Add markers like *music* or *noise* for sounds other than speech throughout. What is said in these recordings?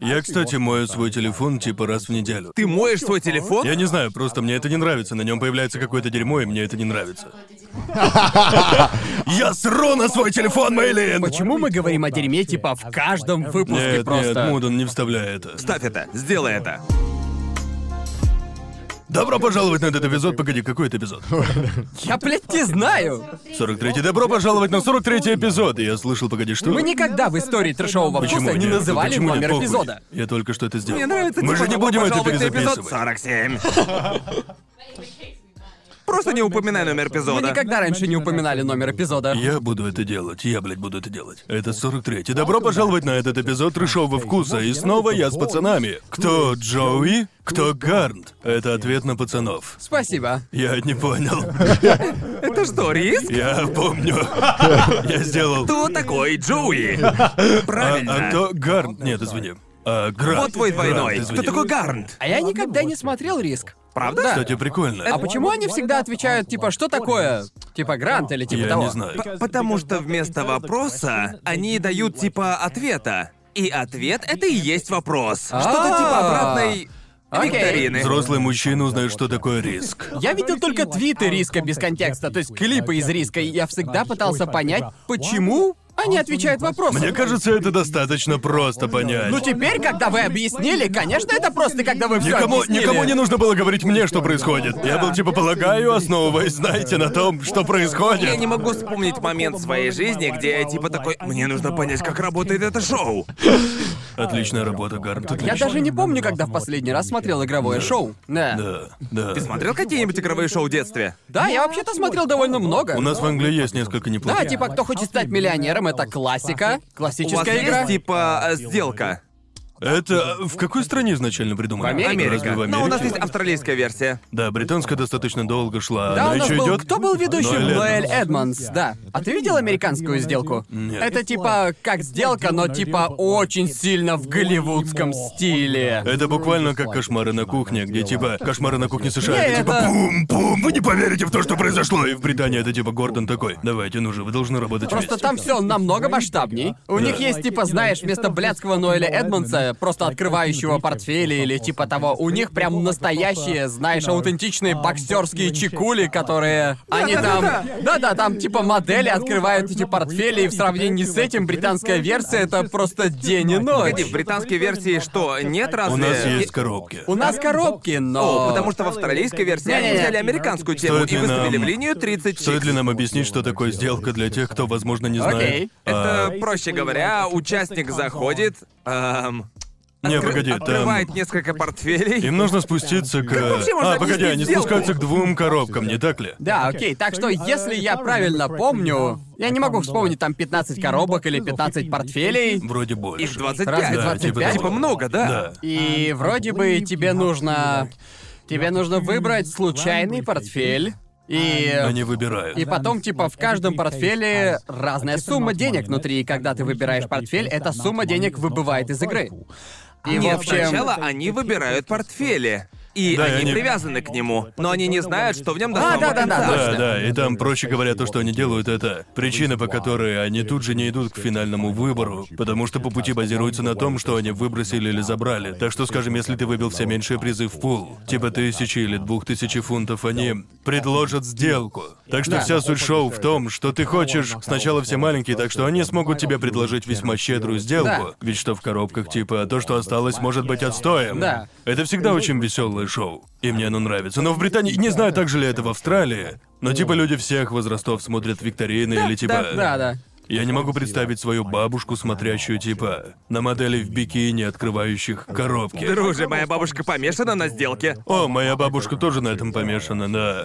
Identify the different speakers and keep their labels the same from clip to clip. Speaker 1: Я, кстати, мою свой телефон типа раз в неделю.
Speaker 2: Ты моешь свой телефон?
Speaker 1: Я не знаю, просто мне это не нравится. На нем появляется какое-то дерьмо, и мне это не нравится. Я сру на свой телефон, Мейлин!
Speaker 3: Почему мы говорим о дерьме типа в каждом выпуске
Speaker 1: А Нет, нет,
Speaker 3: просто?
Speaker 1: Мудан, не вставляй это.
Speaker 2: Ставь это, сделай это.
Speaker 1: Добро пожаловать на этот эпизод. Погоди, какой это эпизод?
Speaker 3: Я, блядь, не знаю.
Speaker 1: 43-й. Добро пожаловать на 43-й эпизод. Я слышал, погоди, что...
Speaker 3: Мы никогда в истории трэшового
Speaker 1: Почему
Speaker 3: вкуса не
Speaker 1: нет?
Speaker 3: называли
Speaker 1: Почему нет?
Speaker 3: номер
Speaker 1: Похуй.
Speaker 3: эпизода.
Speaker 1: Я только что это сделал.
Speaker 3: Мне нравится,
Speaker 1: Мы
Speaker 3: типа,
Speaker 1: же не
Speaker 3: «Добро
Speaker 1: будем это
Speaker 3: пожаловать на эпизод
Speaker 1: перезаписывать.
Speaker 2: 47. *laughs* Просто не упоминай номер
Speaker 3: Мы
Speaker 2: эпизода.
Speaker 3: никогда раньше не упоминали номер эпизода.
Speaker 1: Я буду это делать, я, блядь, буду это делать. Это 43-й. Добро пожаловать на этот эпизод трешового вкуса. И снова я с пацанами. Кто Джоуи, кто Гарнт? Это ответ на пацанов.
Speaker 3: Спасибо.
Speaker 1: Я не понял.
Speaker 2: Это что, риск?
Speaker 1: Я помню. Я сделал...
Speaker 2: Кто такой Джоуи?
Speaker 1: А,
Speaker 2: Правильно.
Speaker 1: а кто Гарнт? Нет, извини. А, Грант.
Speaker 2: Вот твой двойной.
Speaker 1: Грант,
Speaker 2: Кто
Speaker 1: извини.
Speaker 2: такой Гарнт?
Speaker 3: А я никогда не смотрел риск.
Speaker 2: Правда?
Speaker 3: Да.
Speaker 1: Кстати, прикольно.
Speaker 3: А почему они всегда отвечают, типа, что такое? Типа грант или типа
Speaker 1: Я
Speaker 3: того?
Speaker 1: не знаю.
Speaker 2: П- Потому что вместо вопроса они дают типа ответа. И ответ это и есть вопрос. Что-то типа
Speaker 3: А-а-а.
Speaker 2: обратной
Speaker 3: А. Окей.
Speaker 2: викторины.
Speaker 1: Взрослый мужчина узнает, что такое риск.
Speaker 3: Я видел только твиты риска без контекста, то есть клипы из риска, и я всегда пытался понять, почему они отвечают вопросом.
Speaker 1: Мне кажется, это достаточно просто понять.
Speaker 3: Ну теперь, когда вы объяснили, конечно, это просто, когда вы все
Speaker 1: Никому,
Speaker 3: объяснили.
Speaker 1: никому не нужно было говорить мне, что происходит. Я был типа полагаю, основываясь, знаете, на том, что
Speaker 2: Я
Speaker 1: происходит.
Speaker 2: не могу вспомнить момент в своей жизни, где я типа такой, мне нужно понять, как работает это шоу.
Speaker 1: Отличная работа, Гарнт.
Speaker 3: Я
Speaker 1: отлично.
Speaker 3: даже не помню, когда в последний раз смотрел игровое шоу. Да. да.
Speaker 1: Да, да.
Speaker 2: Ты смотрел какие-нибудь игровые шоу в детстве?
Speaker 3: я вообще-то смотрел довольно много.
Speaker 1: У нас в Англии есть несколько неплохих.
Speaker 3: Да, типа, кто хочет стать миллионером, это классика,
Speaker 2: У вас
Speaker 3: классическая
Speaker 2: есть
Speaker 3: игра.
Speaker 2: типа э, сделка?
Speaker 1: Это в какой стране изначально придумано?
Speaker 3: В Америке.
Speaker 1: Разве
Speaker 2: Америка.
Speaker 1: в Америке?
Speaker 2: Но у нас есть австралийская версия.
Speaker 1: Да, британская достаточно долго шла.
Speaker 3: Да,
Speaker 1: Она
Speaker 2: ну,
Speaker 3: у нас
Speaker 1: еще
Speaker 3: был...
Speaker 1: идет.
Speaker 3: Кто был ведущим?
Speaker 1: Ноэль
Speaker 3: Ноэль
Speaker 1: Эдмондс.
Speaker 3: Эдмонс, да. А ты видел американскую сделку?
Speaker 1: Нет.
Speaker 3: Это типа как сделка, но типа очень сильно в голливудском стиле.
Speaker 1: Это буквально как кошмары на кухне, где типа кошмары на кухне США,
Speaker 3: Не,
Speaker 1: это типа
Speaker 3: это-
Speaker 1: пум-пум, вы не поверите в то, что произошло. И в Британии это типа Гордон такой. Давайте, ну же, вы должны работать
Speaker 3: Просто
Speaker 1: вместе».
Speaker 3: там все намного масштабнее. У
Speaker 1: Да.
Speaker 3: них есть, типа, знаешь, вместо блядского Ноэля Эдмонса, просто открывающего портфели или типа того, у них прям настоящие, знаешь, аутентичные боксерские чекули, которые... Они там... Да-да, там типа модели открывают эти портфели, и в сравнении с этим британская версия — это просто день и
Speaker 2: Погоди,
Speaker 3: ночь.
Speaker 2: в британской версии что, нет разве?
Speaker 1: У нас
Speaker 2: И-
Speaker 1: есть коробки.
Speaker 3: У нас коробки, но...
Speaker 2: О, потому что в австралийской версии они
Speaker 3: Не-не-не.
Speaker 2: взяли американскую тему
Speaker 1: Стоит
Speaker 2: и
Speaker 1: ли нам-
Speaker 2: выставили в линию 30
Speaker 1: Стоит
Speaker 2: чикс.
Speaker 1: ли нам объяснить, что такое сделка для тех, кто, возможно, не знает?
Speaker 3: Окей.
Speaker 1: А,
Speaker 2: Это, проще говоря, участник заходит, эм,
Speaker 1: Не,
Speaker 2: откры-
Speaker 1: погоди, там...
Speaker 2: открывает несколько портфелей.
Speaker 1: Им нужно спуститься к...
Speaker 2: вообще можно
Speaker 1: А, погоди,
Speaker 2: объяснить
Speaker 1: они
Speaker 2: сделку?
Speaker 1: спускаются к двум коробкам, не так ли?
Speaker 3: Да, окей, так что если я правильно помню, я не могу вспомнить там 15 коробок или 15 портфелей,
Speaker 1: Вроде больше.
Speaker 2: Их 25.
Speaker 3: Разве
Speaker 1: Да, типа
Speaker 3: 25?
Speaker 1: того.
Speaker 2: Типа много, да?
Speaker 1: Да.
Speaker 3: И вроде бы тебе нужно... Тебе нужно выбрать случайный портфель и...
Speaker 1: Они выбирают.
Speaker 3: И потом, типа, в каждом портфеле разная сумма денег внутри, и когда ты выбираешь портфель, эта сумма денег выбывает из игры. И в
Speaker 2: Нет,
Speaker 3: общем...
Speaker 2: сначала они выбирают портфели. И
Speaker 1: Да, и
Speaker 2: они
Speaker 1: они-
Speaker 2: привязаны к нему, но они не знают, что в нем до
Speaker 3: А,
Speaker 2: самого
Speaker 3: да-да-да,
Speaker 2: конца.
Speaker 3: точно.
Speaker 1: Да, да, и там, проще говоря, то, что они делают, это причина, по которой они тут же не идут к финальному выбору, потому что по пути базируется на том, что они выбросили или забрали. Так что, скажем, если ты выбил все меньшие призы в пул, типа тысячи или двух тысячи фунтов, они предложат сделку. Так что
Speaker 3: Да.
Speaker 1: вся суть шоу в том, что ты хочешь сначала все маленькие, так что они смогут тебе предложить весьма щедрую сделку.
Speaker 3: Да.
Speaker 1: Ведь что в коробках, типа, то, что осталось, может быть отстоем.
Speaker 3: Да.
Speaker 1: Это всегда очень веселое шоу, и мне оно нравится. Но в Британии, не знаю, так же ли это в Австралии, но типа люди всех возрастов смотрят викторины или типа...
Speaker 3: Да, да, да.
Speaker 1: Я не могу представить свою бабушку, смотрящую типа на моделей в бикини, открывающих коробки.
Speaker 2: Друже, моя бабушка помешана на сделке.
Speaker 1: О, моя бабушка тоже на этом помешана, да.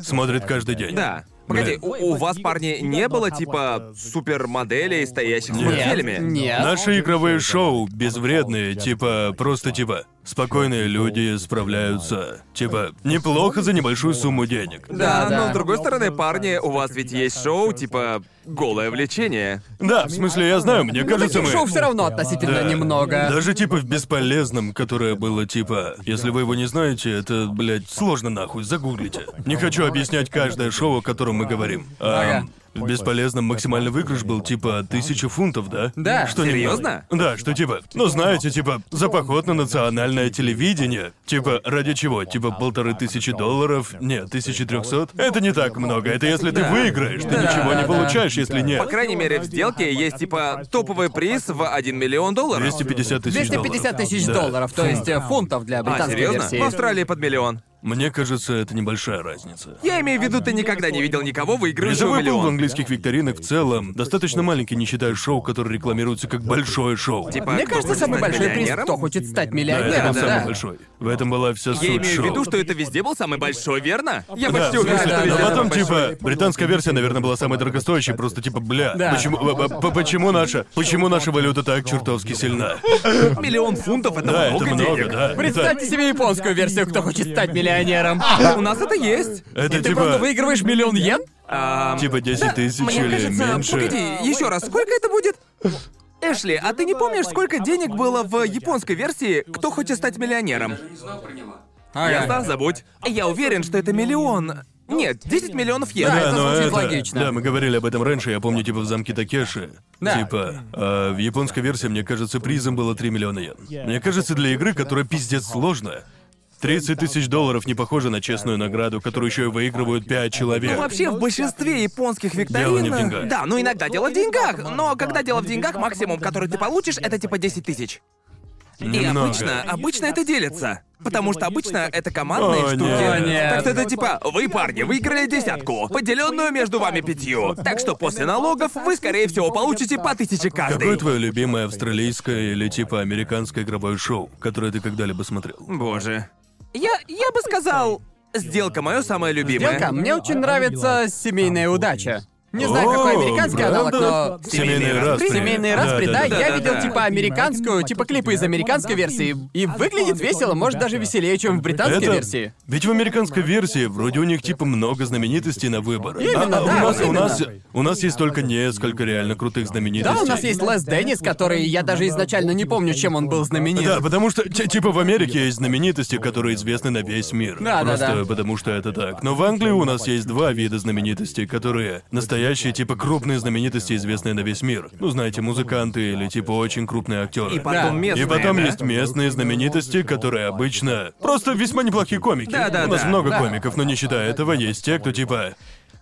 Speaker 1: Смотрит каждый день.
Speaker 2: Да. Погоди, у, у вас, парни, не было типа супермоделей, стоящих с
Speaker 1: Нет.
Speaker 2: портфелями?
Speaker 3: Нет.
Speaker 1: Наши игровые шоу безвредные, типа, просто типа, спокойные люди справляются. Типа, неплохо за небольшую сумму денег.
Speaker 2: Да,
Speaker 3: Да, да.
Speaker 2: но с другой стороны, парни, у вас ведь есть шоу, типа голое влечение.
Speaker 1: Да, в смысле, я знаю, мне кажется,
Speaker 3: ну, Таких
Speaker 1: мы...
Speaker 3: шоу все равно
Speaker 1: Да.
Speaker 3: относительно немного.
Speaker 1: Даже типа в бесполезном, которое было типа. Если вы его не знаете, это, блядь, сложно нахуй, загуглите. Не хочу объяснять каждое шоу, о котором мы говорим. Ам,
Speaker 3: Ага.
Speaker 1: В бесполезном максимальный выигрыш был типа тысяча фунтов, да?
Speaker 3: Да,
Speaker 1: Что немного.
Speaker 2: серьезно?
Speaker 1: Да, что типа, ну знаете, типа, за поход на национальное телевидение. Типа, ради чего? Типа полторы тысячи долларов? Нет, тысячи трехсот? Это не так много, это если ты
Speaker 2: Да.
Speaker 1: выиграешь, ты
Speaker 3: Да,
Speaker 1: ничего не
Speaker 3: да.
Speaker 1: получаешь, если
Speaker 2: По
Speaker 1: нет.
Speaker 2: крайней мере, в сделке есть типа топовый приз в 1 миллион долларов.
Speaker 1: 250 тысяч долларов.
Speaker 3: 250 тысяч
Speaker 1: Да.
Speaker 3: долларов, то есть э, фунтов для
Speaker 2: А,
Speaker 3: британской
Speaker 2: серьезно? В
Speaker 3: версии.
Speaker 2: Австралии под миллион.
Speaker 1: Мне кажется, это небольшая разница.
Speaker 2: Я имею в виду, ты никогда не видел никого выигрывающего
Speaker 1: Призовой пул в
Speaker 2: миллион.
Speaker 1: английских викторинок в целом достаточно маленький, не считая шоу, которые рекламируются как большое шоу.
Speaker 2: Типа,
Speaker 3: Мне
Speaker 2: кто
Speaker 3: кажется,
Speaker 2: хочет
Speaker 3: самый
Speaker 2: стать
Speaker 3: большой приз,
Speaker 2: миллионером?
Speaker 3: кто хочет стать
Speaker 1: Да, это
Speaker 3: миллионером,
Speaker 1: был
Speaker 2: да,
Speaker 1: самый
Speaker 3: да.
Speaker 1: большой. В этом была вся суть
Speaker 2: Я имею в
Speaker 1: шоу.
Speaker 2: виду, что это везде был самый большой, верно? ну, Я
Speaker 1: Да,
Speaker 2: почти
Speaker 1: в смысле,
Speaker 2: уверен, что
Speaker 3: да,
Speaker 2: везде
Speaker 1: но потом,
Speaker 2: самый большой.
Speaker 1: типа, британская версия, наверное, была самой дорогостоящей, просто типа, бля,
Speaker 3: Да.
Speaker 1: почему, а, а, по- почему наша, почему наша валюта так чертовски сильна?
Speaker 2: Миллион фунтов это
Speaker 1: Да, это
Speaker 2: много
Speaker 1: много,
Speaker 2: денег.
Speaker 1: да. Это,
Speaker 3: Представьте себе японскую версию, кто хочет
Speaker 1: *laughs*
Speaker 3: стать миллионером.
Speaker 2: У нас это есть.
Speaker 1: это
Speaker 3: И ты просто
Speaker 1: типа,
Speaker 3: выигрываешь миллион йен?
Speaker 2: Ам,
Speaker 1: типа 10 тысяч
Speaker 2: Мне
Speaker 1: или
Speaker 2: кажется, погоди,
Speaker 1: меньше.
Speaker 2: еще раз, сколько это будет? Эшли, а ты не помнишь, сколько денег было в японской версии «Кто хочет стать миллионером»? А, Я знал, забудь. Я уверен, что это миллион... Нет, 10 миллионов евро.
Speaker 3: Да,
Speaker 1: Да,
Speaker 3: это
Speaker 1: но
Speaker 3: звучит
Speaker 1: это-
Speaker 3: логично.
Speaker 1: Да, мы говорили об этом раньше, я помню, типа в замке Такеши.
Speaker 3: Да.
Speaker 1: Типа, э, в японской версии, мне кажется, призом было 3 миллиона йен. Мне кажется, для игры, которая пиздец сложная, 30 тысяч долларов не похоже на честную награду, которую еще и выигрывают 5 человек.
Speaker 2: Ну, вообще, в большинстве японских викторин...
Speaker 1: Дело не в деньгах.
Speaker 2: Да, ну иногда дело в деньгах. Но когда дело в деньгах, максимум, который ты получишь, это типа 10 тысяч. И
Speaker 1: Немного.
Speaker 2: обычно, обычно это делится. Потому что обычно это командные
Speaker 1: О,
Speaker 2: штуки.
Speaker 1: нет.
Speaker 3: О, нет.
Speaker 2: Так что это типа, вы, парни, выиграли десятку, поделенную между вами пятью. Так что после налогов вы, скорее всего, получите по тысяче
Speaker 1: Какое
Speaker 2: каждый.
Speaker 1: твое любимое австралийское или типа американское игровое шоу, которое ты когда-либо смотрел?
Speaker 2: Боже. Я, я бы сказал, сделка мое самое любимое.
Speaker 3: Белка, мне очень нравится семейная удача. Не знаю,
Speaker 1: О,
Speaker 3: какой американский аналог, но...
Speaker 1: правда?
Speaker 2: Семейный
Speaker 1: Семейный распри.
Speaker 2: распри.
Speaker 3: Семейные
Speaker 1: Да,
Speaker 3: распри, да,
Speaker 1: да, да.
Speaker 3: я
Speaker 2: да,
Speaker 3: видел
Speaker 2: да.
Speaker 3: типа американскую, типа клипы из американской версии. И выглядит весело, может даже веселее, чем в британской
Speaker 1: Это-
Speaker 3: версии.
Speaker 1: Ведь в американской версии вроде у них типа много знаменитостей на выбор.
Speaker 3: Именно,
Speaker 1: а, а
Speaker 3: да,
Speaker 1: у нас
Speaker 3: вот
Speaker 1: у нас
Speaker 4: именно.
Speaker 1: у нас есть только несколько реально крутых
Speaker 3: Да,
Speaker 1: знаменитостей.
Speaker 3: у нас есть Лес Деннис, который я даже изначально не помню, чем он был знаменит.
Speaker 1: Да, потому что ти- типа в Америке есть знаменитости, которые известны на весь мир.
Speaker 3: Да, да,
Speaker 1: Просто
Speaker 3: да.
Speaker 1: потому что это так. Но в Англии у нас есть два вида знаменитостей, которые настоящие, типа крупные знаменитости, известные на весь мир. Ну, знаете, музыканты или типа очень крупные актеры.
Speaker 2: И
Speaker 3: Да.
Speaker 2: потом местные,
Speaker 1: И потом
Speaker 2: да?
Speaker 1: есть местные знаменитости, которые обычно просто весьма неплохие комики.
Speaker 2: Да-да-да.
Speaker 1: У нас много
Speaker 3: Да.
Speaker 1: комиков, но не считая этого, есть те, кто типа.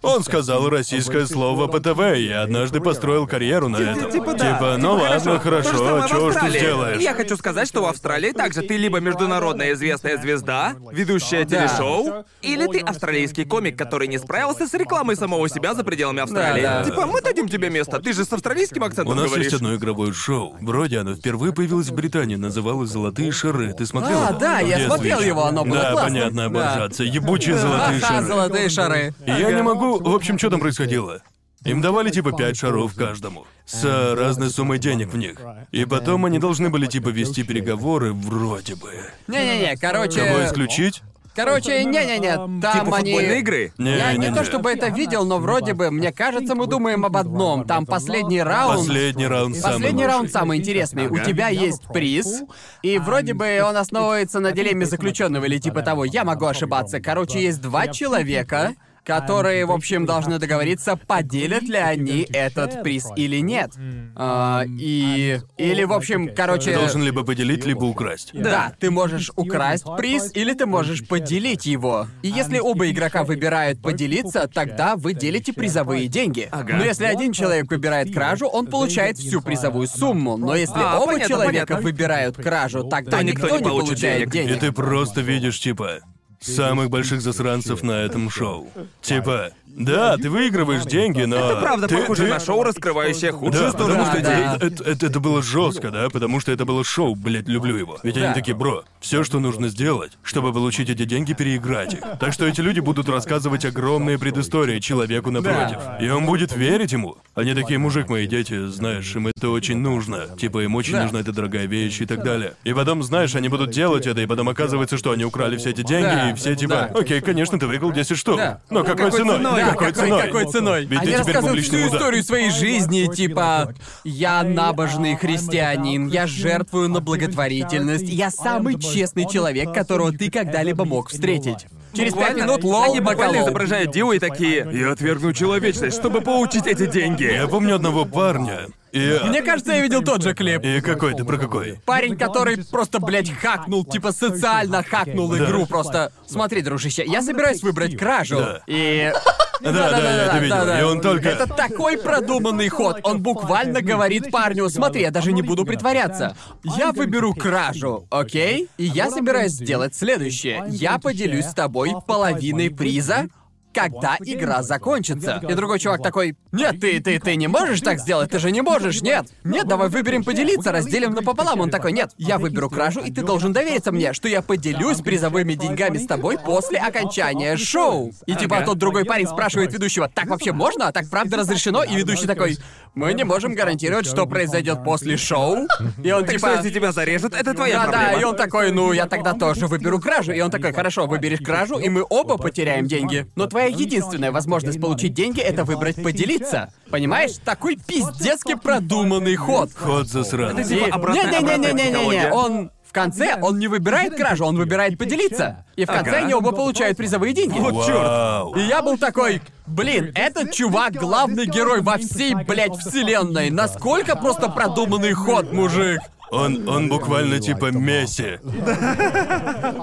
Speaker 1: Он сказал российское слово по ТВ и однажды построил карьеру на этом.
Speaker 2: Типа, да.
Speaker 1: Типа, ну ладно,
Speaker 2: То же самое
Speaker 1: хорошо, а
Speaker 2: в
Speaker 1: чё ж ты
Speaker 2: Австралии.
Speaker 1: сделаешь?
Speaker 2: Я хочу сказать, что в Австралии также ты либо международная известная звезда, ведущая
Speaker 3: Да.
Speaker 2: телешоу, или ты австралийский комик, который не справился с рекламой самого себя за пределами Австралии.
Speaker 3: Да, да.
Speaker 2: Типа, мы дадим тебе место, ты же с австралийским акцентом
Speaker 1: У нас
Speaker 2: говоришь.
Speaker 1: есть одно игровое шоу. Вроде оно впервые появилось в Британии, называлось «Золотые шары». Ты смотрел?
Speaker 3: А,
Speaker 1: его?
Speaker 3: да, я
Speaker 1: Где
Speaker 3: смотрел
Speaker 1: Switch?
Speaker 3: его, оно было
Speaker 1: Да,
Speaker 3: классно.
Speaker 1: понятно,
Speaker 3: Да.
Speaker 1: обожаться. Ебучие золотые
Speaker 3: Ха-ха,
Speaker 1: шары.
Speaker 3: золотые шары.
Speaker 1: И Я не могу... В общем, что там происходило? Им давали типа пять шаров каждому. С э, разной суммой денег в них. И потом они должны были типа вести переговоры вроде бы.
Speaker 3: Не-не-не,
Speaker 1: Кого
Speaker 3: короче...
Speaker 1: исключить?
Speaker 3: Короче, не-не-не, там
Speaker 2: Типа футбольные
Speaker 3: они...
Speaker 2: игры.
Speaker 1: Не,
Speaker 3: Я
Speaker 1: не,
Speaker 3: не
Speaker 1: не.
Speaker 3: то чтобы это видел, но вроде бы, мне кажется, мы думаем об одном. Там последний раунд...
Speaker 1: Последний раунд самый
Speaker 3: Последний раунд
Speaker 1: лучший.
Speaker 3: самый интересный. У
Speaker 2: Ага.
Speaker 3: тебя есть приз, и вроде бы *laughs* он основывается А, на дилемме заключенного или типа того. Я могу ошибаться. Короче, есть два человека, которые, в общем, должны договориться, поделят ли они этот приз или нет. А, и... Или, в общем, короче...
Speaker 1: Ты должен либо поделить, либо украсть.
Speaker 3: Да, ты можешь украсть приз или ты можешь поделить его. И если оба игрока выбирают поделиться, тогда вы делите призовые деньги.
Speaker 2: Ага.
Speaker 3: Но если один человек выбирает кражу, он получает всю призовую сумму. Но если
Speaker 2: А,
Speaker 3: оба
Speaker 2: понятно,
Speaker 3: человека
Speaker 2: понятно.
Speaker 3: выбирают кражу, тогда
Speaker 2: То
Speaker 3: никто,
Speaker 2: никто
Speaker 3: не
Speaker 2: не получит
Speaker 3: получает денег.
Speaker 2: денег.
Speaker 1: И ты просто видишь, типа, самых больших засранцев на этом шоу. Типа, да, ты выигрываешь деньги, но...
Speaker 2: Это правда
Speaker 1: ты-
Speaker 2: похоже
Speaker 1: ты-
Speaker 2: на шоу, раскрывающее худшую
Speaker 1: Да,
Speaker 2: сторону
Speaker 1: потому что
Speaker 2: людей.
Speaker 3: да.
Speaker 1: это, это- это- это было жестко, да, потому что это было шоу, блядь, люблю его. Ведь
Speaker 3: Да.
Speaker 1: они такие, бро, все, что нужно сделать, чтобы получить эти деньги, переиграть их. Так что эти люди будут рассказывать огромные предыстории человеку напротив. И он будет верить ему. Они такие, мужик, мои дети, знаешь, им это очень нужно. Типа, им очень
Speaker 3: Да.
Speaker 1: нужна эта дорогая вещь и так далее. И потом, знаешь, они будут делать это, и потом оказывается, что они украли все эти деньги,
Speaker 3: Да.
Speaker 1: и все типа,
Speaker 3: Да.
Speaker 1: окей, конечно, ты выиграл 10 штук.
Speaker 3: Да.
Speaker 1: Но какой, ценой?
Speaker 3: Да,
Speaker 1: Какой ценой?
Speaker 3: Какой ценой?
Speaker 1: Ведь ты
Speaker 3: Они
Speaker 1: теперь
Speaker 3: рассказывают
Speaker 1: публичный
Speaker 3: всю
Speaker 1: удар.
Speaker 3: историю своей жизни, типа «Я набожный христианин, я жертвую на благотворительность, я самый честный человек, которого ты когда-либо мог встретить». Через пять
Speaker 2: Буквально-
Speaker 3: минут лол
Speaker 2: Они буквально
Speaker 3: бокалол.
Speaker 2: изображают Дио и такие... Я отвергну человечность, чтобы получить эти деньги.
Speaker 1: Я помню одного парня, и...
Speaker 3: Мне кажется, я видел тот же клип.
Speaker 1: И какой ты, про какой?
Speaker 3: Парень, который просто, блядь, хакнул, типа социально хакнул
Speaker 1: Да.
Speaker 3: игру просто. Смотри, дружище, я собираюсь выбрать кражу.
Speaker 1: Да.
Speaker 3: И...
Speaker 1: *laughs* Да, да, я это видел.
Speaker 3: да-да.
Speaker 1: И он только...
Speaker 3: Это такой продуманный ход. Он буквально говорит парню, смотри, я даже не буду притворяться. Я выберу кражу, окей? И я собираюсь сделать следующее. Я поделюсь с тобой половиной приза, когда игра закончится. И другой чувак такой, нет, ты, ты, ты не можешь так сделать, ты же не можешь, нет. Нет, давай выберем поделиться, разделим напополам. Он такой, нет, я выберу кражу, и ты должен довериться мне, что я поделюсь призовыми деньгами с тобой после окончания шоу. И типа
Speaker 2: Ага.
Speaker 3: тот другой парень спрашивает ведущего, так вообще можно, а так правда разрешено? И ведущий такой, мы не можем гарантировать, что произойдет после шоу. И он
Speaker 2: Так что,
Speaker 3: типа,
Speaker 2: если тебя зарежут, это твоя
Speaker 3: да, да,
Speaker 2: проблема.
Speaker 3: и он такой, ну, я тогда тоже выберу кражу. И он такой, хорошо, выберешь кражу, и мы оба потеряем деньги. Но твоя единственная возможность получить деньги — это выбрать поделиться. Понимаешь? Такой пиздецки продуманный ход.
Speaker 1: Ход засранный.
Speaker 2: типа обратная-
Speaker 3: Не-не-не-не-не-не,
Speaker 2: обратная
Speaker 3: он... В конце он не выбирает кражу, он выбирает поделиться. И в конце
Speaker 2: Ага.
Speaker 3: они оба получают призовые деньги.
Speaker 2: Вот
Speaker 1: Вау.
Speaker 3: И я был такой, блин, этот чувак главный герой во всей, блядь, вселенной. Насколько просто продуманный ход, мужик.
Speaker 1: Он, он буквально типа Месси.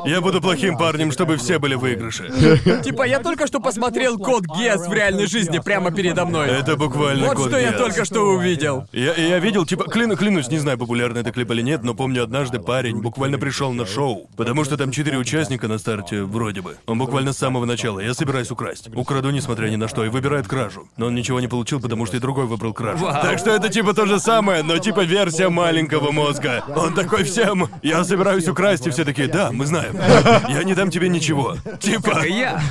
Speaker 1: Я буду плохим парнем, чтобы все были
Speaker 3: *laughs*
Speaker 1: выигрыши.
Speaker 3: Типа, я только что посмотрел код Гиас в реальной жизни прямо передо мной.
Speaker 1: Это буквально
Speaker 3: Вот
Speaker 1: код
Speaker 3: что я
Speaker 1: Гиас.
Speaker 3: только что увидел.
Speaker 1: Я, я видел, типа, кляну- клянусь, не знаю, популярный это клип или нет, но помню, однажды парень буквально пришел на шоу, потому что там четыре участника на старте, вроде бы. Он буквально с самого начала, я собираюсь украсть. Украду, несмотря ни на что, и выбирает кражу. Но он ничего не получил, потому что и другой выбрал кражу. Так что это типа то же самое, но типа версия маленького мозга. Он такой всем, я собираюсь украсть, и все такие, да, мы знаем. Я не дам тебе ничего. Типа...
Speaker 2: Я.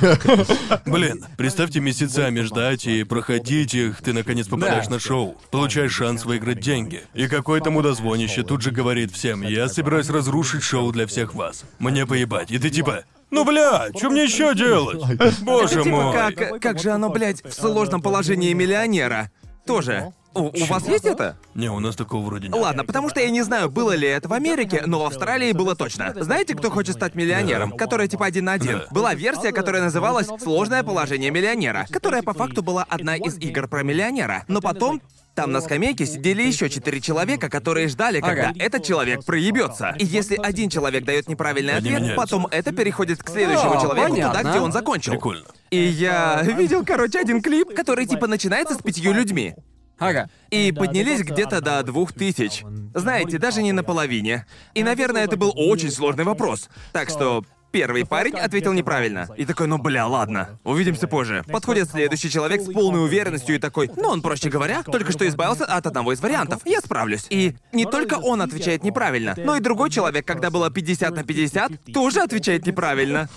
Speaker 1: Блин, представьте месяцами ждать и проходить их, ты наконец попадаешь
Speaker 3: Да.
Speaker 1: на шоу, получаешь шанс выиграть деньги. И какой-то мудозвонище тут же говорит всем, я собираюсь разрушить шоу для всех вас. Мне поебать. И ты типа, ну бля, что мне еще делать? Боже
Speaker 2: Это типа
Speaker 1: мой.
Speaker 2: как... Как же оно, блядь, в сложном положении миллионера? Тоже. У, у вас есть это?
Speaker 1: Не, у нас такого вроде нет.
Speaker 2: Ладно, потому что я не знаю, было ли это в Америке, но в Австралии было точно. Знаете, кто хочет стать миллионером? Которая типа один на один.
Speaker 1: Да.
Speaker 2: Была версия, которая называлась «Сложное положение миллионера», которая по факту была одна из игр про миллионера. Но потом там на скамейке сидели еще четыре человека, которые ждали, когда
Speaker 3: Ага.
Speaker 2: этот человек проебется. И если один человек дает неправильный
Speaker 1: Они
Speaker 2: ответ,
Speaker 1: меняются.
Speaker 2: потом это переходит к следующему
Speaker 3: О,
Speaker 2: человеку
Speaker 3: понятно.
Speaker 2: туда, где он закончил.
Speaker 1: Прикольно.
Speaker 2: И я видел, короче, один клип, который типа начинается с пятью людьми.
Speaker 3: Ага.
Speaker 2: И поднялись где-то до двух тысяч. Знаете, даже не наполовине. И, наверное, это был очень сложный вопрос. Так что первый парень ответил неправильно. И такой, ну бля, ладно, увидимся позже. Подходит следующий человек с полной уверенностью и такой, ну он, проще говоря, только что избавился от одного из вариантов. Я справлюсь. И не только он отвечает неправильно, но и другой человек, когда было 50 на 50, тоже отвечает неправильно.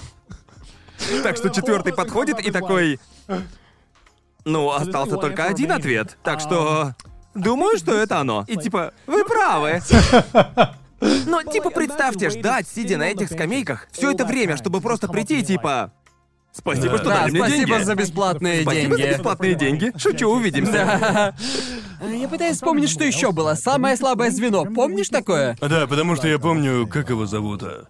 Speaker 2: Так что четвертый подходит и такой, ну, остался только один ответ. Так что... Думаю, что это оно. И типа, вы правы. *laughs* Но типа представьте, ждать, сидя на этих скамейках, все это время, чтобы просто прийти и типа... Спасибо, что
Speaker 3: Да,
Speaker 2: дали мне
Speaker 3: спасибо
Speaker 2: деньги.
Speaker 3: за бесплатные
Speaker 2: Спасибо за
Speaker 3: деньги.
Speaker 2: бесплатные деньги. Шучу, увидимся.
Speaker 3: Я пытаюсь вспомнить, что еще было. Самое слабое звено. Помнишь такое?
Speaker 1: Да, потому что я помню, как его зовут, а?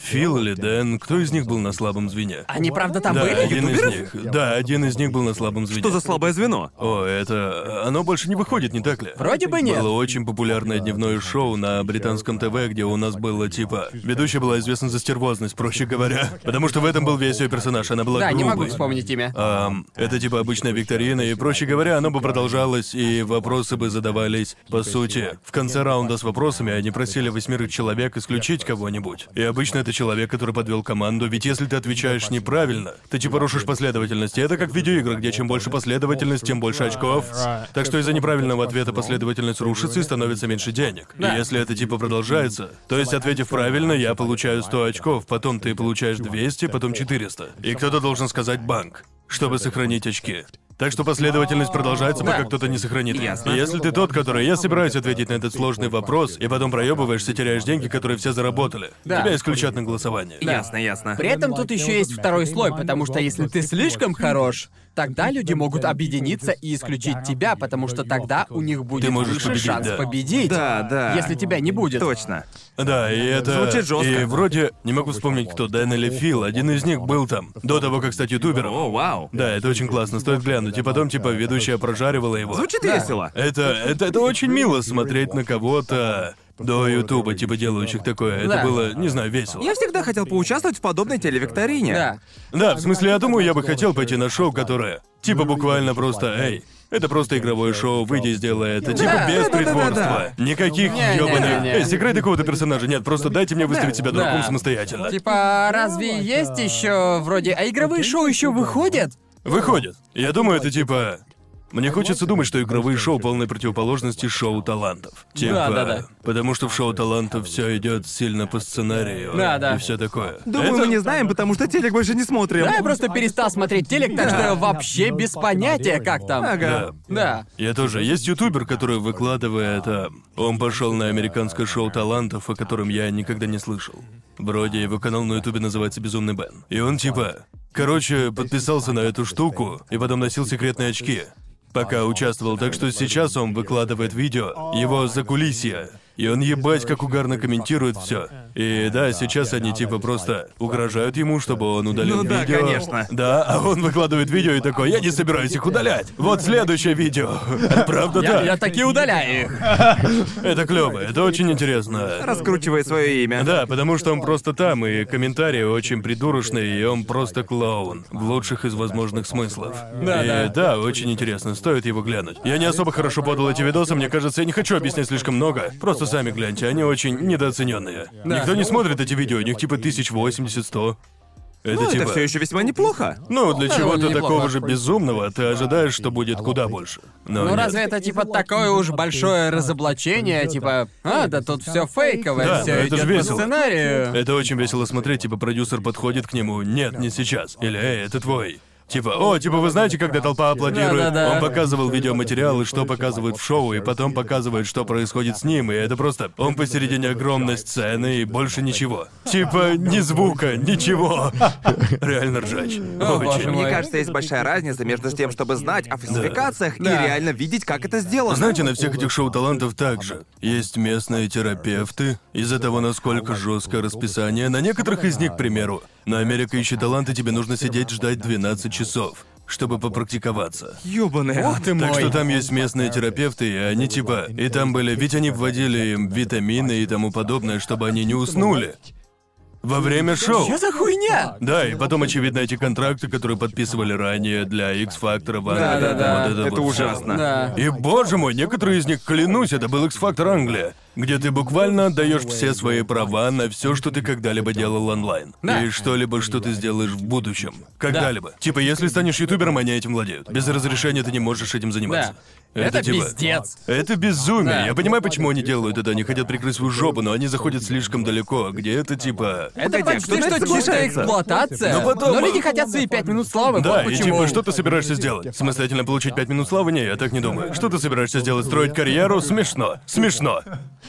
Speaker 1: Фил или Дэн, кто из них был на слабом звене?
Speaker 2: А,
Speaker 3: Они правда там
Speaker 1: Да,
Speaker 3: были?
Speaker 1: один из них. Да, один из них был на слабом звене.
Speaker 2: Что за слабое звено?
Speaker 1: О, это... Оно больше не выходит, не так ли?
Speaker 3: Вроде бы нет.
Speaker 1: Было очень популярное дневное шоу на британском ТВ, где у нас было типа... Ведущая была известна за стервозность, проще говоря. Потому что в этом был весь ее персонаж, она была
Speaker 3: Да, не могу
Speaker 1: грубой.
Speaker 3: вспомнить имя.
Speaker 1: Ам, это типа обычная викторина, и, проще говоря, оно бы продолжалось, и вопросы бы задавались. По сути, в конце раунда с вопросами они просили восьмерых человек исключить кого-нибудь. И обычно это человек, который подвел команду, ведь если ты отвечаешь неправильно, ты типа рушишь последовательность. И это как в видеоиграх, где чем больше последовательность, тем больше очков. Так что из-за неправильного ответа последовательность рушится и становится меньше денег. И если это типа продолжается, то есть ответив правильно, я получаю 100 очков, потом ты получаешь 200, потом 400. И кто-то должен сказать банк чтобы сохранить очки. Так что последовательность продолжается,
Speaker 3: Да.
Speaker 1: пока кто-то не сохранит.
Speaker 2: Ясно.
Speaker 1: И Если ты тот, который... Я собираюсь ответить на этот сложный вопрос, и потом проебываешься, теряешь деньги, которые все заработали.
Speaker 3: Да.
Speaker 1: Тебя исключат на голосование.
Speaker 2: Ясно, ясно.
Speaker 3: При этом тут еще есть второй слой, потому что если ты слишком хорош, тогда люди могут объединиться и исключить тебя, потому что тогда у них будет
Speaker 1: Ты можешь
Speaker 3: выше
Speaker 1: победить,
Speaker 3: шанс
Speaker 1: да.
Speaker 3: победить.
Speaker 2: Да, да.
Speaker 3: Если тебя не будет.
Speaker 2: Точно.
Speaker 1: Да, и это...
Speaker 2: Звучит жестко.
Speaker 1: И вроде... Не могу вспомнить, кто, Дэн или Фил. Один из них был там, до того, как стать ютубером.
Speaker 2: О, вау.
Speaker 1: Да, это очень классно, стоит глянуть. И потом, типа, ведущая прожаривала его.
Speaker 2: Звучит весело.
Speaker 1: Это, это, это очень мило смотреть на кого-то до Ютуба, типа делающих такое. Это
Speaker 3: Да.
Speaker 1: было, не знаю, весело.
Speaker 2: Я всегда хотел поучаствовать в подобной телевикторине.
Speaker 3: Да.
Speaker 1: Да, в смысле, я думаю, я бы хотел пойти на шоу, которое... Типа буквально просто, эй, это просто игровое шоу, выйди и сделай это. Типа
Speaker 3: Да,
Speaker 1: без
Speaker 2: да, да, да,
Speaker 1: притворства. Никаких
Speaker 3: Не-не-не-не.
Speaker 1: ёбаных... Эй, сыграй такого-то персонажа. Нет, просто дайте мне выставить себя дураком
Speaker 3: Да.
Speaker 1: самостоятельно.
Speaker 3: Типа, разве есть еще вроде. А игровые шоу еще выходят?
Speaker 1: Выходит. Я думаю, это типа... Мне хочется думать, что игровые шоу полной противоположности шоу талантов. Типа,
Speaker 3: да-да.
Speaker 1: потому что в шоу талантов все идет сильно по сценарию
Speaker 3: Да-да.
Speaker 1: и все такое.
Speaker 2: Думаю,
Speaker 1: Это-
Speaker 2: мы не знаем, потому что телек больше не смотрим.
Speaker 3: Да, я просто перестал смотреть телек, так
Speaker 4: Да.
Speaker 3: что я вообще без понятия, как там.
Speaker 2: Ага.
Speaker 1: Да.
Speaker 3: Да.
Speaker 1: Я тоже. Есть ютубер, который выкладывает... а, Он пошел на американское шоу талантов, о котором я никогда не слышал. Вроде его канал на ютубе называется «Безумный Бен». И он типа... Короче, подписался на эту штуку и потом носил секретные очки. Пока участвовал, так что сейчас он выкладывает видео, его закулисья. И он ебать как угарно комментирует все. И да, сейчас они типа просто угрожают ему, чтобы он удалил
Speaker 2: Ну да,
Speaker 1: видео.
Speaker 2: конечно.
Speaker 1: Да, а он выкладывает видео и такой, я не собираюсь их удалять. Вот следующее видео. Правда,
Speaker 3: Я, я
Speaker 1: да.
Speaker 3: таки удаляю их.
Speaker 1: Это клево, это очень интересно.
Speaker 2: Раскручивай свое имя.
Speaker 1: Да, потому что он просто там, и комментарии очень придурочные, и он просто клоун. В лучших из возможных смыслов.
Speaker 3: Да,
Speaker 1: и,
Speaker 3: да.
Speaker 1: очень интересно, стоит его глянуть. Я не особо хорошо подал эти видосы, мне кажется, я не хочу объяснять слишком много. Просто сами гляньте, они очень недооцененные. Никто не смотрит эти видео, у них типа 1080-100. Это
Speaker 2: Ну,
Speaker 1: типа...
Speaker 2: это все еще весьма неплохо.
Speaker 1: Ну, для чего-то
Speaker 3: неплохо.
Speaker 1: такого же безумного ты ожидаешь, что будет куда больше. Но
Speaker 3: Ну
Speaker 1: нет.
Speaker 3: разве это типа такое уж большое разоблачение, типа, а, да тут все фейковое,
Speaker 1: Да,
Speaker 3: все
Speaker 1: но это
Speaker 3: идет
Speaker 1: ж
Speaker 3: по
Speaker 1: весело.
Speaker 3: сценарию.
Speaker 1: Это очень весело смотреть, типа продюсер подходит к нему, нет, не сейчас, или эй, это твой. Типа, о, типа вы знаете, когда толпа аплодирует,
Speaker 3: Да-да-да.
Speaker 1: он показывал видеоматериалы, что показывают в шоу, и потом показывает, что происходит с ним, и это просто... Он посередине огромной сцены и больше ничего. Типа, ни звука,
Speaker 3: *laughs*
Speaker 1: ничего. Реально ржач.
Speaker 3: О, боже
Speaker 1: Очень.
Speaker 3: мой.
Speaker 2: Мне кажется, есть большая разница между тем, чтобы знать о фальсификациях и
Speaker 3: Да.
Speaker 2: реально видеть, как это сделано.
Speaker 1: Знаете, на всех этих шоу талантов также. Есть местные терапевты. Из-за того, насколько жесткое расписание, на некоторых из них, к примеру, на Америка ищет таланты, тебе нужно сидеть ждать 12 часов, чтобы попрактиковаться.
Speaker 2: Ёбаный ад.
Speaker 1: Так
Speaker 3: мой.
Speaker 1: что там есть местные терапевты, и они типа... И там были... Ведь они вводили им витамины и тому подобное, чтобы они не уснули. Во время шоу.
Speaker 3: Что за хуйня?
Speaker 1: Да, и потом, очевидно, эти контракты, которые подписывали ранее для X-Factor, в Англии,
Speaker 3: Да-да-да.
Speaker 1: там вот это,
Speaker 2: Это
Speaker 1: вот всё.
Speaker 2: ужасно.
Speaker 3: Да.
Speaker 1: И боже мой, некоторые из них, клянусь, это был X-Factor Англия, где ты буквально отдаешь все свои права на все, что ты когда-либо делал онлайн.
Speaker 3: Да.
Speaker 1: И что-либо, что ты сделаешь в будущем. Когда-либо. Типа, если станешь ютубером, они этим владеют. Без разрешения ты не можешь этим заниматься. типа,
Speaker 3: Да. Это пиздец.
Speaker 1: Это безумие.
Speaker 3: Да.
Speaker 1: Я понимаю, почему они делают это. Они хотят прикрыть свою жопу, но они заходят слишком далеко, где это типа...
Speaker 3: Это
Speaker 2: Погоди,
Speaker 3: почти
Speaker 2: кто на
Speaker 3: что
Speaker 2: это
Speaker 3: чистая
Speaker 2: соглашается?
Speaker 3: эксплуатация.
Speaker 1: Но потом-
Speaker 3: люди хотят свои пять минут славы,
Speaker 1: Да, и
Speaker 3: вот почему.
Speaker 1: типа, что ты собираешься сделать? Самостоятельно получить 5 минут славы? Не, я так не думаю. Что ты собираешься сделать? Строить карьеру? Смешно. Смешно.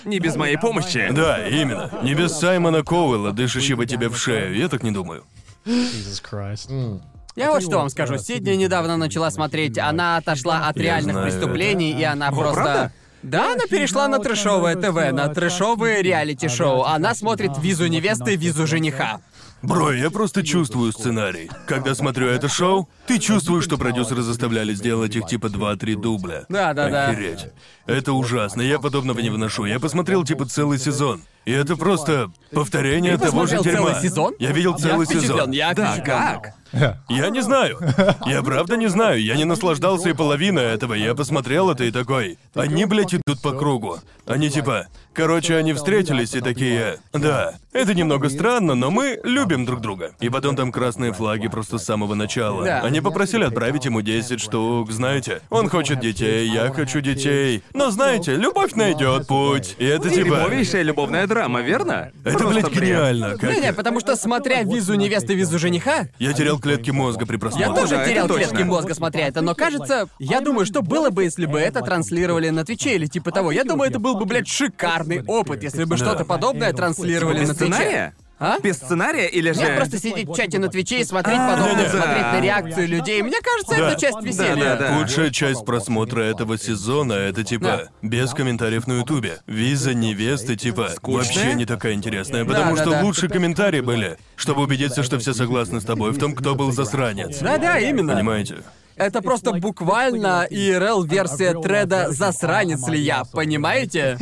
Speaker 2: Не без моей помощи.
Speaker 1: Да, именно. Не без Саймона Коуэлла, дышащего тебе в шею, я так не думаю.
Speaker 3: Я вот что вам скажу. Сидни недавно начала смотреть. Она отошла от
Speaker 1: Я
Speaker 3: реальных
Speaker 1: знаю это.
Speaker 3: преступлений, и она просто...
Speaker 2: правда?
Speaker 3: Да, она перешла на трэшовое ТВ, на трэшовые реалити-шоу. Она смотрит визу невесты, визу жениха.
Speaker 1: Бро, я просто чувствую сценарий. Когда смотрю это шоу, ты чувствуешь, что продюсеры заставляли сделать их типа 2-3 дубля.
Speaker 3: Да, да, да.
Speaker 1: Охереть. Это ужасно, я подобного не выношу. Я посмотрел типа целый сезон. И это просто повторение того же
Speaker 3: посмотрел
Speaker 1: дерьма.
Speaker 3: целый сезон?
Speaker 1: Я видел целый
Speaker 3: я впечатлен,
Speaker 1: сезон.
Speaker 3: Я
Speaker 2: Да,
Speaker 3: впечатлен.
Speaker 2: как?
Speaker 1: Я не знаю. Я правда не знаю. Я не наслаждался и половиной этого. Я посмотрел это и такой. Они, блядь, идут по кругу. Они типа. Короче, они встретились и такие. Да, это немного странно, но мы любим друг друга. И потом там красные флаги просто с самого начала.
Speaker 3: Да.
Speaker 1: Они попросили отправить ему 10 штук, знаете. Он хочет детей, я хочу детей. Но знаете, любовь найдет путь. И это типа.
Speaker 2: Дерьмовейшая любовная драма, верно?
Speaker 1: Это,
Speaker 2: Просто
Speaker 1: блядь,
Speaker 2: бред.
Speaker 1: гениально. Как...
Speaker 3: Не-не, потому что смотря визу невесты, визу жениха,
Speaker 1: Я терял терял клетки мозга при просмотре.
Speaker 3: Я тоже
Speaker 2: да, это
Speaker 3: терял
Speaker 2: точно.
Speaker 3: клетки мозга, смотря это, но кажется, я думаю, что было бы, если бы это транслировали на Твиче или типа того. Я думаю, это был бы, блядь, шикарный опыт, если бы
Speaker 4: Да.
Speaker 3: что-то подобное транслировали
Speaker 2: Без
Speaker 4: Без
Speaker 3: на Твиче.
Speaker 2: Типа сценария?
Speaker 3: А?
Speaker 2: Без сценария или же...
Speaker 3: Нет, просто сидеть в чате на Твиче и смотреть
Speaker 2: А,
Speaker 3: подобное,
Speaker 1: да.
Speaker 3: смотреть на реакцию людей. Мне кажется,
Speaker 1: Да.
Speaker 3: это часть веселья.
Speaker 2: Да, да, да.
Speaker 1: Худшая часть просмотра этого сезона это типа без комментариев на Ютубе. Виза невесты типа вообще не такая интересная, потому
Speaker 3: да,
Speaker 1: что
Speaker 3: да.
Speaker 1: лучшие комментарии были, чтобы убедиться, что все согласны с тобой в том, кто был засранец.
Speaker 3: Да-да, именно.
Speaker 1: Понимаете?
Speaker 3: Это просто буквально ИРЛ-версия треда «Засранец ли я», понимаете?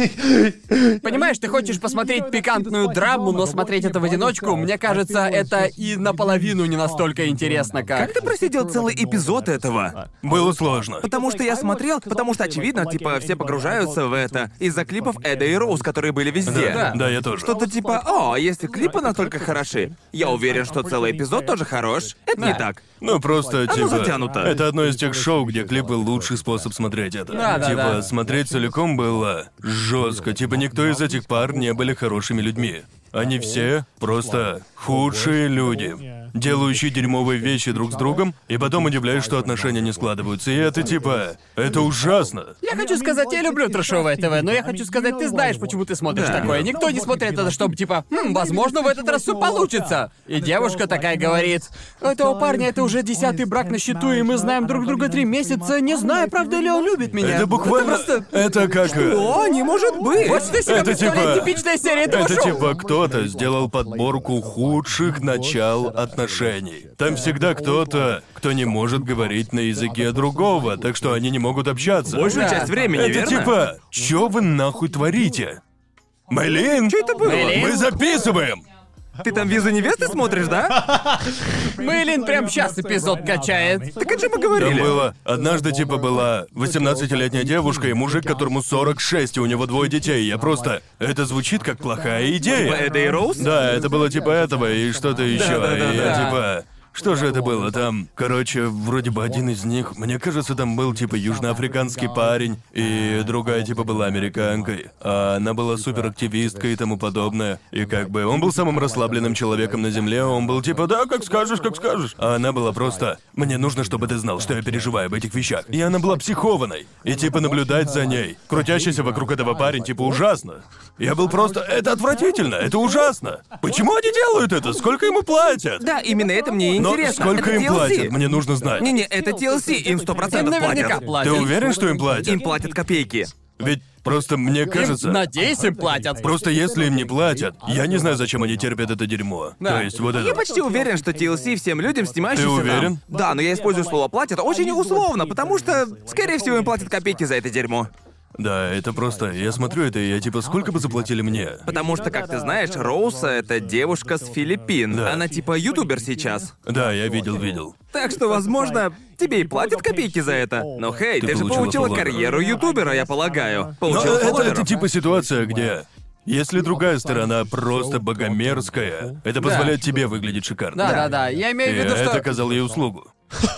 Speaker 3: Понимаешь, ты хочешь посмотреть пикантную драму, но смотреть это в одиночку, мне кажется, это и наполовину не настолько интересно, как...
Speaker 2: Как ты просидел целый эпизод этого?
Speaker 1: Было сложно.
Speaker 2: Потому что я смотрел, потому что, очевидно, типа, все погружаются в это из-за клипов Эда и Роуз, которые были везде.
Speaker 1: Да, да, я тоже.
Speaker 2: Что-то типа, о, если клипы настолько хороши, я уверен, что целый эпизод тоже хорош. Это не так.
Speaker 1: Ну
Speaker 3: А
Speaker 1: просто
Speaker 2: Оно
Speaker 1: типа.
Speaker 2: затянуто.
Speaker 1: Это одно из тех шоу, где клипы лучший способ смотреть это.
Speaker 3: Да, да,
Speaker 1: типа,
Speaker 3: да.
Speaker 1: смотреть целиком было жестко. Типа никто из этих пар не были хорошими людьми. Они все просто худшие люди, делающие дерьмовые вещи друг с другом, и потом удивляюсь, что отношения не складываются. И это типа. Это ужасно.
Speaker 3: Я хочу сказать, я люблю трешовое ТВ, но я хочу сказать, ты знаешь, почему ты смотришь
Speaker 2: Да.
Speaker 3: такое. Никто не смотрит это, чтобы типа, «Хм, возможно, в этот раз все получится. И девушка такая говорит, у этого парня это уже десятый брак на счету, и мы знаем друг друга три месяца, не знаю, правда ли он любит меня.
Speaker 1: Это буквально.
Speaker 3: просто
Speaker 1: Это как. э,
Speaker 2: О, не может быть!
Speaker 3: Вот что себе
Speaker 1: Это
Speaker 3: представляет
Speaker 1: типа-
Speaker 3: типичная серия этого
Speaker 1: Это
Speaker 3: шоу.
Speaker 1: типа кто-то сделал подборку худших начал отношений. Там всегда кто-то, кто не может говорить на языке другого, так что они не могут общаться.
Speaker 2: Большую
Speaker 3: Да.
Speaker 2: часть времени,
Speaker 1: Это
Speaker 2: верно?
Speaker 1: типа, чё вы нахуй творите? Мэйлин? Что это
Speaker 2: было?
Speaker 3: Мэйлин?
Speaker 1: Мы записываем!
Speaker 2: Ты там визу невесты смотришь, да?
Speaker 3: Мэйлин прям сейчас эпизод качает.
Speaker 2: Так о чем мы
Speaker 1: Там
Speaker 2: говорили?
Speaker 1: было... Однажды, типа, была 18-летняя девушка и мужик, которому 46, и у него двое детей. Я просто... Это звучит как плохая идея.
Speaker 2: Типа Эда и Роуз?
Speaker 1: Да, это было типа этого и что-то еще.
Speaker 2: да, да,
Speaker 1: и я
Speaker 3: да.
Speaker 1: типа. Что же это было там? Короче, вроде бы один из них, мне кажется, там был типа южноафриканский парень, и другая типа была американкой. А она была суперактивисткой и тому подобное. И как бы он был самым расслабленным человеком на земле, он был типа «Да, как скажешь, как скажешь». А она была просто «Мне нужно, чтобы ты знал, что я переживаю об этих вещах». И она была психованной. И типа наблюдать за ней, крутящийся вокруг этого парень, типа ужасно. Я был просто «Это отвратительно, это ужасно». Почему они делают это? Сколько ему платят?
Speaker 2: Да, именно это мне и
Speaker 1: Но
Speaker 2: интересно.
Speaker 1: сколько
Speaker 2: Это
Speaker 1: им
Speaker 2: TLC.
Speaker 1: платят? Мне нужно знать.
Speaker 2: Не-не, это TLC, им сто
Speaker 3: Им
Speaker 2: процентов
Speaker 3: наверняка
Speaker 2: платят.
Speaker 1: Ты
Speaker 3: платят.
Speaker 1: уверен, что им
Speaker 2: Им
Speaker 1: платят?
Speaker 2: платят копейки.
Speaker 1: Ведь просто мне кажется...
Speaker 3: Надеюсь, им платят.
Speaker 1: Просто если им не платят, я не знаю, зачем они терпят это дерьмо.
Speaker 3: А, ну Да.
Speaker 1: То есть вот это.
Speaker 2: Я почти уверен, что TLC всем людям, снимающимся
Speaker 1: Ты
Speaker 2: там-
Speaker 1: уверен?
Speaker 2: Да, но я использую слово «платят» очень условно, потому что, скорее всего, им платят копейки за это дерьмо.
Speaker 1: Да, это просто. Я смотрю это, и я типа, сколько бы заплатили мне?
Speaker 2: Потому что, как ты знаешь, Роуса — это девушка с Филиппин.
Speaker 1: Да.
Speaker 2: Она типа ютубер сейчас.
Speaker 1: Да, я видел, видел.
Speaker 2: Так что, возможно, тебе и платят копейки за это. Но, хей,
Speaker 1: Ты
Speaker 2: ты, Ну, же
Speaker 1: получила
Speaker 2: получила
Speaker 1: фолловера.
Speaker 2: карьеру ютубера, я полагаю.
Speaker 3: Ну,
Speaker 1: Но
Speaker 2: Получила
Speaker 1: это,
Speaker 2: фолловера.
Speaker 1: это типа ситуация, где. Если другая сторона просто богомерзкая, это позволяет тебе выглядеть шикарно.
Speaker 3: Да, да, да. Я
Speaker 1: И
Speaker 3: имею в виду,
Speaker 1: это
Speaker 3: что
Speaker 1: оказал ей услугу.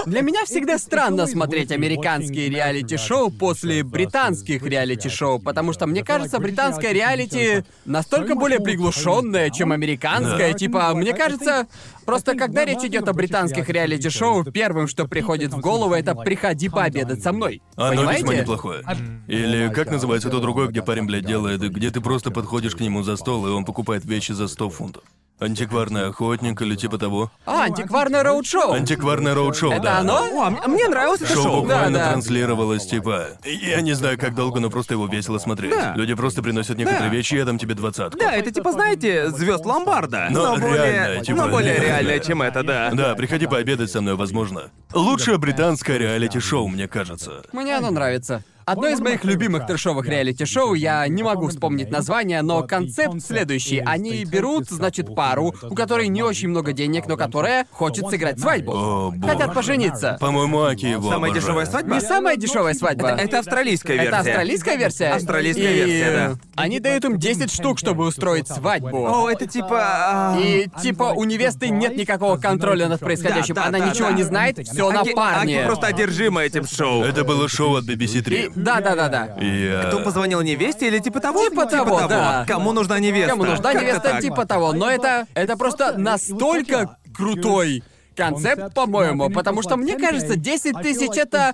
Speaker 3: для меня всегда странно смотреть американские реалити-шоу после британских реалити-шоу, потому что мне кажется, британское реалити настолько более приглушенное, чем американское.
Speaker 4: Да.
Speaker 3: Типа, мне кажется, просто когда речь идет о британских реалити-шоу, первым, что приходит в голову, это приходи пообедать со мной.
Speaker 1: Оно весьма
Speaker 3: Понимаете?
Speaker 1: А
Speaker 3: А
Speaker 1: неплохое. Или как называется то другое, где парень, блядь, делает, и где ты просто подходишь к нему за стол, и он покупает вещи за 100 фунтов. Антикварный охотник или типа того.
Speaker 3: А, антикварное роуд-шоу.
Speaker 1: Антикварное роуд-шоу,
Speaker 3: Это
Speaker 1: да.
Speaker 3: оно?
Speaker 2: О, а м- мне нравилось это
Speaker 1: Шоу
Speaker 2: шоу.
Speaker 1: буквально
Speaker 3: Да, да.
Speaker 1: транслировалось, типа. Я не знаю, как долго, но просто его весело смотреть.
Speaker 2: Да.
Speaker 1: Люди просто приносят некоторые
Speaker 2: Да.
Speaker 1: вещи, я дам тебе двадцатку.
Speaker 2: Да, это типа, знаете, звезд Ломбарда.
Speaker 1: Но реальная,
Speaker 2: более,
Speaker 1: Ну, типа,
Speaker 2: но более
Speaker 1: реальная.
Speaker 2: реальная, чем это, да.
Speaker 1: Да, приходи пообедать со мной, возможно. Лучшее британское реалити-шоу, мне кажется.
Speaker 3: Мне оно нравится. Одно из моих любимых трешовых реалити-шоу, я не могу вспомнить название, но концепт следующий. Они берут, значит, пару, у которой не очень много денег, но которая хочет сыграть свадьбу.
Speaker 1: О, бог.
Speaker 3: Хотят пожениться.
Speaker 1: По-моему, Аки его
Speaker 2: Самая
Speaker 1: обожает.
Speaker 2: дешевая свадьба?
Speaker 3: Не самая дешевая свадьба.
Speaker 2: Это австралийская версия.
Speaker 3: Это австралийская версия?
Speaker 2: Австралийская
Speaker 3: И,
Speaker 2: версия,
Speaker 3: э,
Speaker 2: да.
Speaker 3: Они дают им 10 штук, чтобы устроить
Speaker 2: О,
Speaker 3: свадьбу.
Speaker 2: это типа... а,
Speaker 3: И типа у невесты нет никакого контроля над происходящим.
Speaker 2: Да, да,
Speaker 3: Она
Speaker 2: да,
Speaker 3: ничего
Speaker 2: да.
Speaker 3: не знает, все на
Speaker 2: Аки,
Speaker 3: парне.
Speaker 2: Аки а просто одержима этим шоу.
Speaker 1: Это было шоу от BBC
Speaker 3: И-
Speaker 1: 3.
Speaker 3: Да, да, да, да.
Speaker 1: И, э,
Speaker 2: Кто позвонил невесте или типа того?
Speaker 3: Типа того, да.
Speaker 2: Кому нужна невеста?
Speaker 3: Кому нужна типа,
Speaker 2: Как-то
Speaker 3: невеста
Speaker 2: так.
Speaker 3: типа того, но это это просто настолько крутой концепт, по-моему, потому что мне кажется, 10 тысяч это...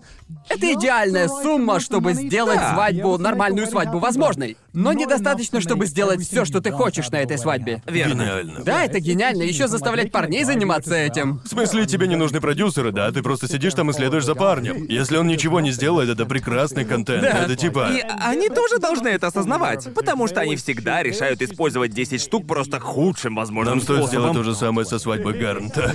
Speaker 3: Это идеальная сумма, чтобы сделать
Speaker 2: Да.
Speaker 3: свадьбу, нормальную свадьбу возможной. Но недостаточно, чтобы сделать все, что ты хочешь на этой свадьбе.
Speaker 2: Верно.
Speaker 1: Гениально.
Speaker 3: Да, это гениально. Еще заставлять парней заниматься этим.
Speaker 1: В смысле, тебе не нужны продюсеры, да? Ты просто сидишь там и следуешь за парнем. Если он ничего не сделает, это прекрасный контент.
Speaker 3: Да.
Speaker 1: Это типа...
Speaker 2: И они тоже должны это осознавать, потому что они всегда решают использовать 10 штук просто худшим возможным
Speaker 1: Нам стоит сделать
Speaker 2: способом.
Speaker 1: то же самое со свадьбой
Speaker 2: *laughs*
Speaker 1: Гарнта.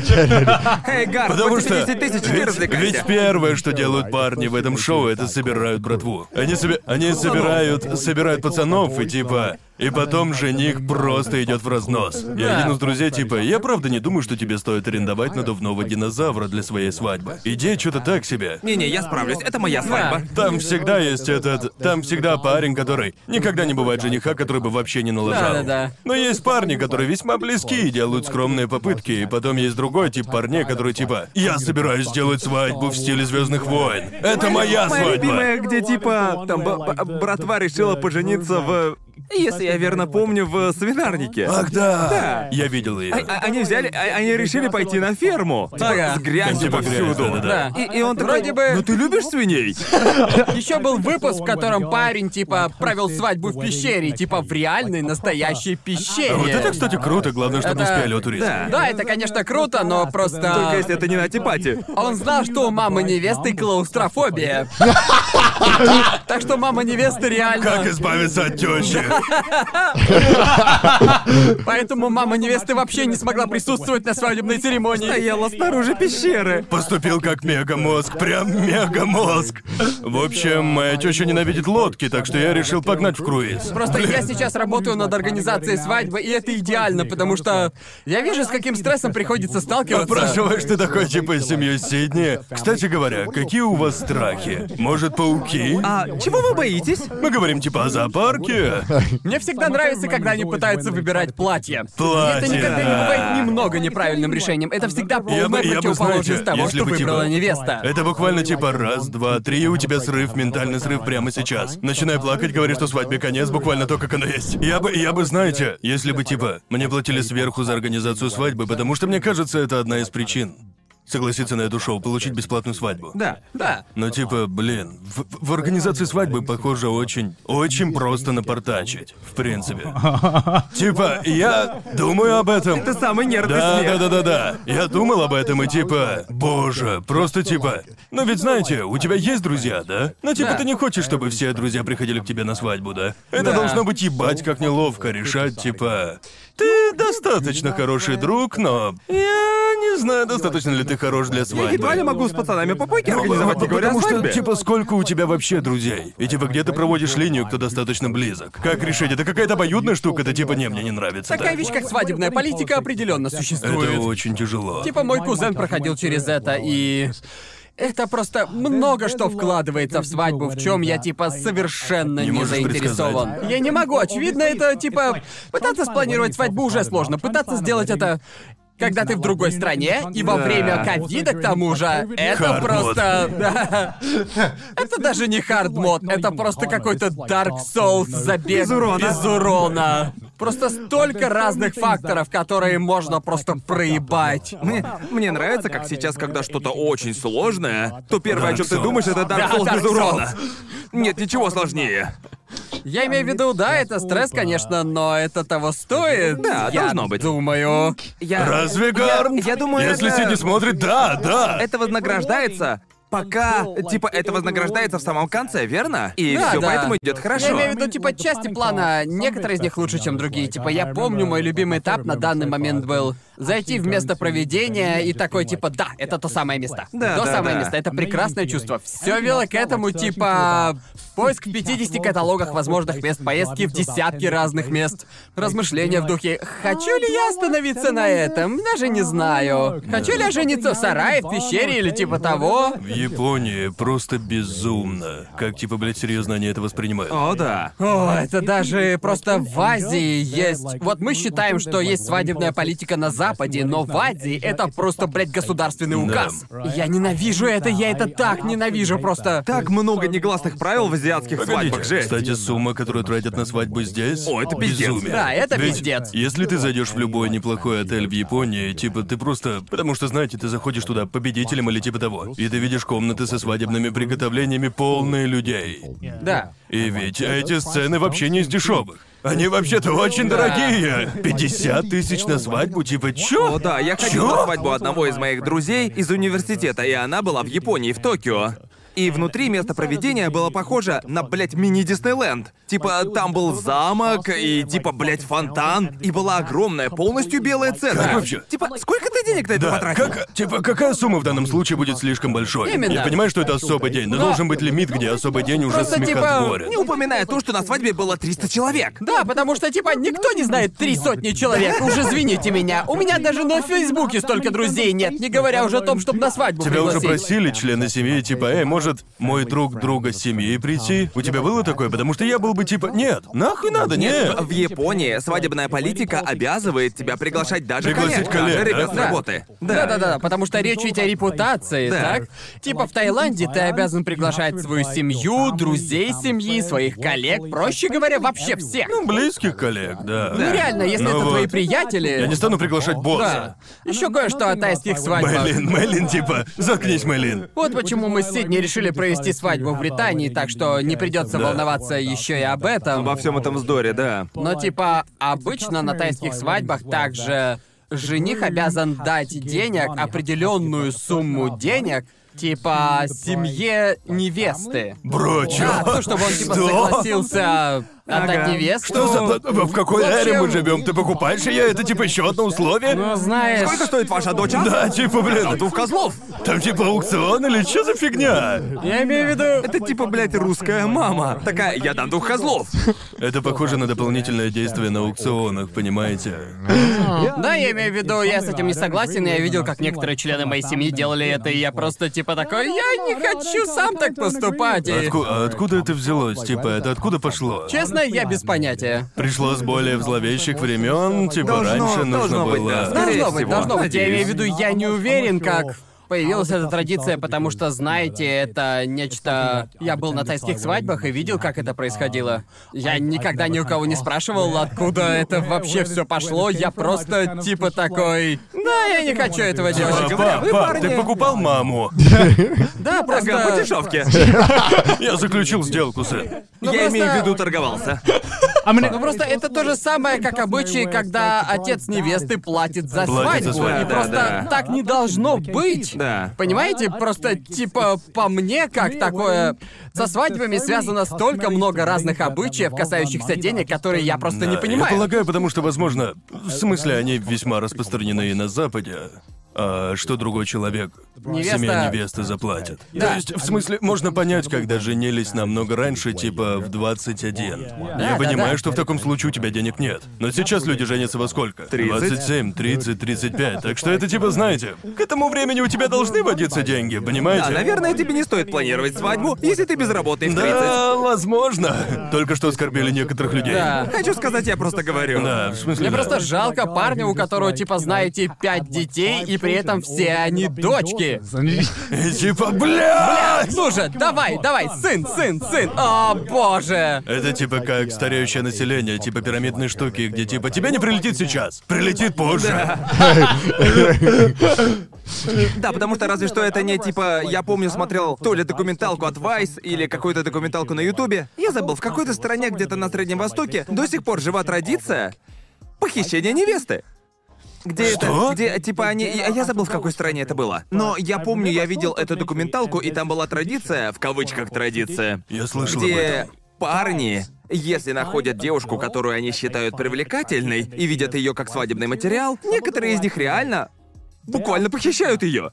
Speaker 2: Эй, Гар,
Speaker 1: Потому
Speaker 2: хоть
Speaker 1: что
Speaker 2: 10 Типа тысяч не развлекайся.
Speaker 1: ведь первое, что делают парни в этом шоу, это собирают братву. Они себе, они собирают, собирают пацанов и типа. И потом жених просто идет в разнос. И
Speaker 3: Да.
Speaker 1: один из друзей типа, я правда не думаю, что тебе стоит арендовать надувного динозавра для своей свадьбы. Идея что-то так себе.
Speaker 2: Не-не, я справлюсь, это моя свадьба.
Speaker 1: Там всегда есть этот... Там всегда парень, который... Никогда не бывает жениха, который бы вообще не налажал.
Speaker 3: Да-да-да.
Speaker 1: Но есть парни, которые весьма близки и делают скромные попытки. И потом есть другой тип парней, который типа... Я собираюсь сделать свадьбу в стиле Звездных войн. Это моя
Speaker 2: Моя
Speaker 1: свадьба.
Speaker 2: любимая, где типа там б- б- братва решила пожениться в, если я верно помню, в свинарнике.
Speaker 1: Ах да!
Speaker 2: Да.
Speaker 1: Я видел ее.
Speaker 2: А- а- они взяли, а- они решили пойти на ферму.
Speaker 3: Ага.
Speaker 2: С грязью
Speaker 1: Там типа грязь,
Speaker 2: повсюду.
Speaker 1: да-да-да.
Speaker 2: И, и он такой,
Speaker 3: Вроде бы-
Speaker 2: ну ты любишь свиней?
Speaker 3: Еще был выпуск, в котором парень, типа, провел свадьбу в пещере, типа, в реальной, настоящей пещере.
Speaker 2: э,
Speaker 1: А Вот это, кстати, круто. Главное, чтобы
Speaker 3: Это-
Speaker 1: успели у туриста.
Speaker 3: Да, это, конечно, круто, но просто...
Speaker 2: Только если это не на типате.
Speaker 3: Он знал, что у мамы невесты клаустрофобия. Так что мама невесты
Speaker 1: Как
Speaker 3: реально...
Speaker 1: избавиться от тещи?
Speaker 3: Поэтому мама невесты вообще не смогла присутствовать на свадебной церемонии.
Speaker 2: Стояла снаружи пещеры.
Speaker 1: Поступил как мегамозг, прям мегамозг. В общем, моя теща ненавидит лодки, так что я решил погнать в круиз.
Speaker 3: Просто я сейчас работаю над организацией свадьбы, и это идеально, потому что я вижу, с каким стрессом приходится сталкиваться.
Speaker 1: Спрашиваешь, ты такой типа из семьи Сидни. Кстати говоря, какие у вас страхи? Может, пауки?
Speaker 2: А чего вы боитесь?
Speaker 1: Мы говорим типа о *laughs* зоопарке.
Speaker 3: Мне всегда нравится, когда они пытаются выбирать платье.
Speaker 1: Платье.
Speaker 3: И Это никогда не бывает немного неправильным решением. Это всегда
Speaker 1: Я бы-
Speaker 3: полная
Speaker 1: я бы,
Speaker 3: противоположность
Speaker 1: знаете,
Speaker 3: того,
Speaker 1: если
Speaker 3: что
Speaker 1: бы, типа,
Speaker 3: выбрала невеста.
Speaker 1: Это буквально типа раз, два, три, и у тебя срыв, ментальный срыв прямо сейчас. Начинай плакать, говори, что свадьбе конец, буквально то, как оно есть. Я бы, я бы, знаете, если бы типа мне платили сверху за организацию свадьбы, потому что мне кажется, это одна из причин. Согласиться на эту шоу, получить бесплатную свадьбу.
Speaker 2: Да.
Speaker 3: Да.
Speaker 1: Ну, типа, блин, в, в организации свадьбы, похоже, очень, очень просто напортачить, в принципе. Типа, я думаю об этом.
Speaker 2: Ты самый нервный
Speaker 1: Да,
Speaker 2: смех.
Speaker 1: да, да, да, да. Я думал об этом и типа, боже, просто типа. Ну ведь знаете, у тебя есть друзья, да? Ну типа
Speaker 3: Да.
Speaker 1: ты не хочешь, чтобы все друзья приходили к тебе на свадьбу, да? Это должно быть ебать как неловко решать, типа. Ты достаточно хороший друг, но я не знаю, достаточно ли ты хорош для свадьбы.
Speaker 2: Я едва ли могу с пацанами по покер организовать, не говоря о
Speaker 1: Ну, Потому что,
Speaker 2: свадьбе.
Speaker 1: типа, сколько у тебя вообще друзей? И типа, где ты проводишь линию, кто достаточно близок? Как решить? Это какая-то обоюдная штука, это типа, не, мне не нравится.
Speaker 3: Такая
Speaker 1: да.
Speaker 3: вещь, как свадебная политика, определенно существует.
Speaker 1: Это очень тяжело.
Speaker 3: Типа мой кузен проходил через это, и... Это просто много что вкладывается в свадьбу, в чем я типа совершенно
Speaker 1: Не
Speaker 3: не,
Speaker 1: можешь
Speaker 3: заинтересован.
Speaker 1: предсказать.
Speaker 3: Я не могу, очевидно, это типа пытаться спланировать свадьбу уже сложно, пытаться сделать это когда ты в другой стране, и во
Speaker 2: Да.
Speaker 3: время ковида к тому же, это
Speaker 1: Hard
Speaker 3: просто... *laughs* да. Это даже не хардмод, это просто какой-то Dark Souls забег без урона. Просто столько разных факторов, которые можно просто проебать.
Speaker 2: Мне, мне нравится, как сейчас, когда что-то очень сложное, то первое, о чем ты
Speaker 1: Souls.
Speaker 2: думаешь, это Dark
Speaker 3: Да,
Speaker 2: Souls без
Speaker 3: Dark
Speaker 2: урона. Нет ничего сложнее.
Speaker 3: *laughs* Я имею в виду, да, это стресс, конечно, но это того стоит.
Speaker 2: Да,
Speaker 3: я
Speaker 2: должно быть.
Speaker 3: Думаю.
Speaker 2: э, Я...
Speaker 1: Разве Гарн?
Speaker 2: Я думаю,
Speaker 1: Если
Speaker 2: это-
Speaker 1: Сидни смотрит, да, да.
Speaker 2: Это вознаграждается, пока... Типа, это вознаграждается в самом конце, верно? И
Speaker 3: Да,
Speaker 2: все,
Speaker 3: да.
Speaker 2: поэтому идет
Speaker 3: Я
Speaker 2: хорошо.
Speaker 3: имею в виду, типа, части плана, некоторые из них лучше, чем другие. Типа, я помню, мой любимый этап на данный момент был зайти в место проведения и такой, типа, да, это то самое место.
Speaker 2: Да,
Speaker 3: то
Speaker 2: да,
Speaker 3: самое
Speaker 2: да.
Speaker 3: место, это прекрасное чувство. Все вело к этому, типа, поиск в 50 каталогах возможных мест поездки в десятки разных мест. Размышления в духе «Хочу ли я остановиться на этом? Даже не знаю. Хочу ли я жениться в сарае, в пещере или типа того?»
Speaker 1: Японии просто безумно. Как типа, блядь, серьезно они это воспринимают.
Speaker 2: О, да.
Speaker 3: О, это даже просто в Азии есть... Вот мы считаем, что есть свадебная политика на Западе, но в Азии это просто, блядь, государственный указ. Я ненавижу это, я это так ненавижу просто.
Speaker 2: Так много негласных правил в азиатских свадьбах,
Speaker 1: Погодите,
Speaker 2: жесть.
Speaker 1: кстати, сумма, которую тратят на свадьбу здесь,
Speaker 2: О, это пиздец.
Speaker 1: безумие.
Speaker 3: Да, это
Speaker 1: Ведь
Speaker 3: пиздец.
Speaker 1: Если ты зайдешь в любой неплохой отель в Японии, типа ты просто... Потому что, знаете, ты заходишь туда победителем или типа того, и ты видишь комнаты со свадебными приготовлениями полные людей.
Speaker 3: Да.
Speaker 1: И ведь эти сцены вообще не из дешевых. Они вообще-то очень дорогие. 50 тысяч на свадьбу, типа чё?
Speaker 2: О, да, я ходил на свадьбу одного из моих друзей из университета, и она была в Японии, в Токио. И внутри место проведения было похоже на, блядь, мини-Диснейленд. Типа, там был замок и, типа, блядь, фонтан. И была огромная, полностью белая церковь.
Speaker 1: Как вообще?
Speaker 2: Типа, сколько ты денег на это
Speaker 1: Да,
Speaker 2: потратил?
Speaker 1: как, типа, какая сумма в данном случае будет слишком большой?
Speaker 3: Именно.
Speaker 1: Я понимаю, что это особый день, но,
Speaker 3: Да.
Speaker 1: должен быть лимит, где особый день уже
Speaker 3: Просто, типа,
Speaker 1: смехотворен.
Speaker 2: Не упоминая то, что на свадьбе было 300 человек.
Speaker 3: Да, потому что, типа, никто не знает три сотни человек. Уж извините меня. У меня даже на Фейсбуке столько друзей нет, не говоря уже о том, чтобы на свадьбу
Speaker 1: Тебя уже
Speaker 3: пригласить.
Speaker 1: просили члены семьи, типа, эй, может, мой друг друга семьи прийти? У тебя было такое? Потому что я был бы типа, нет, нахуй надо, нет.
Speaker 2: В Японии свадебная политика обязывает тебя приглашать даже
Speaker 1: Пригласить
Speaker 2: коллег,
Speaker 1: коллег,
Speaker 2: даже
Speaker 1: да?
Speaker 2: ребят с
Speaker 1: Да.
Speaker 2: работы.
Speaker 3: Да, да, да, потому что речь ведь о репутации,
Speaker 2: Да.
Speaker 3: так? Типа в Таиланде ты обязан приглашать свою семью, друзей семьи, своих коллег, проще говоря, вообще всех.
Speaker 1: Ну, близких коллег, да.
Speaker 3: Ну реально, если
Speaker 1: Ну
Speaker 3: это твои
Speaker 1: вот.
Speaker 3: приятели.
Speaker 1: Я не стану приглашать босса.
Speaker 3: Да. Еще кое-что о тайских свадьбах.
Speaker 1: Мэйлин, Мэйлин, типа, заткнись, Мэйлин.
Speaker 3: Вот почему мы с Сидни решили провести свадьбу в Британии, так что не придется
Speaker 1: Да.
Speaker 3: волноваться еще и об этом.
Speaker 2: Во всем этом вздоре, да.
Speaker 3: Но типа обычно на тайских свадьбах также жених обязан дать денег, определенную сумму денег, типа семье невесты.
Speaker 1: Бро, чё?
Speaker 3: Да, то, чтобы он типа
Speaker 1: Что?
Speaker 3: согласился отдать
Speaker 2: Ага.
Speaker 3: невесту.
Speaker 1: Что за... пла- В какой
Speaker 3: в общем-
Speaker 1: эре мы живем? Ты покупаешь я это типа еще одно условие?
Speaker 3: Ну, знаешь...
Speaker 2: Сколько стоит ваша дочь?
Speaker 1: Да, типа, блин,
Speaker 2: Тату в козлов.
Speaker 1: там типа аукцион или что за фигня?
Speaker 3: Я имею в виду...
Speaker 2: Это типа, блядь, русская мама. Такая, я дам двух козлов.
Speaker 1: Это похоже на дополнительное действие на аукционах, понимаете?
Speaker 3: Да, я имею в виду, я с этим не согласен, я видел, как некоторые члены моей семьи делали это, и я просто типа такой, я не хочу сам так поступать,
Speaker 2: Э,
Speaker 3: и...
Speaker 1: Отку- а откуда это взялось? Типа, это откуда пошло?
Speaker 3: Честно, я без понятия.
Speaker 1: Пришло с более взловещих времен, типа
Speaker 2: Должно-
Speaker 1: раньше нужно
Speaker 2: должно быть,
Speaker 1: было.
Speaker 2: да. Скорее
Speaker 3: Должно быть,
Speaker 2: всего.
Speaker 3: должно быть. Я имею в виду,
Speaker 2: Надеюсь.
Speaker 3: я не уверен, как появилась эта традиция, потому что, знаете, это нечто... Я был на тайских свадьбах и видел, как это происходило. Я никогда ни у кого не спрашивал, откуда это вообще все пошло. Я просто типа такой... Да, я не хочу этого
Speaker 1: Пап,
Speaker 3: делать.
Speaker 2: говоря, вы,
Speaker 1: пап,
Speaker 2: парни-
Speaker 1: А, ты покупал маму?
Speaker 3: Да,
Speaker 2: Ага, по
Speaker 3: просто...
Speaker 2: дешевке.
Speaker 1: Я заключил сделку, сын.
Speaker 3: Ну,
Speaker 2: я
Speaker 3: просто-
Speaker 2: имею в виду торговался.
Speaker 3: Ну просто это то же самое, как обычай, когда отец невесты платит за
Speaker 1: Платит за
Speaker 3: свадьбу. И
Speaker 1: свадьбу.
Speaker 2: Да,
Speaker 3: просто
Speaker 2: да.
Speaker 3: так не должно быть.
Speaker 2: Да.
Speaker 3: Понимаете, просто типа по мне, как такое... Со свадьбами связано столько много разных обычаев, касающихся денег, которые я просто не
Speaker 1: Да,
Speaker 3: понимаю.
Speaker 1: Я полагаю, потому что, возможно, в смысле, они весьма распространены и на Западе. А что другой человек?
Speaker 3: Невеста-
Speaker 1: Семья невесты заплатит.
Speaker 3: Да.
Speaker 1: То есть, в смысле, можно понять, когда женились намного раньше, типа в 21.
Speaker 3: да,
Speaker 1: Я понимаю,
Speaker 3: да.
Speaker 1: что в таком случае у тебя денег нет. Но сейчас люди женятся во сколько?
Speaker 2: 30?
Speaker 1: 27, 30, 35. Так что это типа, знаете, к этому времени у тебя должны водиться деньги, понимаете?
Speaker 2: Да, наверное, тебе не стоит планировать свадьбу, если ты безработный в 30.
Speaker 1: Да, возможно. Только что оскорбили некоторых людей.
Speaker 3: Да.
Speaker 2: Хочу сказать, я просто говорю.
Speaker 1: Да, в смысле.
Speaker 3: Мне
Speaker 1: да.
Speaker 3: просто жалко парня, у которого, типа, знаете, пять детей, и при этом все они дочки.
Speaker 1: И типа, бля!
Speaker 3: Слушай, давай, давай, сын, сын, сын. О, боже.
Speaker 1: Это типа как стареющее население, типа пирамидные штуки, где типа тебе не прилетит сейчас, прилетит позже.
Speaker 2: Да, потому что разве что это не типа... Я помню, смотрел то ли документалку от Vice или какую-то документалку на Ютубе. Я забыл, в какой-то стране где-то на Среднем Востоке до сих пор жива традиция похищения невесты. Где
Speaker 1: Что?
Speaker 2: это? Где, типа, они... Я, я забыл, в какой стране это было. Но я помню, я видел эту документалку, и там была традиция, в кавычках традиция,
Speaker 1: Я слышал об
Speaker 2: где
Speaker 1: этом.
Speaker 2: парни, если находят девушку, которую они считают привлекательной, и видят ее как свадебный материал, некоторые из них реально буквально похищают ее.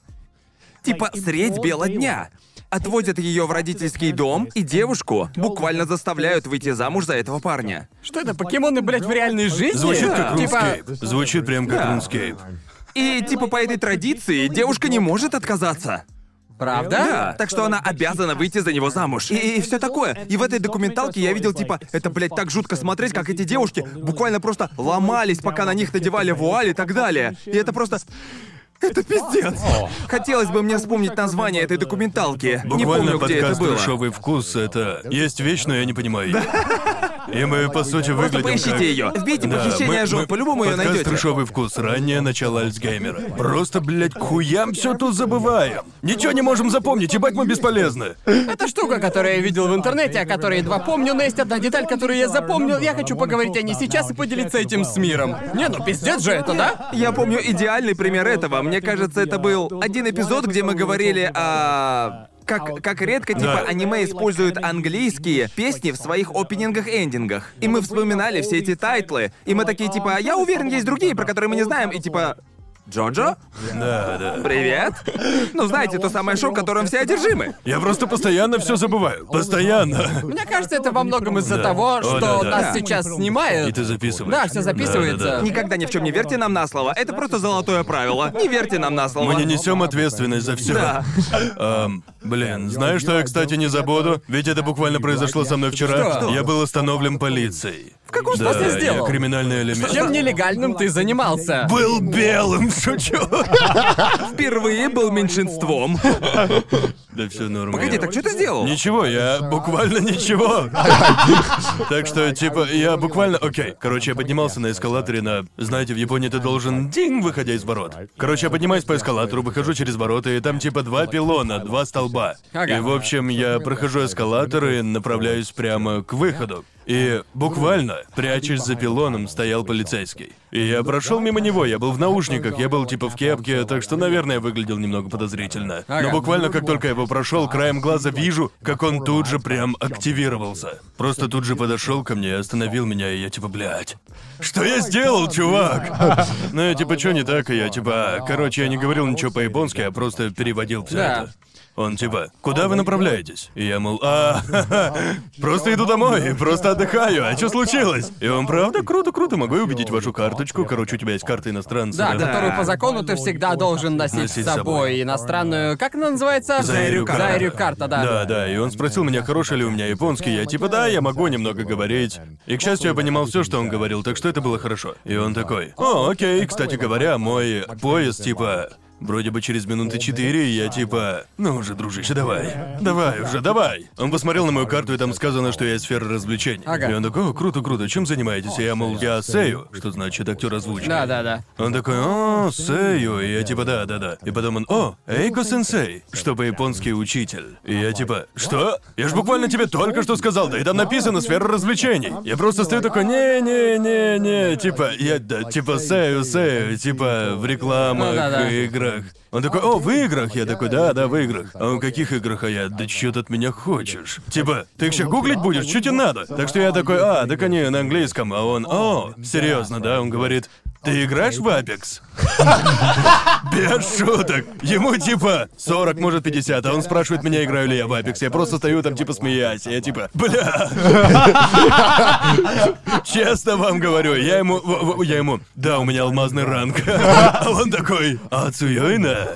Speaker 2: Типа средь бела дня. Отводят ее в родительский дом, и девушку буквально заставляют выйти замуж за этого парня.
Speaker 3: Что это, покемоны, блядь, в реальной жизни?
Speaker 1: Звучит
Speaker 2: Да,
Speaker 1: как
Speaker 3: Типа,
Speaker 1: рунскейп. Звучит прям как рунскейп.
Speaker 2: И типа по этой традиции девушка не может отказаться.
Speaker 3: Правда?
Speaker 2: Так что она обязана выйти за него замуж. И, и все такое. И в этой документалке я видел, типа, это, блядь, так жутко смотреть, как эти девушки буквально просто ломались, пока на них надевали вуаль и так далее. И это просто... Это пиздец. Хотелось бы мне вспомнить название этой документалки.
Speaker 1: Буквально
Speaker 2: не помню, где это
Speaker 1: подкаст
Speaker 2: было.
Speaker 1: «Дешевый вкус» — это... Есть вещь, но я не понимаю её. И мы, по сути,
Speaker 2: Просто
Speaker 1: выглядим как...
Speaker 2: поищите ее. Вбейте
Speaker 1: Да,
Speaker 2: похищение
Speaker 1: мы-
Speaker 2: жен,
Speaker 1: мы-
Speaker 2: по-любому ее
Speaker 1: подкаст
Speaker 2: найдете.
Speaker 1: «Трешовый вкус», раннее начало Альцгеймера. Просто, блядь, к хуям все тут забываем. Ничего не можем запомнить, ебать мы бесполезны.
Speaker 3: Это штука, которую я видел в интернете, о которой едва помню, но есть одна деталь, которую я запомнил. Я хочу поговорить о ней сейчас и поделиться этим с миром. Не, ну пиздец же это, да?
Speaker 2: Я помню идеальный пример этого. Мне кажется, это был один эпизод, где мы говорили о... Как, как редко, типа,
Speaker 1: Да.
Speaker 2: аниме используют английские песни в своих опенингах и эндингах. И мы вспоминали все эти тайтлы. И мы такие, типа, я уверен, есть другие, про которые мы не знаем. И типа, Джоджо?
Speaker 1: Да, да.
Speaker 2: Привет? Ну, знаете, то самое шоу, которым все одержимы.
Speaker 1: Я просто постоянно все забываю. Постоянно.
Speaker 3: Мне кажется, это во многом из-за
Speaker 1: Да.
Speaker 3: того,
Speaker 1: О,
Speaker 3: что
Speaker 1: да, да.
Speaker 3: нас
Speaker 2: Да.
Speaker 3: сейчас
Speaker 1: И
Speaker 3: снимают.
Speaker 1: ты записываешь.
Speaker 3: Да, всё записывается.
Speaker 1: Да, да, да.
Speaker 2: Никогда ни в чем не верьте нам на слово. Это просто золотое правило. Не верьте нам на слово.
Speaker 1: Мы не несем ответственность за все.
Speaker 2: Да.
Speaker 1: Эм, блин, знаешь, что я, кстати, не забуду? Ведь это буквально произошло со мной вчера.
Speaker 3: Что?
Speaker 1: Я был остановлен полицией. В каком да,
Speaker 3: смысле сделал?
Speaker 1: Я криминальный элемент.
Speaker 3: Чем нелегальным ты занимался?
Speaker 1: Был белым, шучу.
Speaker 2: Впервые был меньшинством.
Speaker 1: Да все нормально.
Speaker 2: Погоди, так что ты сделал?
Speaker 1: Ничего, я буквально ничего. Так что, типа, я буквально... Окей. Короче, я поднимался на эскалаторе на... Знаете, в Японии ты должен динг, выходя из ворот. Короче, я поднимаюсь по эскалатору, выхожу через ворота, и там типа два пилона, два столба.
Speaker 3: Ага.
Speaker 1: И, в общем, я прохожу эскалатор и направляюсь прямо к выходу. И буквально, прячась за пилоном, стоял полицейский. И я прошел мимо него, я был в наушниках, я был типа в кепке, так что, наверное, выглядел немного подозрительно.
Speaker 3: Ага.
Speaker 1: Но буквально как только я его прошел, краем глаза вижу, как он тут же прям активировался. Просто тут же подошел ко мне и остановил меня, и я типа, блядь, что я сделал, чувак? Ну, я типа, что не так, и я типа, «А, короче, я не говорил ничего по-японски, я просто переводил все
Speaker 3: Да.
Speaker 1: это. Он типа, куда вы направляетесь? И я, мол, а, *laughs* просто иду домой, просто отдыхаю, а что случилось? И он, правда, круто, круто, могу я увидеть вашу карточку? Короче, у тебя есть карта иностранца.
Speaker 3: Да,
Speaker 1: да?
Speaker 3: которую по закону ты всегда должен носить с
Speaker 1: Носить с
Speaker 3: собой.
Speaker 1: собой.
Speaker 3: Иностранную... Как она называется?
Speaker 1: Заэрю карта.
Speaker 3: Заэрю карта, да.
Speaker 1: Да, да, и он спросил меня, хороший ли у меня японский. Я типа, да, я могу немного говорить. И, к счастью, я понимал все, что он говорил, так что это было хорошо. И он такой, о, окей, кстати говоря, мой поезд, типа, Вроде бы через минуты четыре и я типа... Ну уже, дружище, давай. Давай уже, давай. Он посмотрел на мою карту, и там сказано, что я из сферы развлечений.
Speaker 3: Ага.
Speaker 1: И он такой, о, круто, круто, чем занимаетесь? И я, мол, я сею, что значит актер озвучки.
Speaker 3: Да, да, да.
Speaker 1: Он такой, о, сею, и я типа, да, да, да. И потом он, о, эйко сенсей, что по-японски учитель. И я типа, что? Я же буквально тебе только что сказал, да и там написано сфера развлечений. Я просто стою такой, не-не-не-не, типа, я, да, типа, сею, сею, типа, в
Speaker 3: Ну
Speaker 1: рекламах,
Speaker 3: да, да.
Speaker 1: играх. Он такой, о, в играх? Я такой, да, да, в играх. А он, в каких играх? А я, да чё ты от меня хочешь? Типа, ты их сейчас гуглить будешь? Чё тебе надо? Так что я такой, а, так они на английском. А он, о, серьезно, да? Он говорит, ты играешь в Apex? *laughs* Без шуток. Ему типа 40, может 50, а он спрашивает меня, играю ли я в Apex. Я просто стою там типа смеясь. Я типа, бля, Честно вам говорю, я ему, в- в- я ему, да, у меня алмазный ранг. *laughs* А он такой, а Цуёйна?»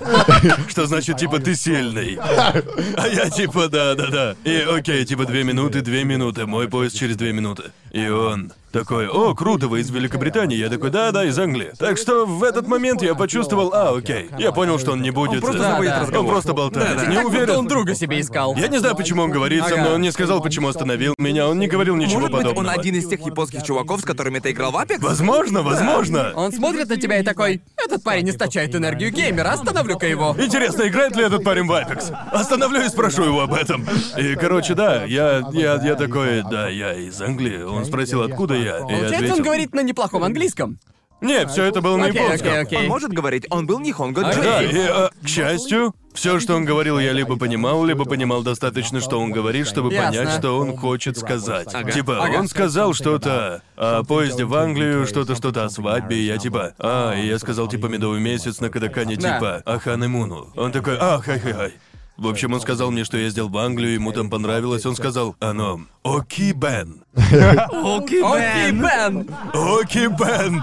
Speaker 1: Что значит, типа, ты сильный. А я типа, да, да, да. И окей, типа, две минуты, две минуты, мой поезд через две минуты. И он такой, о, круто, вы из Великобритании. Я такой, да, да, из Англии. Так что в этот момент я почувствовал, а, окей. Я понял, что он не будет... Он
Speaker 2: просто
Speaker 3: заводит
Speaker 1: Он
Speaker 2: разговор.
Speaker 1: просто болтает.
Speaker 3: Так
Speaker 1: Не
Speaker 3: будто
Speaker 1: уверен.
Speaker 3: он друга себе искал.
Speaker 1: Я не знаю, почему он говорит со
Speaker 3: Ага.
Speaker 1: мной, он не сказал, почему остановил меня, он не говорил ничего
Speaker 2: Может быть,
Speaker 1: подобного.
Speaker 2: он один из тех японских чуваков, с которыми ты играл в Apex?
Speaker 1: Возможно, возможно.
Speaker 3: Он смотрит на тебя и такой, этот парень источает энергию геймера, остановлю-ка его.
Speaker 1: Интересно, играет ли этот парень в Apex? Остановлю и спрошу его об этом. И, короче, да, я, я, я такой, да, я из Англии. Он спросил, откуда я. И я
Speaker 3: Получается, он
Speaker 1: ответил,
Speaker 3: говорит на неплохом английском.
Speaker 1: Не, все это было на
Speaker 3: Окей,
Speaker 1: японском.
Speaker 3: окей, окей.
Speaker 2: Он может говорить, он был Нихонго
Speaker 3: Окей.
Speaker 1: Да,
Speaker 2: Джей.
Speaker 1: и, э, к счастью, все, что он говорил, я либо понимал, либо понимал достаточно, что он говорит, чтобы
Speaker 3: Ясно.
Speaker 1: понять, что он хочет сказать.
Speaker 4: Ага.
Speaker 1: Типа,
Speaker 3: Ага.
Speaker 1: он сказал что-то о поезде в Англию, что-то, что-то о свадьбе, и я типа, а, и я сказал, типа, медовый месяц на Кадакане,
Speaker 3: Да.
Speaker 1: типа, о Ханемуну. Он такой, а, хай-хай-хай. В общем, он сказал мне, что я ездил в Англию, ему там понравилось. Он сказал, оно, Оки Бен.
Speaker 2: Окей,
Speaker 3: Окей,
Speaker 2: Бен.
Speaker 3: Бен!
Speaker 1: Оки Бен.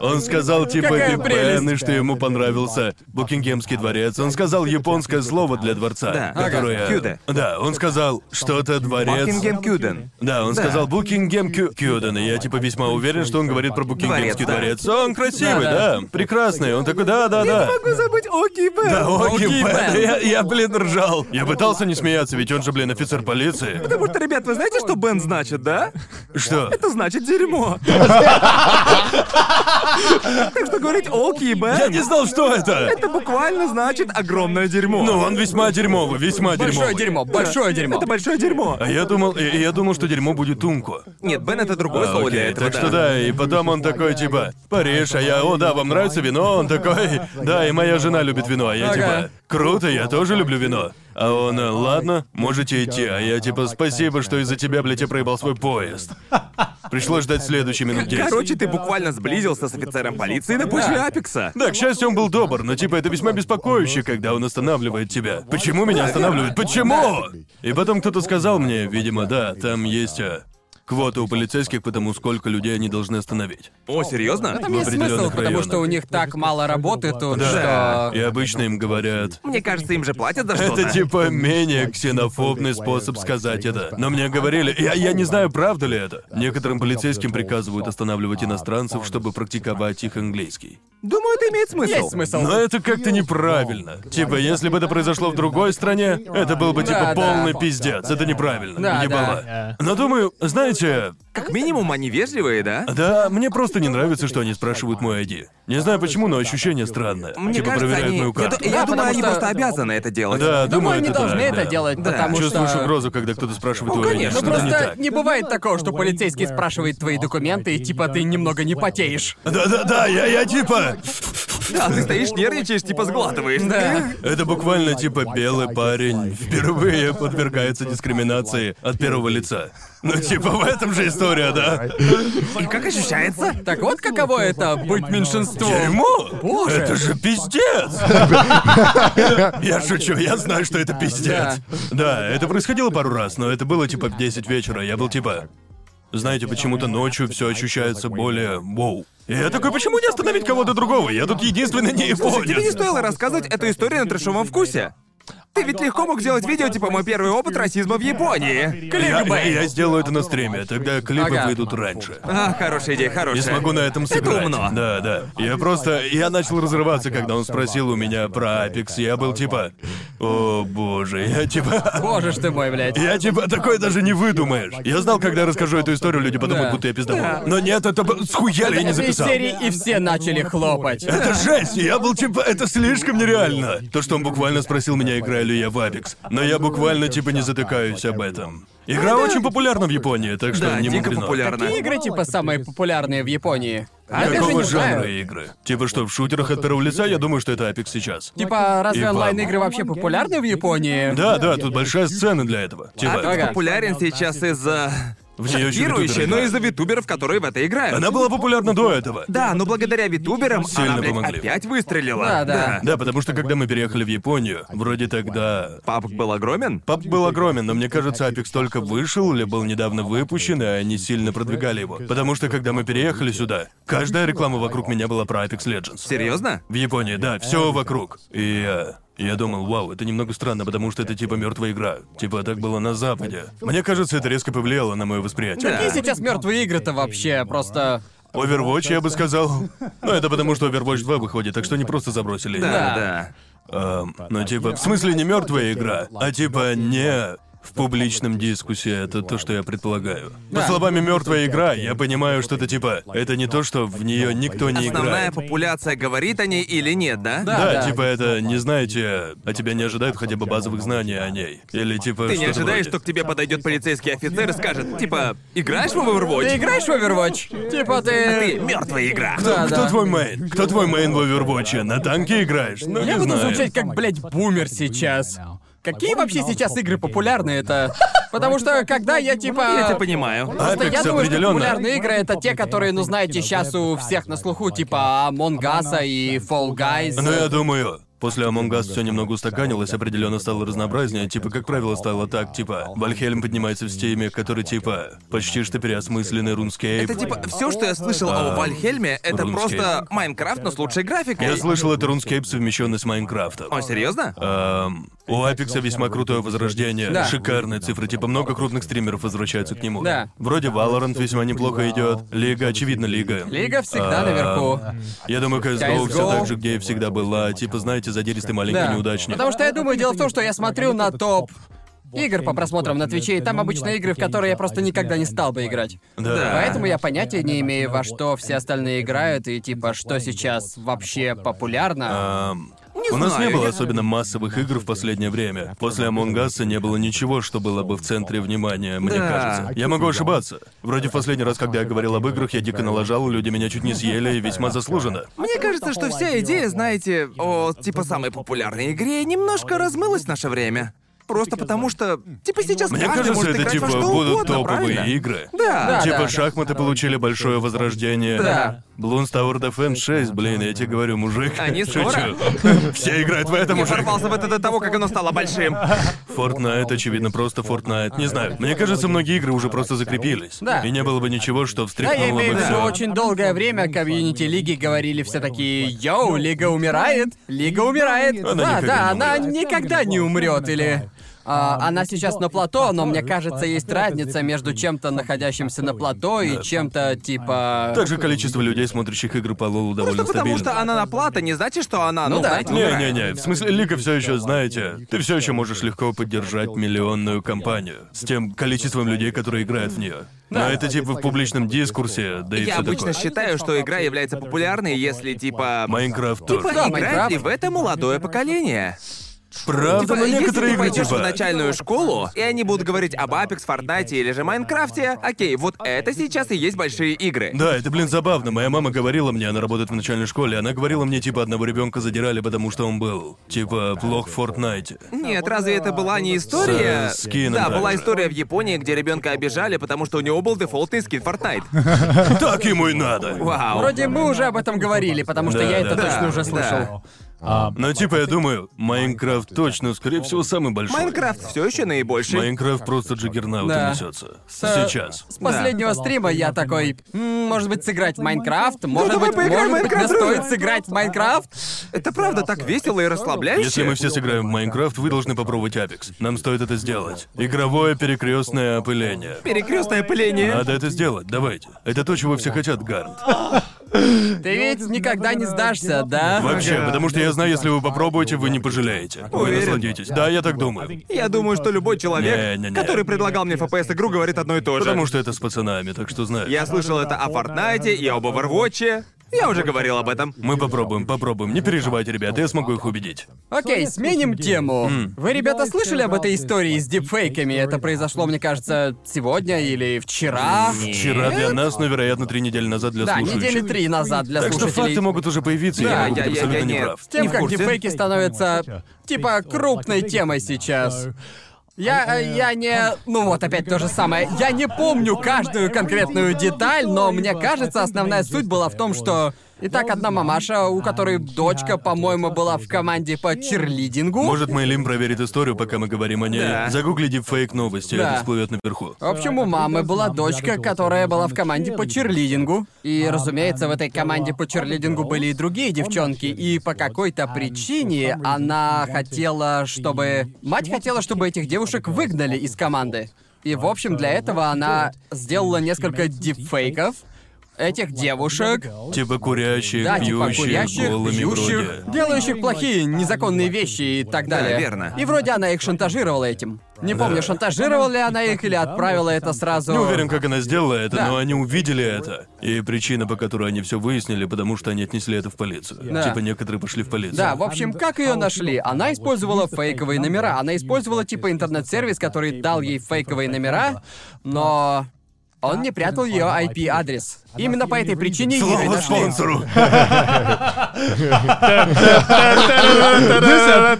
Speaker 1: Он сказал, типа,
Speaker 3: Какая
Speaker 1: Биг
Speaker 3: прелесть.
Speaker 1: Бен, и что ему понравился Букингемский дворец. Он сказал японское слово для дворца,
Speaker 2: Да.
Speaker 1: которое...
Speaker 2: Ага. Кюде.
Speaker 1: Да, он сказал, что-то дворец...
Speaker 2: Букингем Кюден.
Speaker 1: Да, он сказал Букингем Кю... Кюден, и я типа весьма уверен, что он говорит про Букингемский
Speaker 2: Дворец,
Speaker 1: дворец. Он красивый,
Speaker 3: Да-да.
Speaker 1: да, прекрасный. Он такой, да, да, да.
Speaker 2: Могу забыть Окей, Бен.
Speaker 1: Да, Оки
Speaker 3: Оки Бен.
Speaker 1: Бен. Я, я, блин, ржал. Я пытался не смеяться, ведь он же, блин, офицер полиции.
Speaker 2: Потому что, ребят, вы знаете, что Бен значит, да?
Speaker 1: Что?
Speaker 2: Это значит дерьмо. Так что говорить
Speaker 1: Я
Speaker 2: Окей, Бен,
Speaker 1: не знал, что это.
Speaker 2: это буквально значит огромное дерьмо.
Speaker 1: Ну, он весьма дерьмовый, весьма
Speaker 3: Большое
Speaker 1: дерьмовый.
Speaker 3: дерьмо, большое дерьмо.
Speaker 2: Это большое дерьмо.
Speaker 1: А я думал, и- и я думал, что дерьмо будет тунку.
Speaker 2: Нет, Бен это другое
Speaker 1: А,
Speaker 2: слово для
Speaker 1: окей,
Speaker 2: этого.
Speaker 1: так что да, и потом он такой, типа, Париж, а я, о, да, вам нравится вино? Он такой, да, и моя жена любит вино, а я,
Speaker 3: Ага.
Speaker 1: типа, круто, я тоже люблю вино. А он, э, ладно, можете идти, а я, типа, спасибо, что из-за тебя, блядь, я проебал свой поезд. Пришлось ждать следующие минут 10.
Speaker 2: Короче, ты буквально сблизился с офицером полиции на почве
Speaker 3: Да.
Speaker 2: Апекса.
Speaker 1: Да, к счастью, он был добр, но типа это весьма беспокоюще, когда он останавливает тебя. Почему меня останавливают? Почему? И потом кто-то сказал мне, видимо, да, там есть э, квота у полицейских, потому сколько людей они должны остановить.
Speaker 2: О, серьезно?
Speaker 3: Там есть
Speaker 1: определенных
Speaker 3: смысл, потому
Speaker 1: районах.
Speaker 3: что у них так мало работы тут,
Speaker 1: Да.
Speaker 3: что...
Speaker 1: И обычно им говорят.
Speaker 2: Мне кажется, им же платят за что-то.
Speaker 1: Это типа менее ксенофобный способ сказать это. Но мне говорили, я, я не знаю, правда ли это. Некоторым полицейским приказывают останавливать иностранцев, чтобы практиковать их английский.
Speaker 2: Думаю, это имеет смысл.
Speaker 3: Есть смысл.
Speaker 1: Но это как-то неправильно. Типа, если бы это произошло в другой стране, это был бы
Speaker 3: Да,
Speaker 1: типа
Speaker 3: да.
Speaker 1: полный пиздец. Это неправильно.
Speaker 3: Да,
Speaker 1: Ебало.
Speaker 4: да.
Speaker 1: Но думаю, знаете,
Speaker 2: Как минимум, они вежливые, да?
Speaker 1: да, мне просто не нравится, что они спрашивают мой ID. Не знаю почему, но ощущение странное.
Speaker 2: Мне
Speaker 1: типа
Speaker 2: кажется,
Speaker 1: проверяют
Speaker 2: они...
Speaker 1: мою
Speaker 2: Я,
Speaker 1: карту.
Speaker 2: ду- я
Speaker 3: Да,
Speaker 2: думаю,
Speaker 3: потому
Speaker 2: они
Speaker 3: что-
Speaker 2: просто обязаны это делать.
Speaker 1: Да,
Speaker 3: Думаю,
Speaker 1: думаю,
Speaker 3: они
Speaker 1: это
Speaker 3: должны
Speaker 1: да,
Speaker 3: это
Speaker 1: да.
Speaker 3: делать,
Speaker 2: Да.
Speaker 3: потому
Speaker 1: Чувствуешь
Speaker 3: что...
Speaker 1: угрозу, когда кто-то спрашивает
Speaker 2: Ну,
Speaker 1: твой
Speaker 2: конечно,
Speaker 1: ID.
Speaker 3: Ну
Speaker 1: что-то не
Speaker 3: просто
Speaker 1: так.
Speaker 3: не бывает такого, что полицейский спрашивает твои документы, и типа ты немного не потеешь.
Speaker 1: Да-да-да, я, я типа...
Speaker 2: Да, ты стоишь, нервничаешь, типа сглатываешь.
Speaker 3: Да.
Speaker 1: Это буквально типа белый парень впервые подвергается дискриминации от первого лица. Ну типа в этом же история, да?
Speaker 2: И как ощущается?
Speaker 3: Так вот каково это быть меньшинством.
Speaker 1: Дерьмо!
Speaker 3: Боже.
Speaker 1: Это же пиздец! Я шучу, я знаю, что это пиздец. Да, это происходило пару раз, но это было типа в 10 вечера. Я был типа... Знаете, почему-то ночью все ощущается более воу. И я такой, почему не остановить кого-то другого? Я тут единственный не
Speaker 2: Тебе не
Speaker 1: японец.
Speaker 2: стоило рассказывать эту историю на трешовом вкусе. Ты ведь легко мог сделать видео, типа, мой первый опыт расизма в Японии.
Speaker 1: Я, я- я сделаю это на стриме, тогда клипы
Speaker 3: Ага.
Speaker 1: выйдут раньше.
Speaker 2: А, хорошая идея,
Speaker 1: Не
Speaker 2: хорошая.
Speaker 1: смогу на этом сыграть.
Speaker 2: умно.
Speaker 1: Да, да. Я просто... Я начал разрываться, когда он спросил у меня про Апекс. Я был типа... О, боже, я типа... *laughs*
Speaker 3: Боже ж ты мой, блядь.
Speaker 1: Я типа такое даже не выдумаешь. Я знал, когда расскажу эту историю, люди подумают,
Speaker 3: Да.
Speaker 1: будто я пиздобол. Но нет, это б- схуяли я не
Speaker 3: Этой
Speaker 1: записал.
Speaker 3: серии и все начали хлопать.
Speaker 1: Это жесть! Я был типа, это слишком нереально. То, что он буквально спросил меня, играю ли я в Apex. Но я буквально типа не затыкаюсь об этом. Игра очень популярна в Японии, так что
Speaker 2: Да,
Speaker 1: не
Speaker 2: дико
Speaker 1: мудрено.
Speaker 2: популярна.
Speaker 3: Какие игры типа самые популярные в Японии? А я даже
Speaker 1: Какого
Speaker 3: не
Speaker 1: жанра
Speaker 3: знаю.
Speaker 1: игры? Типа что, в шутерах от первого лица, я думаю, что это Apex сейчас.
Speaker 3: Типа, разве
Speaker 1: И вам.
Speaker 3: онлайн-игры вообще популярны в Японии?
Speaker 1: Да, да, тут большая сцена для
Speaker 3: А,
Speaker 1: этого.
Speaker 2: Апекс
Speaker 3: Ага.
Speaker 1: Типа,
Speaker 2: А популярен сейчас из-за...
Speaker 1: в нее еще
Speaker 2: Шокирующе,
Speaker 1: ютуберы
Speaker 2: но
Speaker 1: играют.
Speaker 2: из-за витуберов, которые в это играют.
Speaker 1: Она была популярна до этого.
Speaker 2: Да, но благодаря витуберам
Speaker 1: Сильно
Speaker 2: она, блядь,
Speaker 1: помогли.
Speaker 2: опять выстрелила.
Speaker 3: Да, да.
Speaker 1: Да, потому что когда мы переехали в Японию, вроде тогда...
Speaker 2: Папок был огромен?
Speaker 1: Пап был огромен, но мне кажется, Apex только вышел или был недавно выпущен, и они сильно продвигали его. Потому что когда мы переехали сюда, каждая реклама вокруг меня была про Apex Legends.
Speaker 2: Серьезно?
Speaker 1: В Японии, да, все вокруг. И я... Я думал, вау, это немного странно, потому что это типа мертвая игра. Типа так было на Западе. Мне кажется, это резко повлияло на мое восприятие.
Speaker 3: Какие сейчас мертвые игры-то вообще? Просто...
Speaker 1: Overwatch, я бы сказал. Ну, это потому, что Overwatch 2 выходит, так что не просто забросили.
Speaker 2: Да, да.
Speaker 1: Эм, ну, типа, в смысле не мертвая игра, а типа не в публичном дискуссии, это то, что я предполагаю. По словами мертвая игра, я понимаю, что это типа, это не то, что в нее никто не
Speaker 2: Основная
Speaker 1: играет.
Speaker 2: популяция говорит о ней или нет, да?
Speaker 3: Да.
Speaker 1: Да, типа это не знаете, а тебя не ожидают хотя бы базовых знаний о ней. Или типа.
Speaker 2: Ты не
Speaker 1: что-то
Speaker 2: ожидаешь, что
Speaker 1: вроде.
Speaker 2: к тебе подойдет полицейский офицер и скажет, типа, играешь в Overwatch?
Speaker 3: Ты играешь в Overwatch? Типа
Speaker 2: А ты
Speaker 3: ты...
Speaker 2: мертвая игра.
Speaker 3: Да,
Speaker 1: Кто
Speaker 3: да.
Speaker 1: твой мейн? Кто твой мейн в Overwatch? На танке играешь? Ну,
Speaker 3: Я
Speaker 1: не
Speaker 3: буду
Speaker 1: знаю.
Speaker 3: звучать как, блядь, бумер сейчас. Какие вообще сейчас игры популярны это? Потому что когда я типа...
Speaker 2: Я тебя понимаю.
Speaker 3: Просто я
Speaker 1: Apex
Speaker 3: думаю, что
Speaker 1: определенно.
Speaker 3: популярные игры это те, которые, ну знаете, сейчас у всех на слуху, типа Among Us и Fall Guys.
Speaker 1: Ну, я думаю, После Among Us все немного устаканилось, определенно стало разнообразнее, типа, как правило, стало так, типа, Вальхельм поднимается в стиме, который типа почти что переосмысленный рунскейп.
Speaker 2: Это типа все, что я слышал о
Speaker 1: А,
Speaker 2: Вальхельме, это
Speaker 1: Рунскейп.
Speaker 2: просто Майнкрафт, но с лучшей графикой.
Speaker 1: Я слышал, это рунскейп, совмещенный с Майнкрафтом.
Speaker 2: О, серьезно?
Speaker 1: Эм, у Апекса весьма крутое возрождение.
Speaker 3: Да.
Speaker 1: Шикарные цифры, типа много крупных стримеров возвращаются к нему.
Speaker 3: Да.
Speaker 1: Вроде Valorant весьма неплохо идет. Лига, очевидно, лига.
Speaker 3: Лига всегда
Speaker 1: А,
Speaker 3: наверху.
Speaker 1: Я думаю, CSGO,
Speaker 3: CS:GO.
Speaker 1: все так же, где и всегда была. Типа, знаете, задиристый маленький
Speaker 3: Да.
Speaker 1: неудачник.
Speaker 3: Потому что я думаю, дело в том, что я смотрю на топ игр по просмотрам на Твиче, и там обычно игры, в которые я просто никогда не стал бы играть.
Speaker 1: Да.
Speaker 3: Поэтому я понятия не имею, во что все остальные играют, и типа, что сейчас вообще популярно.
Speaker 1: Эм,
Speaker 2: Не
Speaker 1: у нас не
Speaker 2: знаю,
Speaker 1: было
Speaker 2: я-
Speaker 1: особенно массовых игр в последнее время. После Among Us не было ничего, что было бы в центре внимания, мне
Speaker 2: Да.
Speaker 1: кажется. Я могу ошибаться. Вроде в последний раз, когда я говорил об играх, я дико налажал, люди меня чуть не съели, и весьма заслуженно.
Speaker 3: А
Speaker 2: Мне кажется, что вся идея, знаете, о типа самой популярной игре немножко
Speaker 3: ну,
Speaker 2: размылась в наше время. Просто потому что, типа сейчас
Speaker 1: Мне
Speaker 2: каждый
Speaker 1: кажется,
Speaker 2: может
Speaker 1: это
Speaker 2: играть
Speaker 1: типа
Speaker 2: во что
Speaker 1: будут
Speaker 2: угодно,
Speaker 1: топовые
Speaker 2: правильно?
Speaker 1: игры.
Speaker 2: Да.
Speaker 3: Да.
Speaker 1: Типа шахматы получили большое возрождение.
Speaker 2: Да.
Speaker 1: Bloons Tower Defense 6, блин, я тебе говорю, мужик.
Speaker 2: Они
Speaker 1: *laughs* Шучу.
Speaker 2: скоро.
Speaker 1: Все играют в это,
Speaker 2: Я
Speaker 1: мужик.
Speaker 2: ворвался в это до того, как оно стало
Speaker 1: *laughs*
Speaker 2: большим.
Speaker 1: Fortnite, очевидно, просто Fortnite. Не знаю. Мне кажется, многие игры уже просто закрепились.
Speaker 3: Да.
Speaker 1: И не было бы ничего, что
Speaker 3: Да, я
Speaker 1: встряхнуло бы
Speaker 3: имею в виду,
Speaker 1: всё.
Speaker 3: очень долгое время комьюнити лиги говорили все такие, йоу, лига умирает, лига умирает.
Speaker 1: Она
Speaker 3: да,
Speaker 1: никогда
Speaker 3: да,
Speaker 1: не
Speaker 3: она
Speaker 1: умрет.
Speaker 3: никогда не умрет, или... а, она сейчас на плато, но мне кажется, есть разница между чем-то находящимся на плато и чем-то типа...
Speaker 1: Также количество людей, смотрящих игры по Лолу, довольно
Speaker 2: Просто потому,
Speaker 1: стабильно.
Speaker 2: что она на плата, не значит, что она,
Speaker 3: Ну
Speaker 2: ну,
Speaker 3: да.
Speaker 2: знаете, умирает.
Speaker 1: Не-не-не, в смысле, Лика все еще, знаете, ты все еще можешь легко поддержать миллионную компанию с тем количеством людей, которые играют в нее. Но это типа в публичном дискурсе, да и
Speaker 2: Я
Speaker 1: все
Speaker 2: обычно
Speaker 1: такое.
Speaker 2: считаю, что игра является популярной, если типа.
Speaker 1: Майнкрафт тоже.
Speaker 2: Типа
Speaker 3: Да,
Speaker 2: играет ли
Speaker 3: Майнкрафт.
Speaker 2: в это молодое поколение?
Speaker 1: Правда,
Speaker 2: Типа,
Speaker 1: но Э, ну, некоторые
Speaker 2: если ты
Speaker 1: игры
Speaker 2: пойдешь в
Speaker 1: типа...
Speaker 2: начальную школу, и они будут говорить об Apex, Fortnite или же Майнкрафте, окей, вот это сейчас и есть большие игры.
Speaker 1: Да, это, блин, забавно. Моя мама говорила мне, она работает в начальной школе, она говорила мне, типа, одного ребенка задирали, потому что он был, типа, плох в Фортнайте.
Speaker 2: Нет, разве это была не история?
Speaker 1: С, э, скином
Speaker 2: да, была
Speaker 1: также.
Speaker 2: история в Японии, где ребенка обижали, потому что у него был дефолтный скин Fortnite.
Speaker 1: *laughs* Так ему и надо.
Speaker 2: Вау.
Speaker 3: Вроде мы уже об этом говорили, потому что
Speaker 1: Да,
Speaker 3: я это
Speaker 1: да,
Speaker 3: точно
Speaker 2: да,
Speaker 3: уже
Speaker 2: да.
Speaker 3: слышал.
Speaker 1: Но, типа, я думаю, Майнкрафт точно, скорее всего, самый большой.
Speaker 2: Майнкрафт все еще наибольший.
Speaker 1: Майнкрафт просто джиггернаут
Speaker 3: Да.
Speaker 1: несется.
Speaker 3: С-
Speaker 1: Сейчас.
Speaker 3: С последнего стрима я такой, «М, может быть, сыграть в Майнкрафт? Может
Speaker 2: давай
Speaker 3: быть,
Speaker 2: поиграем в
Speaker 3: может быть, мне
Speaker 2: Майнкрафт, друзья!»
Speaker 3: стоит сыграть в Майнкрафт?
Speaker 2: Это правда так весело и расслабляюще.
Speaker 1: Если мы все сыграем в Майнкрафт, вы должны попробовать Апекс. Нам стоит это сделать. Игровое перекрестное опыление.
Speaker 2: Перекрестное пыление.
Speaker 1: Надо это сделать, давайте. Это то, чего все хотят, Гарнт.
Speaker 3: Ты ведь никогда не сдашься, да?
Speaker 1: Вообще, потому что я знаю, если вы попробуете, вы не пожалеете. Вы
Speaker 2: Уверен?
Speaker 1: насладитесь. Да, я так думаю.
Speaker 2: Я думаю, что любой человек,
Speaker 1: Не-не-не.
Speaker 2: который предлагал мне FPS игру, говорит одно и то же.
Speaker 1: Потому что это с пацанами, так что знаешь.
Speaker 2: Я слышал это о Фортнайте и об Overwatch. Я уже говорил об этом.
Speaker 1: Мы попробуем, попробуем. Не переживайте, ребята, я смогу их убедить.
Speaker 3: Окей, сменим тему. Вы, ребята, слышали об этой истории с дипфейками? Это произошло, мне кажется, сегодня или вчера?
Speaker 1: Вчера для нас, но, вероятно, три недели назад для
Speaker 3: Да,
Speaker 1: слушающих.
Speaker 3: недели три назад для
Speaker 1: Так что
Speaker 3: слушателей.
Speaker 1: факты могут уже появиться, я
Speaker 2: Да,
Speaker 1: могу
Speaker 2: я-
Speaker 1: быть
Speaker 2: я- я
Speaker 1: абсолютно
Speaker 2: не-
Speaker 1: неправ.
Speaker 3: С тем,
Speaker 2: Не в
Speaker 3: как
Speaker 2: курсе.
Speaker 3: дипфейки становятся типа крупной темой сейчас. Я, э, я не... Ну вот опять то же самое. Я не помню каждую конкретную деталь, но мне кажется, основная суть была в том, что... Итак, одна мамаша, у которой дочка, по-моему, была в команде по черлидингу.
Speaker 1: Может, Мэйлин проверит историю, пока мы говорим о ней.
Speaker 2: Да.
Speaker 1: Загугли дипфейк новости, а
Speaker 3: Да.
Speaker 1: это всплывет наверху.
Speaker 3: А В общем, у мамы была дочка, которая была в команде по черлидингу. И, разумеется, в этой команде по черлидингу были и другие девчонки. И по какой-то причине она хотела, чтобы... Мать хотела, чтобы этих девушек выгнали из команды. И, в общем, для этого она сделала несколько дипфейков этих девушек.
Speaker 1: Типа курящих,
Speaker 3: Да, типа
Speaker 1: пьющих,
Speaker 3: курящих,
Speaker 1: голыми
Speaker 3: пьющих,
Speaker 1: вроде.
Speaker 3: делающих плохие, незаконные вещи и так
Speaker 2: Да,
Speaker 3: далее.
Speaker 2: верно.
Speaker 3: И вроде она их шантажировала этим. Не помню, шантажировала ли она их или отправила это сразу...
Speaker 1: Не уверен, как она сделала это,
Speaker 3: Да.
Speaker 1: но они увидели это. И причина, по которой они все выяснили, потому что они отнесли это в полицию.
Speaker 3: Да.
Speaker 1: Типа некоторые пошли в полицию.
Speaker 3: Да, в общем, как ее нашли? Она использовала фейковые номера. Она использовала типа интернет-сервис, который дал ей фейковые номера, но он не прятал ее IP-адрес. Именно по этой причине ее и
Speaker 1: Слово
Speaker 3: нашли. *laughs*
Speaker 1: спонсору.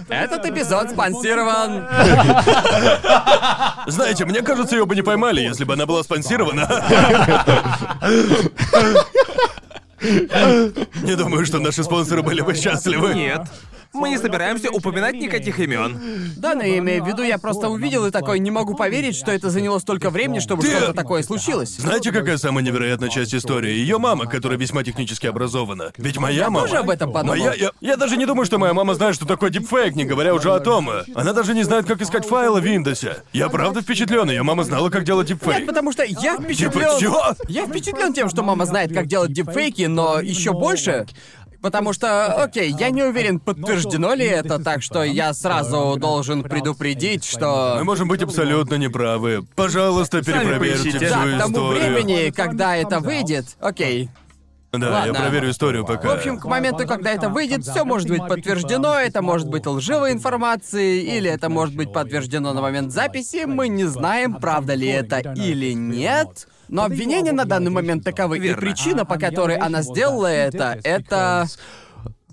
Speaker 3: Этот эпизод спонсирован.
Speaker 1: Знаете, мне кажется, ее бы не поймали, если бы она была спонсирована. Не думаю, что наши спонсоры были бы счастливы.
Speaker 2: Нет. Мы не собираемся упоминать никаких имен.
Speaker 3: Да, но я имею в виду, я просто увидел и такой, не могу поверить, что это заняло столько времени, чтобы
Speaker 1: Ты-
Speaker 3: что-то такое случилось.
Speaker 1: Знаете, какая самая невероятная часть истории? Ее мама, которая весьма технически образована. Ведь моя мама...
Speaker 3: тоже об этом подумал.
Speaker 1: Моя, я, я даже не думаю, что моя мама знает, что такое дипфейк, не говоря уже о том. Она даже не знает, как искать файлы в Windows. Я правда впечатлен, ее мама знала, как делать
Speaker 3: Нет,
Speaker 1: дипфейк. Типа,
Speaker 3: потому что я впечатлен.
Speaker 1: чё?
Speaker 3: Я впечатлен тем, что мама знает, как делать дипфейки, но еще больше. Потому что, окей, я не уверен, подтверждено ли это, так что я сразу должен предупредить,
Speaker 1: Мы
Speaker 3: что
Speaker 1: можем быть абсолютно неправы. Пожалуйста, перепроверьте
Speaker 2: поищите.
Speaker 1: всю
Speaker 3: да, к тому
Speaker 1: историю.
Speaker 3: времени, когда это выйдет, окей.
Speaker 1: Да,
Speaker 3: Ладно.
Speaker 1: я проверю историю
Speaker 3: В
Speaker 1: пока.
Speaker 3: общем, к моменту, когда это выйдет, все может быть подтверждено, это может быть лживой информацией, или это может быть подтверждено на момент записи, мы не знаем, правда ли это или нет. Но обвинения на данный момент таковы, и
Speaker 2: Верно.
Speaker 3: причина, по которой она сделала это, это...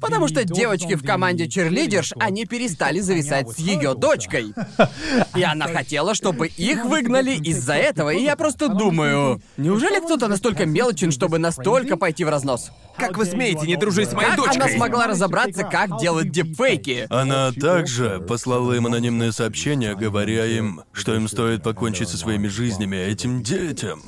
Speaker 3: Потому что девочки в команде черлидерш, они перестали зависать с ее дочкой. И она хотела, чтобы их выгнали из-за этого, и я просто думаю, неужели кто-то настолько мелочен, чтобы настолько пойти в разнос?
Speaker 2: Как вы смеете не дружить с моей
Speaker 3: Как она
Speaker 2: дочкой?
Speaker 3: смогла разобраться, как делать дипфейки?
Speaker 1: Она также послала им анонимные сообщения, говоря им, что им стоит покончить со своими жизнями этим детям.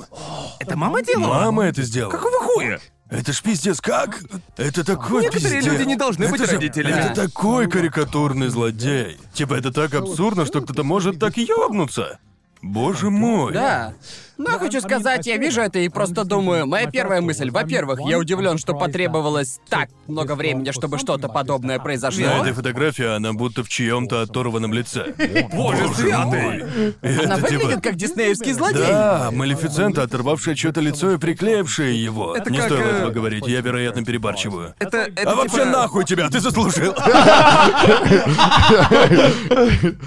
Speaker 2: Это мама делала?
Speaker 1: Мама это сделала.
Speaker 2: Какого хуя?
Speaker 1: Это ж пиздец, как? Это такой
Speaker 2: Некоторые
Speaker 1: пиздец.
Speaker 2: люди не должны
Speaker 1: Это
Speaker 2: быть родителями.
Speaker 1: Это такой карикатурный злодей. Типа это так абсурдно, что кто-то может так ёбнуться. Боже мой.
Speaker 3: Да. Но хочу сказать, я вижу это и просто думаю, моя первая мысль, во-первых, я удивлен, что потребовалось так много времени, чтобы что-то подобное произошло.
Speaker 1: На этой фотографии она будто в чьем-то оторванном лице.
Speaker 2: Боже святый!
Speaker 1: мой. И
Speaker 3: Она
Speaker 1: это типа...
Speaker 3: выглядит а как диснеевский злодей.
Speaker 1: Да, Малефицента, оторвавшая что-то лицо и приклеившая его.
Speaker 2: Это
Speaker 1: не
Speaker 2: как,
Speaker 1: стоило
Speaker 2: э,
Speaker 1: этого говорить, я, вероятно, перебарчиваю.
Speaker 2: Это, это
Speaker 1: А вообще
Speaker 2: типа-
Speaker 1: нахуй тебя, ты заслужил.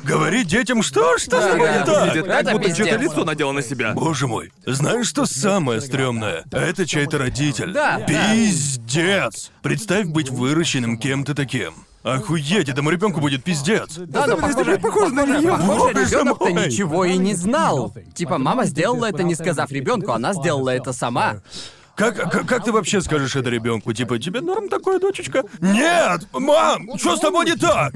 Speaker 1: Говори детям, что, что с
Speaker 2: Да,
Speaker 1: тобой
Speaker 3: да,
Speaker 1: не
Speaker 2: это
Speaker 1: так?
Speaker 2: выглядит как
Speaker 3: Это
Speaker 2: будто
Speaker 3: пиздец.
Speaker 2: чьё-то лицо надел на себя.
Speaker 1: Боже мой, знаешь, что самое стрёмное? Это чей-то родитель.
Speaker 3: Да, да.
Speaker 1: Пиздец! Представь быть выращенным кем-то таким. Охуеть, этому ребенку будет пиздец.
Speaker 3: Да, но
Speaker 2: Особенно, если
Speaker 3: похоже,
Speaker 2: ты похож на
Speaker 3: похоже,
Speaker 2: неё.
Speaker 3: похоже,
Speaker 1: Боже
Speaker 3: ребенок-то
Speaker 1: мой.
Speaker 3: ничего и не знал. Типа, мама сделала это, не сказав ребенку, она сделала это сама.
Speaker 1: Как, как, как ты вообще скажешь это ребенку? Типа, тебе норм такое, дочечка? Нет! Мам! Что с тобой не так?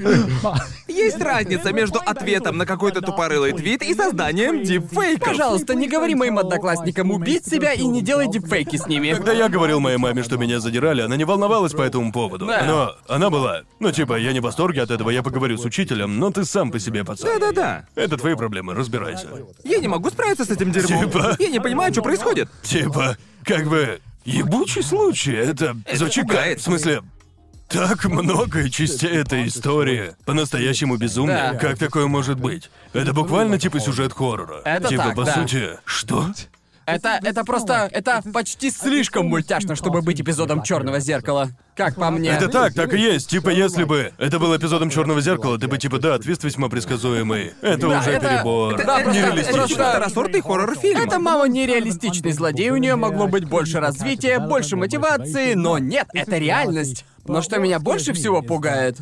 Speaker 2: Есть разница между ответом на какой-то тупорылый твит и созданием дипфейков.
Speaker 3: Пожалуйста, не говори моим одноклассникам убить себя и не делай дипфейки с ними.
Speaker 1: Когда я говорил моей маме, что меня задирали, она не волновалась по этому поводу.
Speaker 3: Да.
Speaker 1: Но она была. Ну, типа, я не в восторге от этого, я поговорю с учителем, но ты сам по себе пацан.
Speaker 2: Да-да-да.
Speaker 1: Это твои проблемы, разбирайся.
Speaker 2: Я не могу справиться с этим дерьмом.
Speaker 1: Типа?
Speaker 2: Я не понимаю, что происходит.
Speaker 1: Типа, как бы, ебучий случай, это... звучит как-
Speaker 2: пугает.
Speaker 1: В смысле, так много частей этой истории. По-настоящему безумно.
Speaker 3: Да.
Speaker 1: Как такое может быть? Это буквально типа сюжет хоррора.
Speaker 3: Это
Speaker 1: типа,
Speaker 3: так,
Speaker 1: по
Speaker 3: да.
Speaker 1: сути, что?
Speaker 3: Это, это просто, это почти слишком мультяшно, чтобы быть эпизодом Черного зеркала. Как по мне.
Speaker 1: Это так, так и есть. Типа, если бы это был эпизодом черного зеркала, ты бы типа, да, твист весьма предсказуемый. Это
Speaker 3: Да,
Speaker 1: уже
Speaker 3: это-
Speaker 1: перебор.
Speaker 3: это- Да,
Speaker 2: это,
Speaker 3: просто-
Speaker 2: это
Speaker 1: нереалистично.
Speaker 3: просто-
Speaker 2: второсортный хоррор-фильм.
Speaker 3: Это мало нереалистичный злодей, у нее могло быть больше развития, больше мотивации, но нет, это реальность. Но что меня больше всего пугает,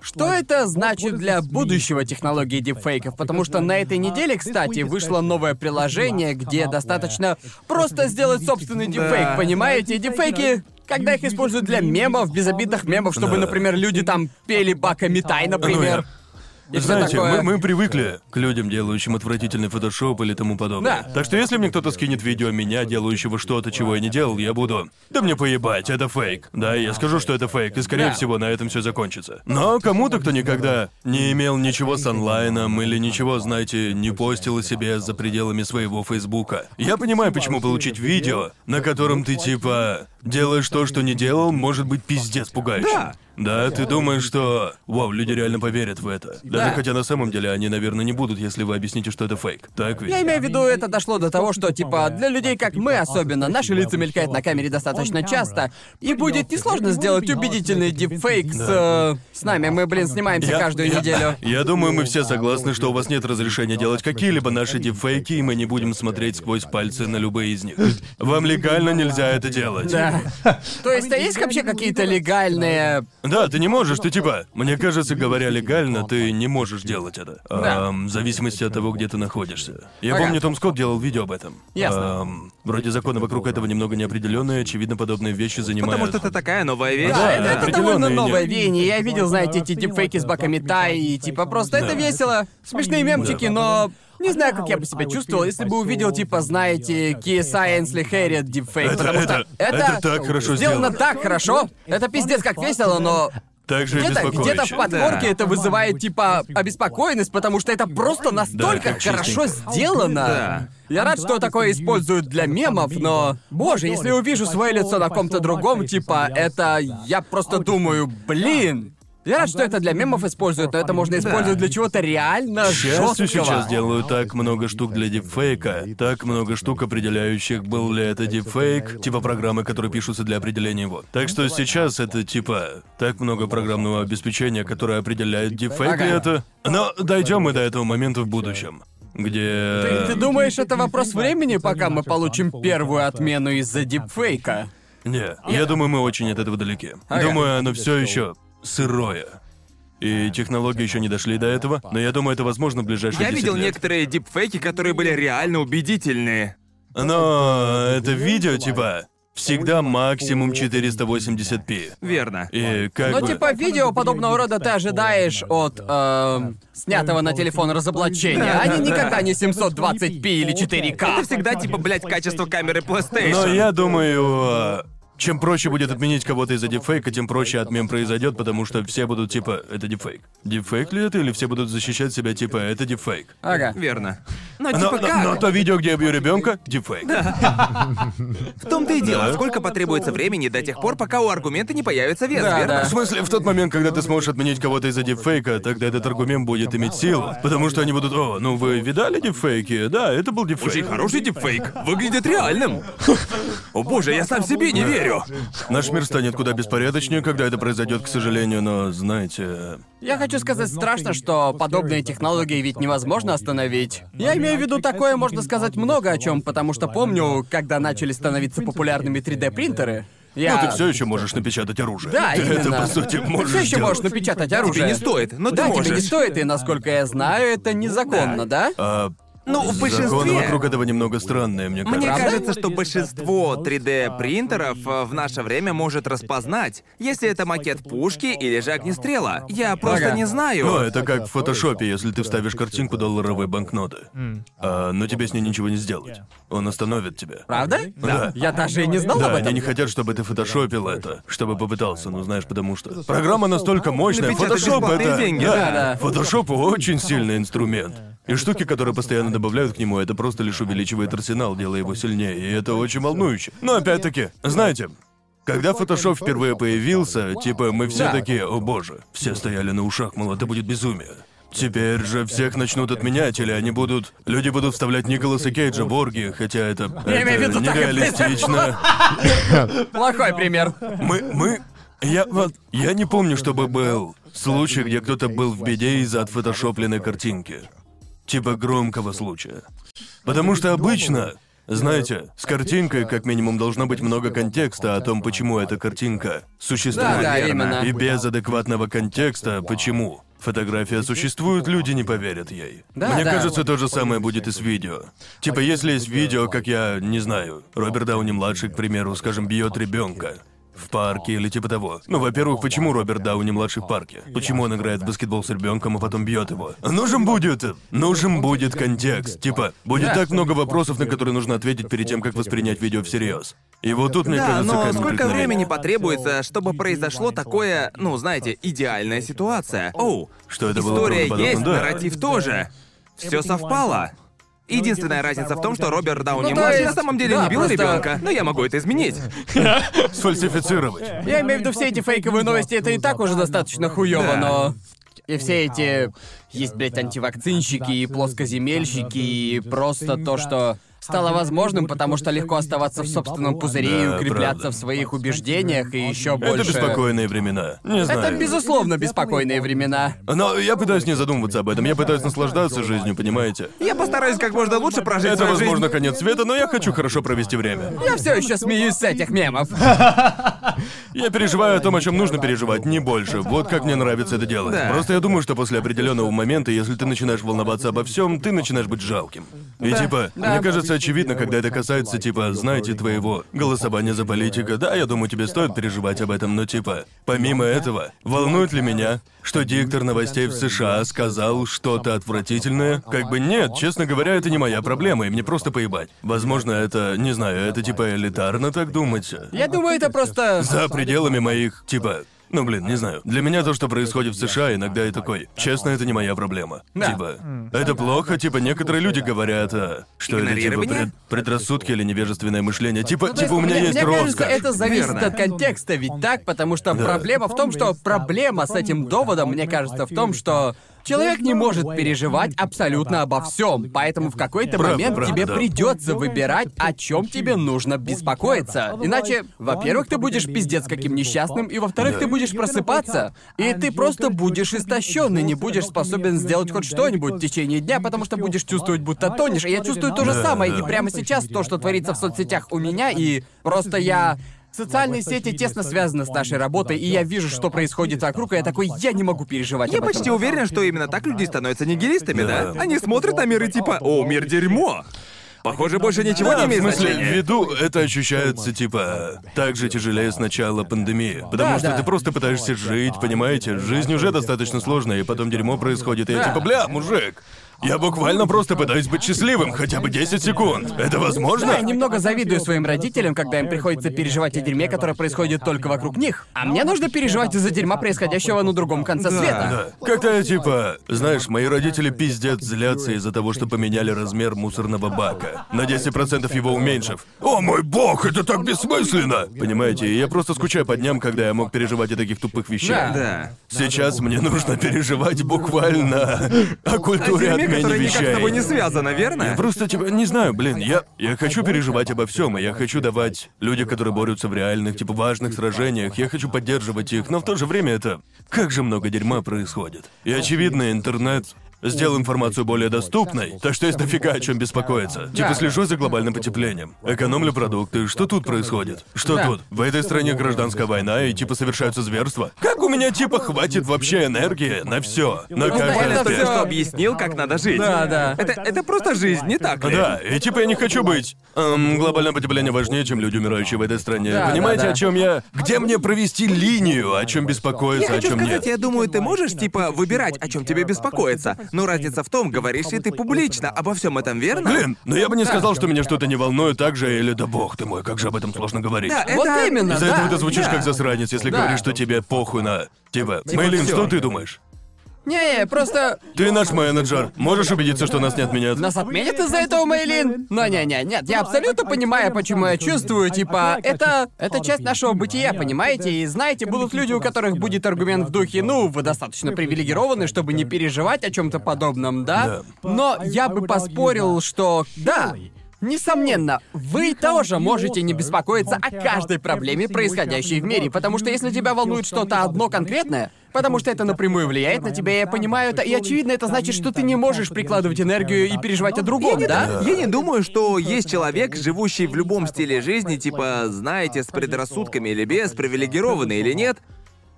Speaker 3: что это значит для будущего технологии дипфейков? Потому что на этой неделе, кстати, вышло новое приложение, где достаточно просто сделать собственный дипфейк,
Speaker 2: Да.
Speaker 3: понимаете? И Дипфейки, когда их используют для мемов, безобидных мемов, чтобы,
Speaker 1: Да.
Speaker 3: например, люди там пели Бака Митай,
Speaker 1: Ну
Speaker 3: например. И всё
Speaker 1: Знаете,
Speaker 3: такое.
Speaker 1: мы, мы привыкли к людям, делающим отвратительный фотошоп или тому подобное.
Speaker 3: Да.
Speaker 1: Так что если мне кто-то скинет видео меня, делающего что-то, чего я не делал, я буду. Да мне поебать, это фейк. Да, я скажу, что это фейк, и скорее
Speaker 3: Да.
Speaker 1: всего на этом все закончится. Но кому-то, кто никогда не имел ничего с онлайном или ничего, знаете, не постил о себе за пределами своего Фейсбука. Я понимаю, почему получить видео, на котором ты типа делаешь то, что не делал, может быть пиздец пугающим.
Speaker 2: Да.
Speaker 1: Да, ты думаешь, что... Вау, люди реально поверят в это. Даже
Speaker 3: Да.
Speaker 1: хотя на самом деле они, наверное, не будут, если вы объясните, что это фейк. Так ведь?
Speaker 3: Я имею в виду, это дошло до того, что, типа, для людей, как мы особенно, наши лица мелькают на камере достаточно часто, и будет несложно сделать убедительный дипфейк с... э, с нами. Мы, блин, снимаемся
Speaker 1: Я-
Speaker 3: каждую
Speaker 1: я-
Speaker 3: неделю.
Speaker 1: Я думаю, мы
Speaker 3: ну,
Speaker 1: все согласны, что у вас нет разрешения делать какие-либо наши дипфейки, и мы не будем смотреть сквозь пальцы на любые из них. Вам легально нельзя это делать.
Speaker 3: Да. Да. То есть, а есть вообще какие-то легальные...
Speaker 1: Да, ты не можешь, ты типа. Мне кажется, говоря легально, ты не можешь делать это.
Speaker 3: Да.
Speaker 1: Эм, в зависимости от того, где ты находишься. Я
Speaker 3: Ага.
Speaker 1: помню, Том Скотт делал видео об этом.
Speaker 3: Ясно.
Speaker 1: Эм, вроде законы вокруг этого немного неопределенные, очевидно, подобные вещи занимают.
Speaker 2: Потому что это такая новая вещь.
Speaker 3: Да, это, это довольно
Speaker 1: определённо
Speaker 3: новое
Speaker 1: нет.
Speaker 3: веяние. Я видел, знаете, эти дипфейки с баками Тай, и типа просто это
Speaker 1: Да.
Speaker 3: весело. Смешные мемчики, но... Не знаю, как я бы себя чувствовал, если бы увидел, типа, знаете, KSI Энсли Хэрриот дипфейк,
Speaker 1: Это-
Speaker 3: потому что
Speaker 1: это- это так хорошо
Speaker 3: сделано
Speaker 1: сделано.
Speaker 3: так хорошо. Это пиздец как весело, но
Speaker 1: Так же и
Speaker 3: где-то,
Speaker 1: беспокоит.
Speaker 3: где-то в подкорке
Speaker 2: Да.
Speaker 3: это вызывает, типа, обеспокоенность, потому что это просто настолько
Speaker 1: как
Speaker 3: хорошо
Speaker 1: чистенько. А
Speaker 3: сделано.
Speaker 2: Да.
Speaker 3: Я рад, что такое используют для мемов, но... Боже, если я увижу свое лицо на ком-то другом, типа, это... Я просто думаю, блин... Я рад, что это для мемов используют, но это можно использовать для чего-то реально
Speaker 1: К счастью,
Speaker 3: жесткого.
Speaker 1: сейчас делаю так много штук для дипфейка, так много штук, определяющих, был ли это дипфейк, типа программы, которые пишутся для определения его. Так что сейчас это типа так много программного обеспечения, которое определяет дипфейк
Speaker 3: Ага.
Speaker 1: ли это. Но дойдем мы до этого момента в будущем, где...
Speaker 3: Ты, ты думаешь, это вопрос времени, пока мы получим первую отмену из-за дипфейка?
Speaker 1: Не, я думаю, мы очень от этого далеки.
Speaker 3: Ага.
Speaker 1: Думаю, оно все еще сырое. И технологии еще не дошли до этого, но я думаю, это возможно в ближайшие
Speaker 2: Я
Speaker 1: 10
Speaker 2: видел
Speaker 1: лет.
Speaker 2: некоторые дипфейки, которые были реально убедительные.
Speaker 1: Но это видео, типа, всегда максимум 480p.
Speaker 2: Верно.
Speaker 1: И как
Speaker 3: Ну,
Speaker 1: бы...
Speaker 3: типа, видео подобного рода ты ожидаешь от эм, снятого на телефон разоблачения.
Speaker 2: Да,
Speaker 3: Они
Speaker 2: да,
Speaker 3: никогда
Speaker 2: да.
Speaker 3: не 720p или
Speaker 2: Это
Speaker 3: 4К.
Speaker 2: всегда типа, блядь, качество камеры PlayStation.
Speaker 1: Но я думаю, э, чем проще будет отменить кого-то из-за дипфейка, тем проще отмен произойдет, потому что все будут типа, это дипфейк. Дипфейк ли это, или все будут защищать себя типа, это дипфейк?
Speaker 3: Ага.
Speaker 2: Верно. Но
Speaker 1: Но,
Speaker 2: типа
Speaker 1: но-
Speaker 2: как?
Speaker 1: но то видео, где я бью ребенка, дипфейк.
Speaker 2: В том-то и дело,
Speaker 1: Да.
Speaker 2: сколько потребуется времени до тех пор, пока у аргумента не появится вес,
Speaker 3: Да,
Speaker 2: верно?
Speaker 1: В смысле, в тот момент, когда ты сможешь отменить кого-то из-за дипфейка, тогда этот аргумент будет иметь силу. Потому что они будут, о, ну вы видали дипфейки? Да, это был дипфейк.
Speaker 2: Очень хороший дипфейк. Выглядит реальным. О боже, я сам себе не верю.
Speaker 1: Наш мир станет куда беспорядочнее, когда это произойдет, к сожалению, но знаете.
Speaker 3: Я хочу сказать страшно, что подобные технологии ведь невозможно остановить. Я имею в виду такое, можно сказать, много о чем, потому что помню, когда начали становиться популярными 3D-принтеры, я...
Speaker 1: Ты все еще можешь напечатать оружие.
Speaker 3: Да,
Speaker 1: ты это
Speaker 3: именно.
Speaker 1: по сути можешь.
Speaker 3: все еще
Speaker 1: делать.
Speaker 3: можешь напечатать оружие.
Speaker 2: Тебе не стоит, но ты
Speaker 3: Да, тебе не
Speaker 2: можешь.
Speaker 3: стоит, и, насколько я знаю, это незаконно, да?
Speaker 1: А,
Speaker 2: Ну, в
Speaker 1: законы
Speaker 2: большинстве...
Speaker 1: вокруг этого немного странные, мне кажется.
Speaker 2: Мне
Speaker 3: Правда?
Speaker 2: кажется, что большинство 3D-принтеров э, в наше время может распознать, если это макет пушки или же огнестрела. Я просто
Speaker 3: Ага.
Speaker 2: не
Speaker 1: Ну,
Speaker 2: знаю.
Speaker 1: это как в фотошопе, если ты вставишь картинку долларовой банкноты. А, но тебе с ней ничего не сделать. Он остановит тебя.
Speaker 3: Правда?
Speaker 1: Да.
Speaker 3: Я даже и не знал
Speaker 1: Да,
Speaker 3: об
Speaker 1: они
Speaker 3: этом.
Speaker 1: не хотят, чтобы ты фотошопил это, чтобы попытался, ну знаешь, потому что программа настолько мощная,
Speaker 2: Напечатать
Speaker 1: фотошоп
Speaker 2: бесплатные
Speaker 1: это...
Speaker 2: деньги,
Speaker 1: да,
Speaker 3: да.
Speaker 1: фотошоп очень сильный инструмент. И штуки, которые постоянно добавляют к нему, это просто лишь увеличивает арсенал, делая его сильнее, и это очень волнующе. Но опять-таки, знаете, когда фотошоп впервые появился, типа мы все
Speaker 3: Да.
Speaker 1: такие, о боже, все стояли на ушах, мол, это будет безумие. Теперь же всех начнут отменять, или они будут... Люди будут вставлять Николаса Кейджа в оргии, хотя это...
Speaker 3: Я имею в
Speaker 1: это
Speaker 3: виду, так и *laughs*
Speaker 1: нереалистично.
Speaker 3: Плохой пример.
Speaker 1: Мы, мы, я вот, я не помню, чтобы был случай, где кто-то был в беде из-за отфотошопленной картинки. Типа громкого случая. Потому что обычно, знаете, с картинкой как минимум должно быть много контекста о том, почему эта картинка существует.
Speaker 3: Да, да,
Speaker 1: Верно.
Speaker 3: именно.
Speaker 1: И без адекватного контекста, почему фотография существует, люди не поверят ей.
Speaker 3: Да,
Speaker 1: Мне
Speaker 3: да.
Speaker 1: кажется, то же самое будет и с видео. Типа, если есть видео, как я не знаю, Роберт Дауни младший, к примеру, скажем, бьет ребенка. В парке или типа того. Ну, во-первых, почему Роберт Дауни младший в парке? Почему он играет в баскетбол с ребенком и потом бьет его? Нужен будет. Нужен будет контекст. Типа, будет
Speaker 3: Да.
Speaker 1: так много вопросов, на которые нужно ответить перед тем, как воспринять видео всерьез. И вот тут, мне
Speaker 2: Да,
Speaker 1: кажется,
Speaker 2: но
Speaker 1: камень
Speaker 2: сколько
Speaker 1: преткновения.
Speaker 2: времени потребуется, чтобы произошло такое, ну, знаете, идеальная ситуация? Оу,
Speaker 1: Что это было
Speaker 2: история
Speaker 1: правдоподобно?
Speaker 2: есть,
Speaker 1: Да.
Speaker 2: нарратив тоже. Все совпало. Единственная разница в том, что Роберт Дауни
Speaker 3: Ну, то
Speaker 2: младший
Speaker 3: есть-
Speaker 2: на самом деле
Speaker 3: да,
Speaker 2: не бил
Speaker 3: просто-
Speaker 2: ребенка, но я могу это изменить.
Speaker 1: Сфальсифицировать.
Speaker 3: Я имею в виду все эти фейковые новости, это и так уже достаточно хуёво,
Speaker 2: Да.
Speaker 3: но... И все эти... Есть, блядь, антивакцинщики и плоскоземельщики, и просто то, что... стало возможным, потому что легко оставаться в собственном пузыре и
Speaker 1: Да,
Speaker 3: укрепляться
Speaker 1: правда.
Speaker 3: в своих убеждениях и еще больше.
Speaker 1: Это беспокойные времена. Не знаю.
Speaker 3: Это, безусловно, беспокойные времена.
Speaker 1: Но я пытаюсь не задумываться об этом, я пытаюсь наслаждаться жизнью, понимаете?
Speaker 2: Я постараюсь как можно лучше прожить
Speaker 1: Это,
Speaker 2: свою жизнь.
Speaker 1: возможно, конец света, но я хочу хорошо провести время.
Speaker 3: Я все еще смеюсь с этих мемов.
Speaker 1: Я переживаю о том, о чем нужно переживать, не больше. Вот как мне нравится это делать.
Speaker 2: Да.
Speaker 1: Просто я думаю, что после определенного момента, если ты начинаешь волноваться обо всем, ты начинаешь быть жалким. И типа, мне кажется, очевидно, когда это касается, типа, знаете, твоего голосования за политика. Да, я думаю, тебе стоит переживать об этом, но типа, помимо этого, волнует ли меня, что диктор новостей в США сказал что-то отвратительное? Как бы нет, честно говоря, это не моя проблема, и мне просто поебать. Возможно, это, не знаю, это типа элитарно так думать.
Speaker 3: Я думаю, это просто...
Speaker 1: За пределами моих, типа, ну блин, не знаю. Для меня то, что происходит в США, иногда я такой. Честно, это не моя проблема.
Speaker 3: Да.
Speaker 1: Типа, это плохо, типа, некоторые люди говорят, а, что это типа
Speaker 2: Игнорирование?
Speaker 1: пред- предрассудки или невежественное мышление. Типа,
Speaker 3: Ну, то
Speaker 1: типа у меня
Speaker 3: мне,
Speaker 1: есть
Speaker 3: мне
Speaker 1: роскошь.
Speaker 3: кажется, это зависит
Speaker 2: Верно.
Speaker 3: от контекста, ведь так? Потому что проблема в том, что проблема с этим доводом, мне кажется, в том, что человек не может переживать абсолютно обо всем, поэтому в какой-то
Speaker 1: Правда,
Speaker 3: момент
Speaker 1: правда,
Speaker 3: тебе
Speaker 1: да.
Speaker 3: придется выбирать, о чем тебе нужно беспокоиться. Иначе, во-первых, ты будешь пиздец каким несчастным, и во-вторых,
Speaker 4: Да.
Speaker 3: ты будешь просыпаться, и ты просто будешь истощен и не будешь способен сделать хоть что-нибудь в течение дня, потому что будешь чувствовать, будто тонешь. И я чувствую то же
Speaker 1: Да,
Speaker 3: самое,
Speaker 1: да.
Speaker 3: и прямо сейчас то, что творится в соцсетях у меня, и просто я... Социальные сети тесно связаны с нашей работой, и я вижу, что происходит вокруг, и я такой, я не могу переживать
Speaker 2: Я
Speaker 3: об этом».
Speaker 2: почти уверен, что именно так люди становятся нигилистами, да?
Speaker 1: Да.
Speaker 2: Они смотрят на мир и типа «О, мир дерьмо!» Похоже, больше ничего
Speaker 1: Да,
Speaker 2: не
Speaker 1: в
Speaker 2: имеет
Speaker 1: смысле,
Speaker 2: значения.
Speaker 1: ввиду это ощущается, типа, так же тяжелее с начала пандемии. Потому
Speaker 3: Да,
Speaker 1: что
Speaker 3: да.
Speaker 1: ты просто пытаешься жить, понимаете? Жизнь уже достаточно сложная, и потом дерьмо происходит, и я типа, бля, мужик, я буквально просто пытаюсь быть счастливым хотя бы 10 секунд. Это возможно?
Speaker 3: Да, я немного завидую своим родителям, когда им приходится переживать о дерьме, которое происходит только вокруг них. А мне нужно переживать из-за дерьма, происходящего на другом конце света.
Speaker 1: Да. Когда я типа, знаешь, мои родители пиздец злятся из-за того, что поменяли размер мусорного бака. На 10% его уменьшив. О мой бог, это так бессмысленно! Понимаете, и я просто скучаю по дням, когда я мог переживать о таких тупых вещах.
Speaker 3: Да.
Speaker 2: Да.
Speaker 1: Сейчас мне нужно переживать буквально о культуре
Speaker 2: Дерьме,
Speaker 1: отмене
Speaker 2: которое А никак с
Speaker 1: вещей.
Speaker 2: тобой не связано, верно?
Speaker 1: Я просто типа не знаю, блин, я я хочу переживать обо всем, и я хочу давать люди, которые борются в реальных, типа важных сражениях, я хочу поддерживать их, но в то же время это как же много дерьма происходит. И очевидно, интернет сделал информацию более доступной, так что есть дофига о чем беспокоиться. Типа слежу за глобальным потеплением, экономлю продукты, что тут происходит? Что
Speaker 3: Да.
Speaker 1: тут? В этой стране гражданская война и типа совершаются зверства. Как у меня типа хватит вообще энергии на все, на
Speaker 3: да,
Speaker 1: каждый
Speaker 2: Буквально
Speaker 3: это
Speaker 1: аспект?
Speaker 2: только
Speaker 3: всё.
Speaker 2: что объяснил, как надо жить.
Speaker 3: Да, да.
Speaker 2: Это, это просто жизнь, не так ли?
Speaker 1: Да, и типа я не хочу быть. эм, глобальное потепление важнее, чем люди, умирающие в этой стране.
Speaker 3: Да,
Speaker 1: Понимаете,
Speaker 3: да, да.
Speaker 1: о чем я? Где мне провести линию, о чем беспокоиться,
Speaker 2: Я
Speaker 1: о
Speaker 2: хочу
Speaker 1: чем
Speaker 2: сказать,
Speaker 1: нет?
Speaker 2: я думаю, ты можешь типа выбирать, о чем тебе беспокоиться. Но разница в том, говоришь ли ты публично обо всем этом, верно?
Speaker 1: Блин, но ну я бы не сказал, что меня что-то не волнует так же, или да бог ты мой, как же об этом сложно говорить.
Speaker 2: Да,
Speaker 3: Вот
Speaker 2: это-
Speaker 3: именно,
Speaker 1: Из-за
Speaker 3: да.
Speaker 1: этого ты звучишь
Speaker 2: да.
Speaker 1: как засранец, если
Speaker 3: Да.
Speaker 1: говоришь, что тебе похуй на... Типа, Мэйлин,
Speaker 2: всё.
Speaker 1: что ты думаешь?
Speaker 3: Не, просто
Speaker 1: Ты наш менеджер. Можешь убедиться, что нас не отменят?
Speaker 3: Нас отменят из-за этого, Мейлин? Ну, а- Но не-не, нет, я абсолютно понимаю, почему я чувствую, типа, это... Это часть нашего бытия, понимаете? И знаете, будут люди, у которых будет аргумент в духе, ну, вы достаточно привилегированы, чтобы не переживать о чем то подобном, да? Но я бы поспорил, что... Да, Несомненно, вы тоже можете не беспокоиться о каждой проблеме, происходящей в мире, потому что если тебя волнует что-то одно конкретное, потому что это напрямую влияет на тебя, я понимаю это, и очевидно, это значит, что ты не можешь прикладывать энергию и переживать о
Speaker 2: Я
Speaker 3: другом,
Speaker 2: не,
Speaker 3: да?
Speaker 2: А? я не думаю, что есть человек, живущий в любом стиле жизни, типа, знаете, с
Speaker 3: А,
Speaker 2: предрассудками или без, привилегированный или нет,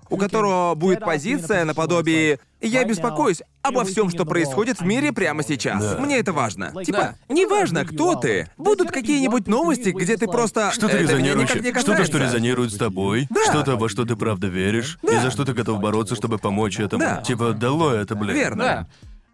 Speaker 2: у которого будет позиция наподобие «Я беспокоюсь обо всем, что происходит в мире прямо сейчас.
Speaker 1: Да.
Speaker 2: Мне это важно».
Speaker 3: Да.
Speaker 2: Типа, неважно, кто ты, будут какие-нибудь новости, где ты просто...
Speaker 1: Что-то
Speaker 2: «Это меня никак
Speaker 1: резонирующее.
Speaker 2: не
Speaker 1: Что-то, что
Speaker 2: касается».
Speaker 1: резонирует с тобой. Что-то, во что ты правда веришь. И за что ты готов бороться, чтобы помочь этому.
Speaker 2: Да.
Speaker 1: Типа, дало это, блин.
Speaker 2: Верно.
Speaker 3: Да.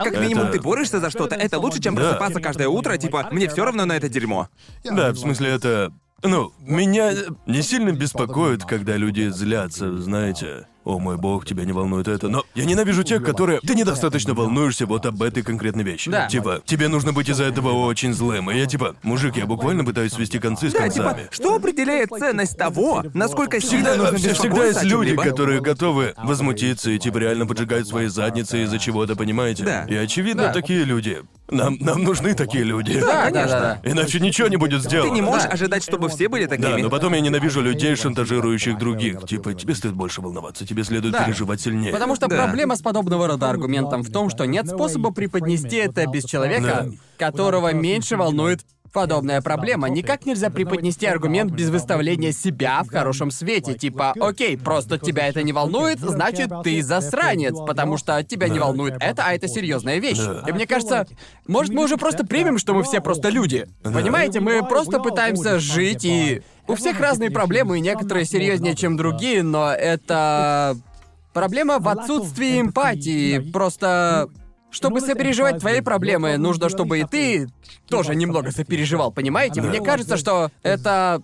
Speaker 2: Как минимум
Speaker 1: Это-
Speaker 2: ты борешься за что-то, это лучше, чем
Speaker 1: Да.
Speaker 2: просыпаться каждое утро, типа, мне все равно на это дерьмо.
Speaker 1: Да, в смысле, это... Ну, меня не сильно беспокоит, когда люди злятся, знаете. О мой бог, тебя не волнует это. Но я ненавижу тех, которые... Ты недостаточно волнуешься вот об этой конкретной вещи.
Speaker 3: Да.
Speaker 1: Типа, тебе нужно быть из-за этого очень злым. И я типа, мужик, я буквально пытаюсь свести концы с
Speaker 2: Да,
Speaker 1: концами.
Speaker 2: типа, что определяет ценность того, насколько сильно
Speaker 1: Всегда,
Speaker 2: нужно
Speaker 1: всегда
Speaker 2: беспокоиться
Speaker 1: есть
Speaker 2: о
Speaker 1: люди,
Speaker 2: чем-либо?
Speaker 1: которые готовы возмутиться и типа реально поджигают свои задницы из-за чего-то, понимаете?
Speaker 2: Да.
Speaker 1: И очевидно,
Speaker 3: Да.
Speaker 1: такие люди Нам, нам нужны такие люди.
Speaker 3: Да, да,
Speaker 2: конечно.
Speaker 3: да.
Speaker 1: Иначе ничего не будет сделано.
Speaker 2: Ты не можешь
Speaker 3: Да.
Speaker 2: ожидать, чтобы все были такими.
Speaker 1: Да, ну, но потом я ненавижу людей, шантажирующих других. Типа, тебе стоит больше волноваться, тебе следует
Speaker 3: Да.
Speaker 1: переживать сильнее.
Speaker 3: Потому что
Speaker 2: Да.
Speaker 3: проблема с подобного рода аргументом в том, что нет способа преподнести это без человека, которого меньше волнует подобная проблема. Никак нельзя преподнести аргумент без выставления себя в хорошем свете. Типа, окей, просто тебя это не волнует, значит, ты засранец, потому что тебя не волнует это, а это серьезная вещь.
Speaker 1: Да.
Speaker 3: И мне кажется, может, мы уже просто примем, что мы все просто люди. Понимаете, мы просто пытаемся жить и... У всех разные проблемы, и некоторые серьезнее, чем другие, но это... Проблема в отсутствии эмпатии. Просто... Чтобы сопереживать твои проблемы, нужно, чтобы и ты тоже немного сопереживал, понимаете? Мне кажется, что это...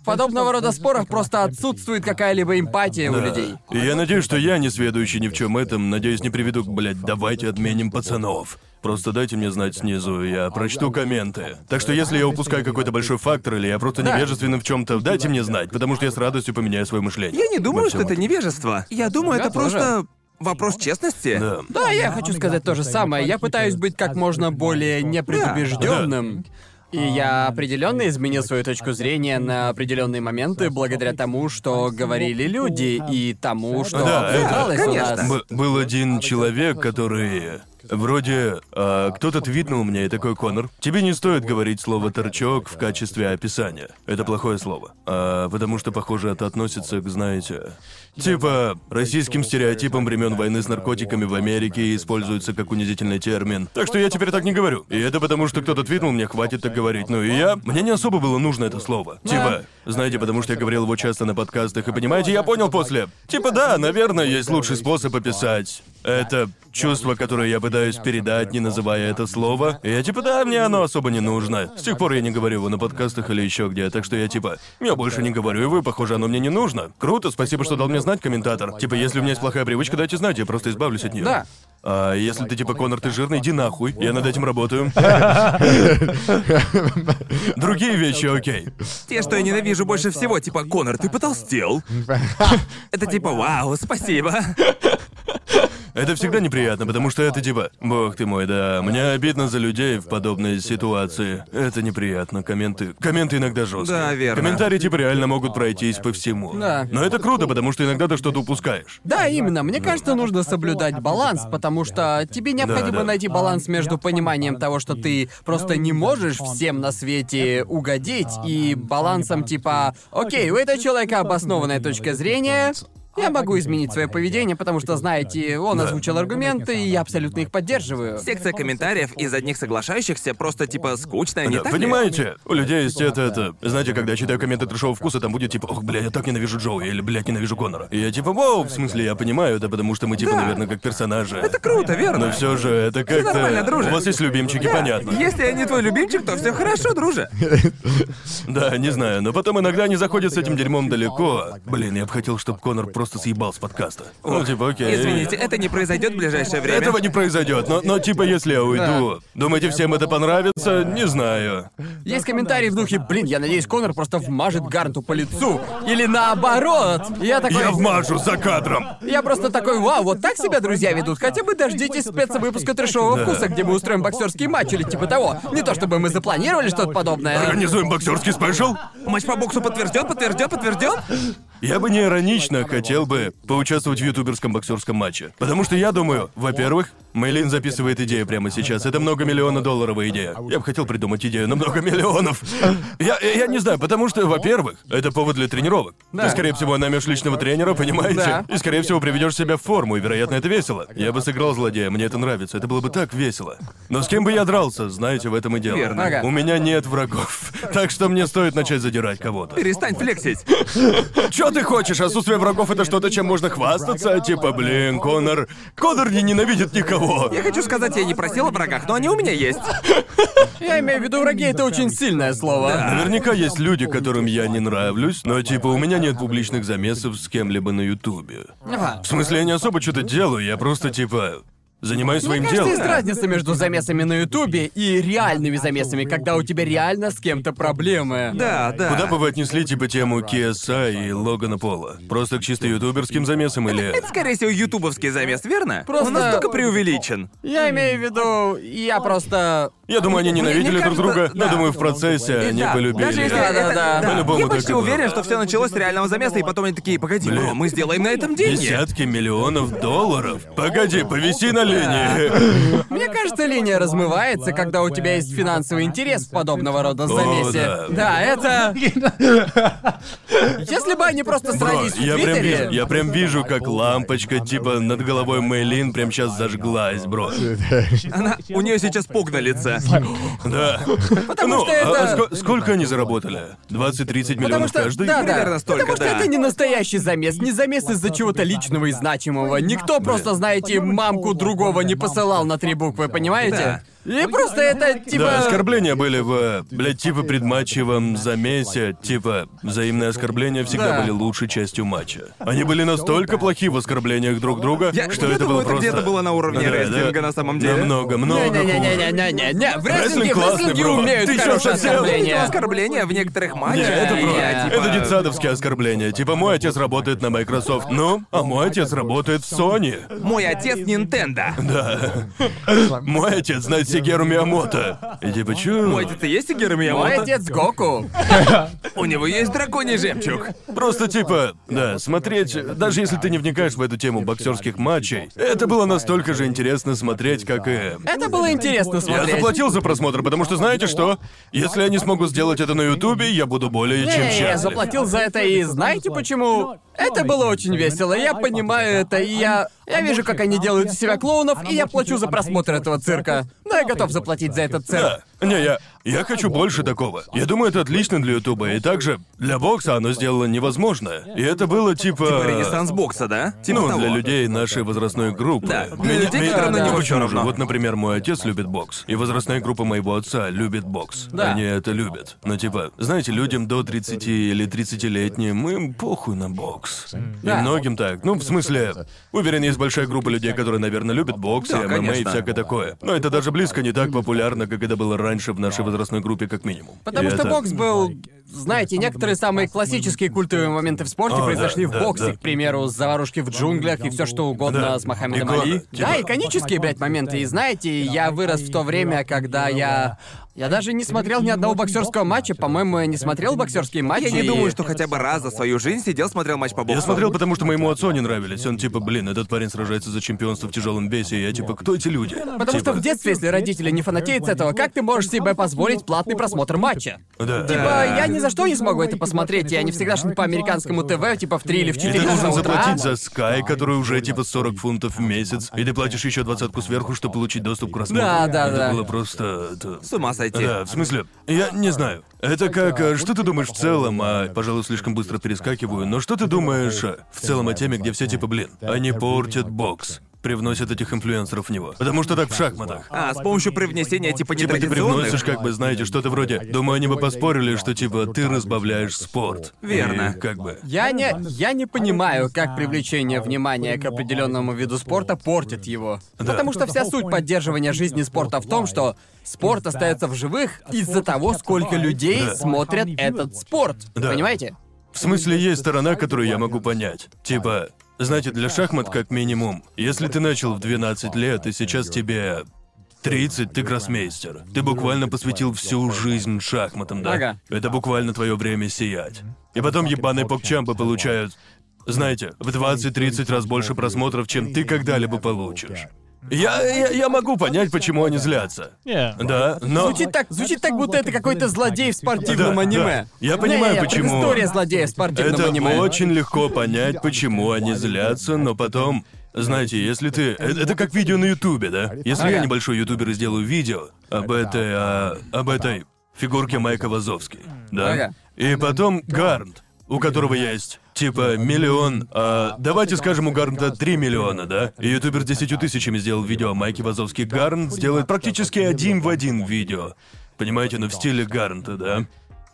Speaker 3: В подобного рода спорах просто отсутствует какая-либо эмпатия у
Speaker 1: Да.
Speaker 3: людей.
Speaker 1: И я надеюсь, что я, не сведущий ни в чем этом, надеюсь, не приведу к, блядь, давайте отменим пацанов. Просто дайте мне знать снизу, я прочту комменты. Так что если я упускаю какой-то большой фактор, или я просто
Speaker 3: Да.
Speaker 1: невежественным в чем-то, дайте мне знать, потому что я с радостью поменяю свое мышление.
Speaker 2: Я не думаю,
Speaker 1: Во
Speaker 2: что
Speaker 1: всем
Speaker 2: это
Speaker 1: этом.
Speaker 2: невежество. Я думаю,
Speaker 3: Я
Speaker 2: это
Speaker 3: тоже.
Speaker 2: просто вопрос честности.
Speaker 1: Да.
Speaker 3: Да, я хочу сказать то же самое. Я пытаюсь быть как можно более непредубежденным. И я определенно изменил свою точку зрения на определенные моменты благодаря тому, что говорили люди и тому, что
Speaker 1: Да, это-
Speaker 3: обсуждалось у нас.
Speaker 2: конечно.
Speaker 1: Б- был один человек, который... Вроде э, кто-то твитнул мне и такой Конор. Тебе не стоит говорить слово торчок в качестве описания. Это плохое слово. А, потому что, похоже, это относится к, знаете. Типа, российским стереотипам времен войны с наркотиками в Америке и используется как унизительный термин. Так что я теперь так не говорю. И это потому, что кто-то твитнул, мне хватит так говорить. Ну и я. Мне не особо было нужно это слово. Типа, знаете, потому что я говорил его часто на подкастах, и понимаете, я понял после. Типа, да, наверное, есть лучший способ описать. Это чувство, которое я пытаюсь передать, не называя это слово. И я типа, да, мне оно особо не нужно. С тех пор я не говорю его на подкастах или еще где, так что я типа, я больше не говорю, и вы, похоже, оно мне не нужно. Круто, спасибо, что дал мне знать, комментатор. Типа, если у меня есть плохая привычка, дайте знать, я просто избавлюсь от нее.
Speaker 3: Да.
Speaker 1: А если ты типа Конор, ты жирный, иди нахуй. Я над этим работаю. Другие вещи, окей.
Speaker 2: Те, что я ненавижу больше всего, типа Конор, ты потолстел. Это типа Вау, спасибо.
Speaker 1: Это всегда неприятно, потому что это типа... Бог ты мой, да. Мне обидно за людей в подобной ситуации. Это неприятно. Комменты... Комменты иногда жесткие.
Speaker 2: Да, верно.
Speaker 1: Комментарии типа реально могут пройтись по всему.
Speaker 3: Да.
Speaker 1: Но это круто, потому что иногда ты что-то упускаешь.
Speaker 3: Да, именно. Мне кажется, нужно соблюдать баланс, потому что тебе необходимо
Speaker 1: да.
Speaker 3: найти баланс между пониманием того, что ты просто не можешь всем на свете угодить, и балансом типа, окей, у этого человека обоснованная точка зрения, я могу изменить свое поведение, потому что, знаете, он озвучил аргументы, и я абсолютно их поддерживаю.
Speaker 2: Секция комментариев из одних соглашающихся просто типа скучная, не
Speaker 1: Да,
Speaker 2: так ли?
Speaker 1: понимаете? У людей есть это, это... Знаете, когда я читаю комменты трешового вкуса, там будет типа, ох, бля, я так ненавижу Джоуи, или, блядь, ненавижу Конора. И я типа, вау, в смысле, я понимаю, это потому что мы типа,
Speaker 2: Да.
Speaker 1: наверное, как персонажи. Это
Speaker 2: Круто, верно?
Speaker 1: Но все же это как-то...
Speaker 2: нормально, друже.
Speaker 1: У вас есть любимчики, понятно.
Speaker 2: Если я не твой любимчик, то все
Speaker 1: *laughs*
Speaker 2: хорошо, друже.
Speaker 1: Да, не знаю, но потом иногда они заходят с этим дерьмом далеко. Блин, я бы хотел, чтобы Конор просто съебал с подкаста. Ну, типа, окей.
Speaker 2: Извините, это не произойдет в ближайшее время.
Speaker 1: Этого не произойдет, но, но типа если я уйду, думаете, всем это понравится? Не знаю.
Speaker 3: Есть комментарии в духе, блин, я надеюсь, Конор просто вмажет Гарнту по лицу. Или наоборот. И Я такой...
Speaker 1: Я вмажу за кадром.
Speaker 3: Я просто такой, вау, вот так себя друзья ведут. Хотя бы дождитесь спецвыпуска трешового
Speaker 1: Да.
Speaker 3: вкуса, где мы устроим боксерский матч или типа того. Не то чтобы мы запланировали что-то подобное.
Speaker 1: Организуем боксерский спешл?
Speaker 2: Матч по боксу подтвержден, подтвержден, подтвержден.
Speaker 1: Я бы не иронично хотел бы поучаствовать в ютуберском боксерском матче. Потому что я думаю, во-первых, Мэйлин записывает идею прямо сейчас. Это многомиллионодолларовая идея. Я бы хотел придумать идею на много миллионов. Я, я я не знаю, потому что, во-первых, это повод для тренировок. Ты, скорее всего, наймешь личного тренера, понимаете?
Speaker 3: Да.
Speaker 1: И, скорее всего, приведешь себя в форму, и, вероятно, это весело. Я бы сыграл злодея, мне это нравится. Это было бы так весело. Но с кем бы я дрался, знаете, в этом и дело.
Speaker 2: Верно.
Speaker 3: Ага.
Speaker 1: У меня нет врагов. Так что мне стоит начать задирать кого-то.
Speaker 2: Перестань флексить.
Speaker 1: Чё ты хочешь? Отсутствие врагов это что-то, чем можно хвастаться? Типа, блин, Конор... Конор не ненавидит никого.
Speaker 2: Я хочу сказать, я не просил о врагах, но они у меня есть.
Speaker 3: Я имею в виду враги, это очень сильное слово.
Speaker 1: Наверняка есть люди, которым я не нравлюсь, но типа у меня нет публичных замесов с кем-либо на Ютубе.
Speaker 3: Ага.
Speaker 1: В смысле, я не особо что-то делаю, я просто типа... Занимаюсь
Speaker 3: Мне
Speaker 1: своим
Speaker 3: кажется,
Speaker 1: делом.
Speaker 3: есть разница между замесами на Ютубе и реальными замесами, когда у тебя реально с кем-то проблемы.
Speaker 2: Да, да.
Speaker 1: Куда бы вы отнесли типа тему KSI и Логана Пола? Просто к чисто ютуберским замесам
Speaker 2: *laughs*
Speaker 1: или...
Speaker 2: Это, скорее всего, ютубовский замес, верно?
Speaker 3: Просто- Э,
Speaker 2: Он настолько преувеличен.
Speaker 3: Я имею в виду, я просто...
Speaker 1: Я думаю, они
Speaker 2: Мне- мне
Speaker 1: ненавидели друг
Speaker 2: кажется,
Speaker 1: друга, но
Speaker 2: да.
Speaker 1: думаю, в процессе
Speaker 2: И
Speaker 1: они
Speaker 2: да,
Speaker 1: Э, полюбили.
Speaker 2: Даже если
Speaker 3: Да, да,
Speaker 2: это-
Speaker 3: да.
Speaker 1: По-любому
Speaker 2: Я
Speaker 1: так
Speaker 2: почти
Speaker 1: и было.
Speaker 2: уверен, что все началось с реального замеса, и потом они такие, погоди,
Speaker 1: Блин.
Speaker 2: бро, мы сделаем на этом деньги.
Speaker 1: Десятки миллионов долларов. Погоди, повиси на линии.
Speaker 3: Мне кажется, линия размывается, когда у тебя есть финансовый интерес в подобного рода замесе.
Speaker 1: да.
Speaker 3: это...
Speaker 2: *laughs*
Speaker 3: Если бы они просто
Speaker 1: Бро,
Speaker 3: срались в
Speaker 1: я прям вижу,
Speaker 3: Твиттере...
Speaker 1: я прям вижу, как лампочка типа над головой Мэйлин прям сейчас зажглась, бро.
Speaker 2: Она... У нее сейчас пуг на лице.
Speaker 1: Да.
Speaker 3: Потому
Speaker 1: ну,
Speaker 3: что
Speaker 1: а-
Speaker 3: это-
Speaker 1: а ско- сколько они заработали? 20-30
Speaker 3: Потому
Speaker 1: миллионов
Speaker 3: что,
Speaker 1: каждый?
Speaker 3: да,
Speaker 2: Примерно
Speaker 3: да.
Speaker 2: столько,
Speaker 3: Потому что
Speaker 2: да.
Speaker 3: это не настоящий замес, не замес из-за чего-то личного и значимого. Никто просто, знаете, мамку другого не посылал на три буквы, понимаете? И просто это типа...
Speaker 1: Да, оскорбления были в, блядь, типа предматчевом замесе, типа взаимные оскорбления всегда
Speaker 3: Да.
Speaker 1: были лучшей частью матча. Они были настолько плохи в оскорблениях друг друга,
Speaker 2: Я-
Speaker 1: что
Speaker 2: я
Speaker 1: это
Speaker 2: думаю,
Speaker 1: было
Speaker 2: это
Speaker 1: просто...
Speaker 2: где-то было на уровне
Speaker 1: Да,
Speaker 2: рестлинга
Speaker 1: да.
Speaker 2: на самом деле.
Speaker 1: Намного, много хуже.
Speaker 3: Не-не-не-не-не-не, в
Speaker 1: Рестлинг
Speaker 3: рестлинге, в
Speaker 1: классный,
Speaker 3: рестлинге
Speaker 1: бро.
Speaker 3: умеют
Speaker 1: Ты чё,
Speaker 3: хорошие
Speaker 1: совсем?
Speaker 2: Видел
Speaker 3: оскорбления.
Speaker 2: оскорбления в некоторых
Speaker 3: Э,
Speaker 1: Не,
Speaker 2: матчах.
Speaker 1: это
Speaker 2: и
Speaker 1: правда.
Speaker 2: я, типа,
Speaker 1: Это детсадовские оскорбления. Типа, мой отец работает на Microsoft. Ну, а мой отец работает в Sony.
Speaker 2: Мой отец Nintendo.
Speaker 1: Мой отец знает Сигеру Миямото. И типа, чё?
Speaker 2: Мой отец и есть Игорь
Speaker 3: Мой
Speaker 2: Миямото?
Speaker 3: отец Гоку.
Speaker 2: У него есть драконий жемчуг.
Speaker 1: Просто типа, да, смотреть, даже если ты не вникаешь в эту тему боксерских матчей, это было настолько же интересно смотреть, как и... эм.
Speaker 3: Это было интересно
Speaker 1: Я
Speaker 3: смотреть.
Speaker 1: заплатил за просмотр, потому что знаете что? Если я не смогу сделать это на Ютубе, я буду более чем
Speaker 3: Не, я
Speaker 1: счастлив.
Speaker 3: заплатил за это, и знаете почему? Это было очень весело, я понимаю это, и я... Я вижу, как они делают из себя клоунов, и я плачу за просмотр этого цирка. Но я готов заплатить за этот цирк.
Speaker 1: Да. Не, я. Я хочу больше такого. Я думаю, это отлично для Ютуба. И также для бокса оно сделало невозможное. И это было типа.
Speaker 2: Ренессанс бокса, да? Типа
Speaker 1: ну,
Speaker 2: того.
Speaker 1: для людей нашей возрастной группы.
Speaker 2: Да. Для
Speaker 1: Меня,
Speaker 2: людей,
Speaker 1: меня
Speaker 3: которым на
Speaker 1: это
Speaker 3: него
Speaker 1: очень
Speaker 2: всё
Speaker 1: нужно.
Speaker 2: равно.
Speaker 1: Вот, например, мой отец любит бокс. И возрастная группа моего отца любит бокс.
Speaker 3: Да.
Speaker 1: Они это любят. Но типа, знаете, людям до 30 или 30-летним им похуй на бокс.
Speaker 3: Да.
Speaker 1: И многим так. Ну, в смысле, уверен, есть большая группа людей, которые, наверное, любят бокс
Speaker 2: Да,
Speaker 1: и ММА и
Speaker 2: конечно.
Speaker 1: всякое такое. Но это даже близко не так популярно, как это было раньше в нашей возрастной группе, как минимум.
Speaker 3: Потому
Speaker 1: И
Speaker 3: что
Speaker 1: это-
Speaker 3: бокс был... Знаете, некоторые самые классические культовые моменты в спорте
Speaker 1: О,
Speaker 3: произошли
Speaker 1: да,
Speaker 3: в
Speaker 1: да,
Speaker 3: боксе,
Speaker 1: да.
Speaker 3: к примеру, заварушки в джунглях и все что угодно
Speaker 1: Да.
Speaker 3: с Мохаммедом
Speaker 1: Икона,
Speaker 3: Али.
Speaker 1: типа.
Speaker 3: Да, иконические, блядь, моменты. И знаете, я вырос в то время, когда я... Я даже не смотрел ни одного боксерского матча. По-моему, я не смотрел боксерские матчи.
Speaker 2: А Я не
Speaker 3: и-
Speaker 2: думаю, что хотя бы раз за свою жизнь сидел, смотрел матч по боксу.
Speaker 1: Я смотрел, потому что моему отцу не нравились. Он типа, блин, этот парень сражается за чемпионство в тяжелом весе, и я типа, кто эти люди?
Speaker 3: Потому
Speaker 1: Типа,
Speaker 3: что в детстве, если родители не фанатеют с этого, как ты можешь себе позволить платный просмотр матча?
Speaker 1: Да.
Speaker 3: Типа, я ни за что не смогу это посмотреть, я не всегда шли по американскому ТВ, типа в 3 или в
Speaker 1: И
Speaker 3: 4
Speaker 1: ты должен
Speaker 3: утра.
Speaker 1: заплатить за Sky, который уже типа 40 фунтов в месяц, и ты платишь еще двадцатку сверху, чтобы получить доступ к просмотру.
Speaker 3: Да, да,
Speaker 1: это
Speaker 3: да.
Speaker 1: было просто... это-
Speaker 2: С ума сойти.
Speaker 1: Да, в смысле, я не знаю. Это как, а, что ты
Speaker 3: типа
Speaker 1: думаешь в целом, а, пожалуй, слишком быстро перескакиваю, но что ты думаешь а, в целом о теме, где все типа, блин, они портят бокс, привносят этих инфлюенсеров в него. Потому что так в шахматах.
Speaker 2: А, с помощью привнесения типа
Speaker 1: Типа ты привносишь,
Speaker 2: нетрадиционных...
Speaker 1: как бы, знаете, что-то вроде... Думаю, они бы поспорили, что, типа, ты разбавляешь спорт.
Speaker 2: Верно.
Speaker 1: И как бы...
Speaker 3: Я не, я не понимаю, как привлечение внимания к определенному виду спорта портит его. Ну, Потому что вся суть поддерживания жизни спорта в том, что спорт остается в живых из-за того, сколько людей
Speaker 1: Да.
Speaker 3: смотрят этот спорт.
Speaker 1: Да.
Speaker 3: Понимаете?
Speaker 1: В смысле, есть сторона, которую я могу понять. Типа, знаете, для шахмат как минимум. Если ты начал в 12 лет, и сейчас тебе 30, ты гроссмейстер. Ты буквально посвятил всю жизнь шахматам, да?
Speaker 3: Ага.
Speaker 1: Это буквально твое время сиять. И потом ебаные покчампы получают, знаете, в 20-30 раз больше просмотров, чем ты когда-либо получишь. Я, я, я могу понять, почему они злятся. Да, но...
Speaker 3: Звучит так, звучит так, будто это какой-то злодей в спортивном
Speaker 1: Да, да.
Speaker 3: аниме.
Speaker 1: Я понимаю,
Speaker 3: Не-не-не,
Speaker 1: почему.
Speaker 3: История злодея в спортивном
Speaker 1: Это
Speaker 3: аниме.
Speaker 1: очень легко понять, почему они злятся, но потом... Знаете, если ты... э- Это, как видео на Ютубе, да? Если я
Speaker 3: Ага.
Speaker 1: небольшой ютубер и сделаю видео об этой... а, об этой фигурке Майка Вазовски, да?
Speaker 3: Ага.
Speaker 1: И потом Гарнт, у которого есть типа миллион... а, давайте скажем, у Гарнта 3 миллиона, да? И ютубер с 10 тысячами сделал видео о Майке Вазовски. Гарнт сделает практически один в один видео. Понимаете, но в стиле Гарнта, да?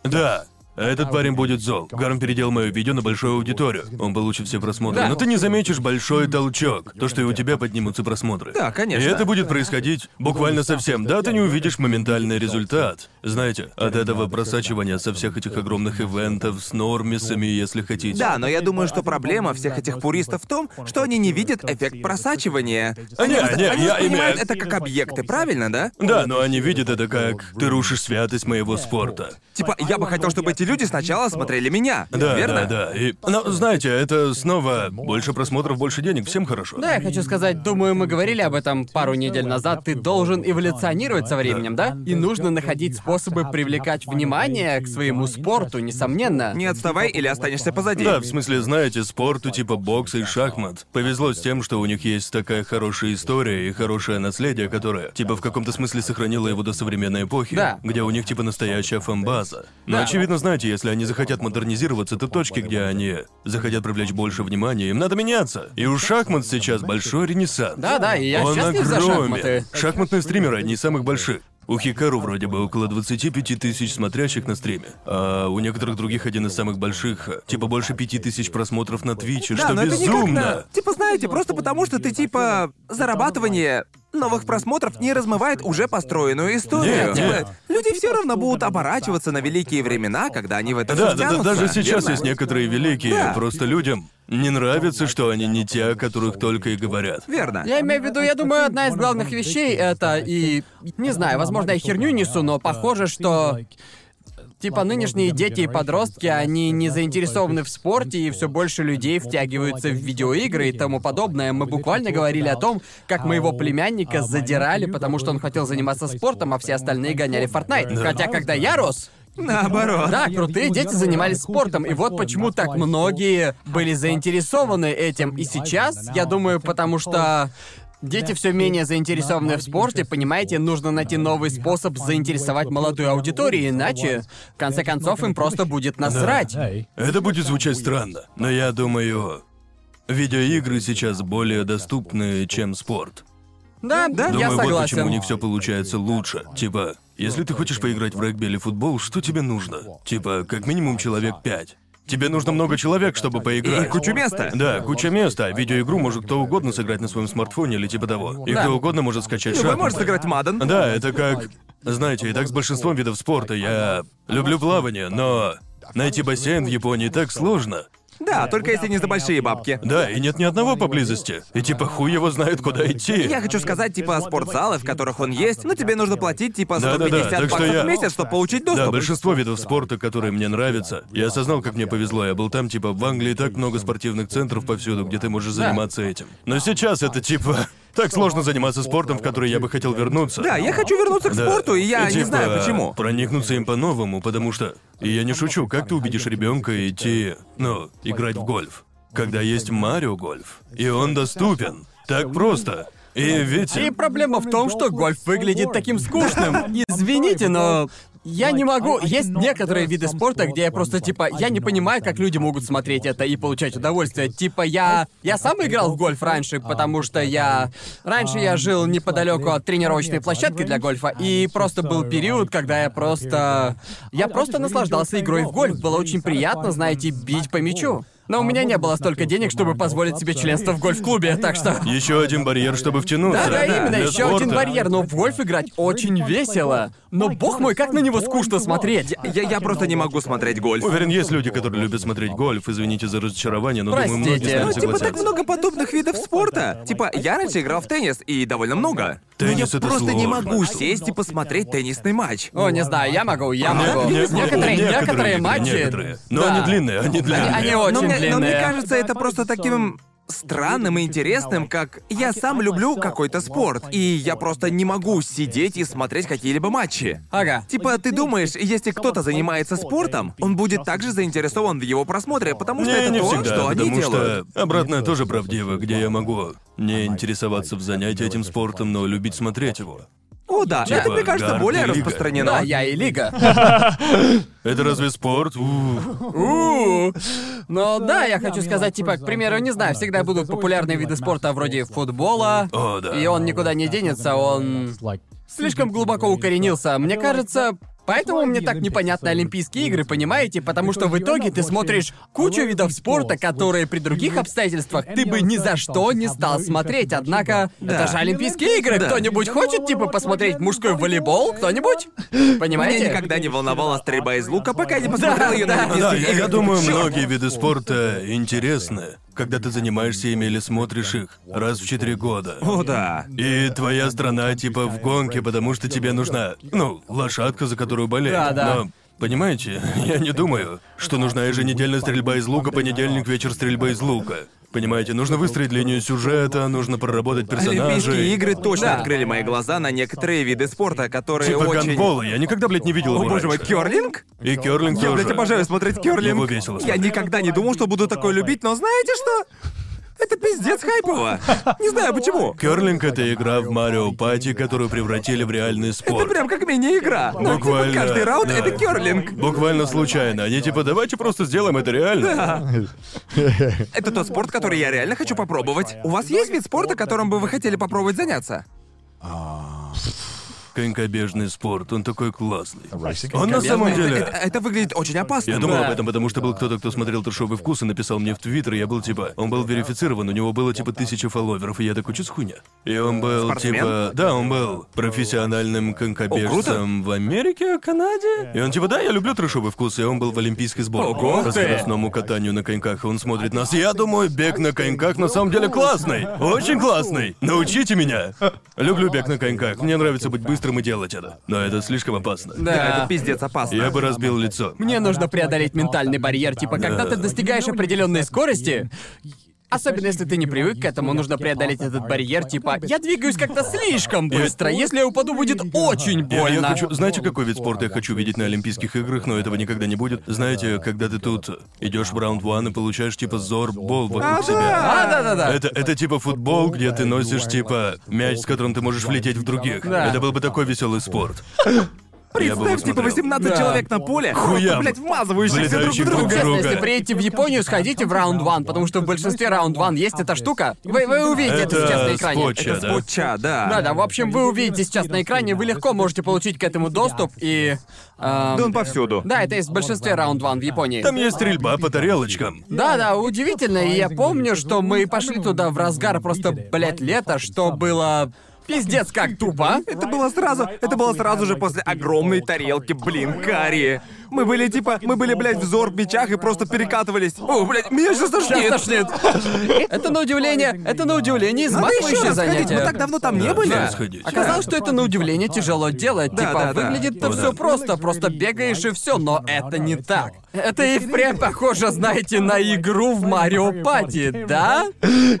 Speaker 1: Да. А этот парень будет зол. Гарм переделал мое видео на большую аудиторию. Он получит все просмотры.
Speaker 2: Да.
Speaker 1: Но ты не заметишь большой толчок. То, что и у тебя поднимутся просмотры.
Speaker 2: Да, конечно.
Speaker 1: И это будет происходить буквально совсем. Да, ты не увидишь моментальный результат. Знаете, от этого просачивания со всех этих огромных ивентов с нормисами, если хотите.
Speaker 2: Да, но я думаю, что проблема всех этих пуристов в том, что они не видят эффект просачивания. Они
Speaker 1: Не,
Speaker 2: просто-
Speaker 1: не,
Speaker 2: они
Speaker 1: я
Speaker 2: воспринимают
Speaker 1: имею-
Speaker 2: это как объекты, правильно, да?
Speaker 1: Да, но они видят это как «ты рушишь святость моего спорта».
Speaker 2: Типа, я бы хотел, чтобы эти люди сначала смотрели меня.
Speaker 1: Да,
Speaker 2: верно?
Speaker 1: да, да. И, но, знаете, это снова больше просмотров, больше денег, всем хорошо.
Speaker 3: Да, я хочу сказать, думаю, мы говорили об этом пару недель назад. Ты должен эволюционировать со временем, да? И нужно находить способы привлекать внимание к своему спорту, несомненно.
Speaker 2: Не отставай или останешься позади.
Speaker 1: Да, в смысле, знаете, спорту типа бокса и шахмат. Повезло с тем, что у них есть такая хорошая история и хорошее наследие, которое, типа, в каком-то смысле сохранило его до современной эпохи,
Speaker 3: Да.
Speaker 1: где у них, типа, настоящая фанбаза. Но, очевидно, знаете, если они захотят модернизироваться, то точки, где они захотят привлечь больше внимания, им надо меняться. И у шахмат сейчас большой ренессанс.
Speaker 3: Да-да, и я
Speaker 1: Он
Speaker 3: счастлив за
Speaker 1: огромен.
Speaker 3: шахматы.
Speaker 1: Шахматные стримеры одни из самых больших. У Хикару вроде бы около 25 тысяч смотрящих на стриме, а у некоторых других один из самых больших, э, типа больше 5 тысяч просмотров на Твиче,
Speaker 2: Да,
Speaker 1: что
Speaker 2: но это никак
Speaker 1: безумно.
Speaker 2: на- Типа, знаете, просто потому что ты типа зарабатывание новых просмотров не размывает уже построенную историю.
Speaker 1: Нет,
Speaker 2: типа,
Speaker 1: нет.
Speaker 2: люди все равно будут оборачиваться на великие времена, когда они в это
Speaker 1: Да,
Speaker 2: всё
Speaker 1: да, да,
Speaker 2: втянутся,
Speaker 1: даже сейчас
Speaker 2: верно?
Speaker 1: есть некоторые великие,
Speaker 2: Да.
Speaker 1: просто людям не нравится, что они не те, о которых только и говорят.
Speaker 2: Верно.
Speaker 3: Я имею в виду, я думаю, одна из главных вещей это и... Не знаю, возможно, я херню несу, но похоже, что... Типа нынешние дети и подростки, они не заинтересованы в спорте, и все больше людей втягиваются в видеоигры и тому подобное. Мы буквально говорили о том, как моего племянника задирали, потому что он хотел заниматься спортом, а все остальные гоняли Fortnite. Хотя, когда я рос,
Speaker 2: Наоборот.
Speaker 3: да, крутые дети занимались спортом, и вот почему так многие были заинтересованы этим. И сейчас, я думаю, потому что дети все менее заинтересованы в спорте, понимаете, нужно найти новый способ заинтересовать молодую аудиторию, иначе, в конце концов, им просто будет насрать.
Speaker 1: Это будет звучать странно, но я думаю, видеоигры сейчас более доступны, чем спорт.
Speaker 3: Да, да,
Speaker 1: Думаю,
Speaker 3: я
Speaker 1: вот почему у
Speaker 3: согласен.
Speaker 1: них все получается лучше. Типа, если ты хочешь поиграть в регби или футбол, что тебе нужно? Типа, как минимум человек пять. Тебе нужно много человек, чтобы поиграть.
Speaker 2: И кучу места.
Speaker 1: Да, куча места. А Видеоигру может кто угодно сыграть на своем смартфоне или типа того. И
Speaker 3: Да. Ну,
Speaker 1: кто угодно может скачать
Speaker 2: Любой
Speaker 1: шахматы.
Speaker 2: может сыграть в Madden.
Speaker 1: Да, это как... Знаете, и так с большинством видов спорта. Я люблю плавание, но найти бассейн в Японии так сложно.
Speaker 2: Да, только если не за большие бабки.
Speaker 1: Да, и нет ни одного поблизости. И типа хуй его знает, куда идти.
Speaker 2: Я хочу сказать, типа, спортзалы, в которых он есть, но тебе нужно платить, типа,
Speaker 1: Да-да-да,
Speaker 2: 150
Speaker 1: так что
Speaker 2: баксов
Speaker 1: я-
Speaker 2: в месяц, чтобы получить
Speaker 1: Да,
Speaker 2: доступ.
Speaker 1: большинство видов спорта, которые мне нравятся. Я осознал, как мне повезло. Я был там, типа, в Англии так много спортивных центров повсюду, где ты можешь заниматься этим. Но сейчас это, типа, *laughs* так сложно заниматься спортом, в который я бы хотел вернуться.
Speaker 2: Да, я хочу вернуться к
Speaker 1: Да.
Speaker 2: спорту, и я не
Speaker 1: типа,
Speaker 2: знаю почему.
Speaker 1: Проникнуться им по-новому, потому что. И я не шучу, как ты убедишь ребенка идти, ну, играть в гольф, когда есть Марио гольф, и он доступен. Так просто. И ведь.
Speaker 3: И проблема в том, что гольф выглядит таким скучным. Извините, но я не могу. Есть некоторые виды спорта, где я просто типа я не понимаю, как люди могут смотреть это и получать удовольствие. Типа я я сам играл в гольф раньше, потому что я раньше я жил неподалеку от тренировочной площадки для гольфа и просто был период, когда я просто я просто наслаждался игрой в гольф. Было очень приятно, знаете, бить по мячу. Но у меня не было столько денег, чтобы позволить себе членство в гольф-клубе, так что...
Speaker 1: Еще один барьер, чтобы втянуться.
Speaker 3: Да, да, именно,
Speaker 1: Для
Speaker 3: еще один
Speaker 1: спорта.
Speaker 3: барьер, но в гольф играть очень весело. Но бог мой, как на него скучно смотреть.
Speaker 2: Я, я просто не могу смотреть гольф.
Speaker 1: Уверен, есть люди, которые любят смотреть гольф. Извините за разочарование, но думаю, многие
Speaker 3: Простите.
Speaker 1: с нами
Speaker 2: Ну, типа, так
Speaker 1: согласятся.
Speaker 2: много подобных видов спорта. Типа, я раньше играл в теннис, и довольно много.
Speaker 1: Теннис
Speaker 2: я
Speaker 1: это
Speaker 2: просто не
Speaker 1: сложно.
Speaker 2: могу сесть и посмотреть теннисный матч.
Speaker 3: О, не знаю, я могу, я
Speaker 1: Не-
Speaker 3: могу.
Speaker 1: не- не-
Speaker 3: Некоторые, некоторые
Speaker 1: игры,
Speaker 3: матчи.
Speaker 1: некоторые. Но
Speaker 3: Да.
Speaker 1: они длинные, они
Speaker 3: Они,
Speaker 1: длинные.
Speaker 3: они
Speaker 2: но,
Speaker 3: очень
Speaker 2: мне, но мне
Speaker 3: длинные.
Speaker 2: кажется, это просто таким странным и интересным, как я сам люблю какой-то спорт, и я просто не могу сидеть и смотреть какие-либо матчи.
Speaker 3: Ага.
Speaker 2: Типа, ты думаешь, если кто-то занимается спортом, он будет также заинтересован в его просмотре, потому что
Speaker 1: Не,
Speaker 2: это
Speaker 1: не
Speaker 2: то,
Speaker 1: всегда,
Speaker 2: что они
Speaker 1: потому
Speaker 2: делают.
Speaker 1: что обратное тоже правдиво, где я могу не интересоваться в занятии этим спортом, но любить смотреть его.
Speaker 2: О, да,
Speaker 1: Типа,
Speaker 2: это, мне кажется,
Speaker 1: гард
Speaker 2: более
Speaker 1: и лига.
Speaker 2: распространено.
Speaker 3: Да, я и Лига.
Speaker 1: Это разве спорт? Ух.
Speaker 3: У. Но да, я хочу сказать, типа, к примеру, не знаю, всегда будут популярные виды спорта вроде футбола.
Speaker 1: О, да.
Speaker 3: И он никуда не денется, он слишком глубоко укоренился. Мне кажется, Поэтому мне так непонятны Олимпийские игры, понимаете? Потому что в итоге ты смотришь кучу видов спорта, которые при других обстоятельствах ты бы ни за что не стал смотреть. Однако,
Speaker 4: Да.
Speaker 3: это же Олимпийские игры.
Speaker 4: Да.
Speaker 3: Кто-нибудь хочет, типа, посмотреть мужской волейбол? Кто-нибудь?
Speaker 2: Меня
Speaker 3: Понимаете?
Speaker 2: никогда не волновала стрельба из лука, пока я не посмотрел
Speaker 3: Да,
Speaker 2: ее
Speaker 3: да.
Speaker 2: на
Speaker 1: Да,
Speaker 2: Олимпийских
Speaker 1: я, я
Speaker 2: играх.
Speaker 1: думаю,
Speaker 2: Чёрт.
Speaker 1: многие виды спорта интересны, когда ты занимаешься ими или смотришь их раз в четыре года.
Speaker 2: О, да.
Speaker 1: И твоя страна типа в гонке, потому что тебе нужна, ну, лошадка, за которую болеет.
Speaker 3: Да, да.
Speaker 1: Но, понимаете, я не думаю, что нужна еженедельная стрельба из лука, понедельник, вечер стрельба из лука. Понимаете, нужно выстроить линию сюжета, нужно проработать персонажей.
Speaker 2: Олимпийские игры точно
Speaker 3: Да.
Speaker 2: открыли мои глаза на некоторые виды спорта, которые
Speaker 1: Типа
Speaker 2: очень...
Speaker 1: гандбола, я никогда, блядь, не видел
Speaker 2: О
Speaker 1: его
Speaker 2: боже мой,
Speaker 1: раньше.
Speaker 2: керлинг?
Speaker 1: И керлинг
Speaker 2: Я,
Speaker 1: тоже.
Speaker 2: блядь, обожаю смотреть
Speaker 1: Его
Speaker 2: керлинг.
Speaker 1: весело
Speaker 2: Я
Speaker 1: смотреть.
Speaker 2: никогда не думал, что буду такое любить, но знаете что? Это пиздец хайпово. Не знаю почему.
Speaker 1: Керлинг — это игра в Марио Пати, которую превратили в реальный спорт.
Speaker 2: Это прям как мини-игра. Ну, типа,
Speaker 1: Буквально,
Speaker 2: каждый раунд
Speaker 1: да.
Speaker 2: это керлинг.
Speaker 1: Буквально случайно. Они типа, давайте просто сделаем это реально.
Speaker 2: Это тот спорт, который я реально хочу попробовать. У вас есть вид спорта, которым бы вы хотели попробовать заняться?
Speaker 1: Конькобежный спорт, он такой классный.
Speaker 5: Racing?
Speaker 1: Он на самом
Speaker 2: Это,
Speaker 1: деле...
Speaker 2: это- это выглядит очень опасно.
Speaker 1: Я думал
Speaker 3: Да.
Speaker 1: об этом, потому что был кто-то, кто смотрел трешовый вкус и написал мне в Твиттер, и я был типа... Он был верифицирован, у него было типа тысяча фолловеров, и я такой, чё за хуйня? И он был
Speaker 2: Спортсмен?
Speaker 1: типа... Да, он был профессиональным конькобежцем в Америке, Канаде. И он типа, да, я люблю трешовый вкус, и он был в олимпийской сборной.
Speaker 3: Ого
Speaker 1: По
Speaker 3: ты!
Speaker 1: скоростному катанию на коньках, и он смотрит нас. Я думаю, бег на коньках на самом деле классный. Очень классный. Научите меня. Люблю бег на коньках. Мне нравится быть быстрым и делать это. Но это слишком опасно.
Speaker 2: Да,
Speaker 3: Да.
Speaker 2: это пиздец опасно.
Speaker 1: Я бы разбил лицо.
Speaker 3: Мне нужно преодолеть ментальный барьер, типа, когда ты достигаешь определенной скорости, особенно если ты не привык к этому, нужно преодолеть этот барьер, типа, я двигаюсь как-то слишком быстро, если я упаду, будет очень
Speaker 1: Я- Я,
Speaker 3: больно.
Speaker 1: хочу... Знаете, какой вид спорта я хочу видеть на Олимпийских играх, но этого никогда не будет? Знаете, когда ты тут идешь в раунд ван и получаешь типа зорбол вокруг
Speaker 2: А,
Speaker 1: себя.
Speaker 3: А, да-да-да.
Speaker 1: Это, это типа футбол, где ты носишь типа мяч, с которым ты можешь влететь в других.
Speaker 3: Да.
Speaker 1: Это был бы такой веселый спорт. Я бы его
Speaker 2: Представь, типа,
Speaker 1: смотрел.
Speaker 2: 18
Speaker 3: Да.
Speaker 2: человек на поле,
Speaker 1: Хуям.
Speaker 2: просто, блядь, вмазывающихся друг в
Speaker 1: Залетающих *laughs*
Speaker 2: друга.
Speaker 1: друг в
Speaker 3: Честно,
Speaker 1: друга.
Speaker 3: если приедете в Японию, сходите в раунд ван, потому что в большинстве раунд ван есть эта штука. Вы, вы увидите это,
Speaker 1: Это
Speaker 3: сейчас на экране.
Speaker 1: скотч.
Speaker 2: Это
Speaker 1: да.
Speaker 2: спотча, да.
Speaker 3: Да, да, в общем, вы увидите сейчас на экране, вы легко можете получить к этому доступ и... эм,
Speaker 2: Да он повсюду.
Speaker 3: да, это есть в большинстве раунд ван в Японии.
Speaker 1: Там есть стрельба по тарелочкам.
Speaker 3: Да, да, удивительно. И я помню, что мы пошли туда в разгар просто, блядь, лето, что было пиздец как тупо.
Speaker 2: Это было сразу, это было сразу же после огромной тарелки, блин, карри. Мы были типа, мы были, блядь, в зор мечах и просто перекатывались. О, блядь, меня сейчас
Speaker 3: Сейчас
Speaker 2: тошнит.
Speaker 3: тошнит. Это на удивление, это на удивление
Speaker 2: Надо еще
Speaker 3: изматывающее
Speaker 2: раз ходить,
Speaker 3: занятие.
Speaker 2: мы так давно там не
Speaker 1: Да,
Speaker 2: были.
Speaker 1: надо сходить.
Speaker 3: Оказалось, что это на удивление тяжело делать.
Speaker 2: Да,
Speaker 3: типа,
Speaker 2: да, да.
Speaker 3: выглядит-то
Speaker 1: Ну да.
Speaker 3: все просто, просто бегаешь и все, но это не так. Это и впрямь похоже, знаете, на игру в Марио Пати, да?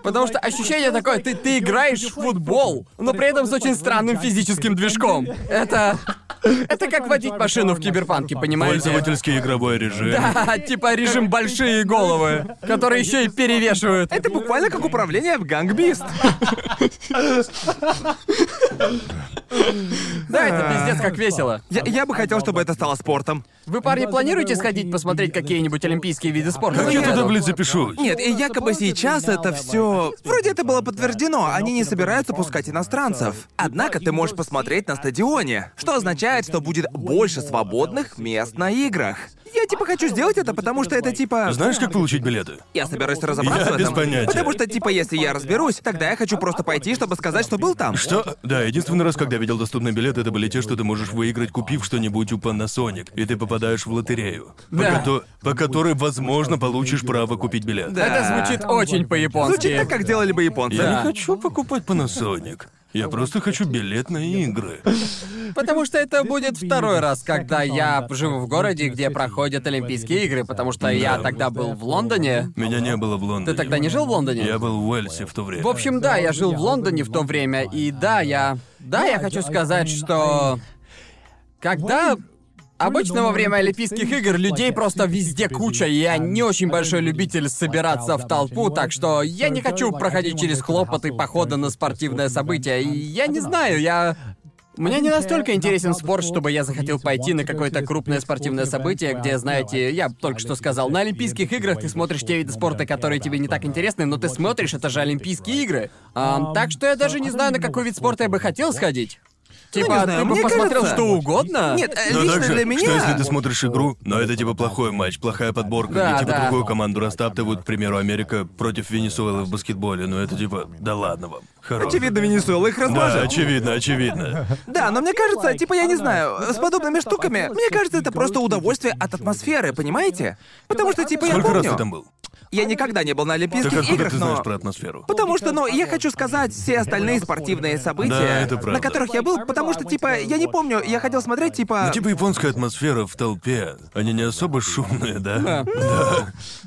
Speaker 3: Потому что ощущение такое, ты, ты играешь в футбол, но при этом с очень странным физическим движком. Это... Это как водить машину в киберпанке, понимаете?
Speaker 1: Пользовательский игровой режим.
Speaker 3: Да, типа режим большие головы, которые еще и перевешивают.
Speaker 2: Это буквально как управление в гангбист.
Speaker 3: Да, это пиздец как весело.
Speaker 2: Я, я бы хотел, чтобы это стало спортом.
Speaker 3: Вы, парни, планируете сходить посмотреть какие-нибудь олимпийские виды спорта?
Speaker 1: Как я туда, блядь, запишусь?
Speaker 2: Нет, и якобы сейчас это все. Вроде это было подтверждено, они не собираются пускать иностранцев. Однако ты можешь посмотреть на стадионе, что означает, что будет больше свободных мест на играх. Я типа хочу сделать это, потому что это типа.
Speaker 1: Знаешь, как получить билеты?
Speaker 2: Я собираюсь разобраться
Speaker 1: Я
Speaker 2: в
Speaker 1: без
Speaker 2: этом.
Speaker 1: понятия.
Speaker 2: Потому что, типа, если я разберусь, тогда я хочу просто пойти, чтобы сказать, что был там.
Speaker 1: Что? Да, единственный раз, когда я видел доступные билеты, это были те, что ты можешь выиграть, купив что-нибудь у Panasonic, и ты попадаешь в лотерею, по,
Speaker 3: Да.
Speaker 1: кото- по которой, возможно, получишь право купить билет.
Speaker 2: Да.
Speaker 3: Это звучит очень
Speaker 2: Звучит
Speaker 3: по-японски.
Speaker 2: так, как делали бы японцы.
Speaker 1: Я не хочу покупать Panasonic. Я просто хочу билет на игры.
Speaker 3: Потому что это будет второй раз, когда я живу в городе, где проходят Олимпийские игры, потому что я тогда был в Лондоне.
Speaker 1: Меня не было в Лондоне.
Speaker 3: Ты тогда не жил в Лондоне?
Speaker 1: Я был в Уэльсе в то время.
Speaker 3: В общем, да, я жил в Лондоне в то время, и да, я... Да, я хочу сказать, что... Когда... Обычно во время Олимпийских игр людей просто везде куча, и я не очень большой любитель собираться в толпу, так что я не хочу проходить через хлопоты похода на спортивное событие. И я не знаю, я... Мне не настолько интересен спорт, чтобы я захотел пойти на какое-то крупное спортивное событие, где, знаете, я только что сказал, на Олимпийских играх ты смотришь те виды спорта, которые тебе не так интересны, но ты
Speaker 2: а
Speaker 3: смотришь, это же Олимпийские игры. Ам, так что я даже не знаю, на какой вид спорта я бы хотел сходить. Типа,
Speaker 2: Ну, не знаю,
Speaker 3: ты бы
Speaker 2: мне
Speaker 3: посмотрел
Speaker 2: кажется- ну,
Speaker 3: что угодно?
Speaker 2: Нет, э,
Speaker 1: Но
Speaker 2: лично
Speaker 1: также,
Speaker 2: для меня...
Speaker 1: Ну что если ты смотришь игру, но это типа плохой матч, плохая подборка,
Speaker 3: Да,
Speaker 1: где типа
Speaker 3: да.
Speaker 1: другую команду растаптывают, к примеру, Америка против Венесуэлы в баскетболе, но это типа, да ладно вам, хорош.
Speaker 3: А
Speaker 2: Очевидно, Венесуэла их
Speaker 1: Да,
Speaker 2: размажет.
Speaker 1: очевидно, очевидно.
Speaker 2: Да, но мне кажется, типа, я не знаю, с подобными штуками, мне кажется, это просто удовольствие от атмосферы, понимаете? Потому что, типа, я
Speaker 1: Сколько раз
Speaker 2: помню,
Speaker 1: ты там был?
Speaker 2: я никогда не был на
Speaker 1: Так
Speaker 2: Олимпийских
Speaker 1: откуда
Speaker 2: играх,
Speaker 1: ты
Speaker 2: но...
Speaker 1: знаешь про атмосферу?
Speaker 2: Потому что, ну, я хочу сказать, все остальные спортивные события,
Speaker 1: Да, это правда.
Speaker 2: на которых я был, потому что, типа, я не помню, я хотел смотреть, типа...
Speaker 1: Ну, типа японская атмосфера в толпе. Они не особо шумные, да? Да.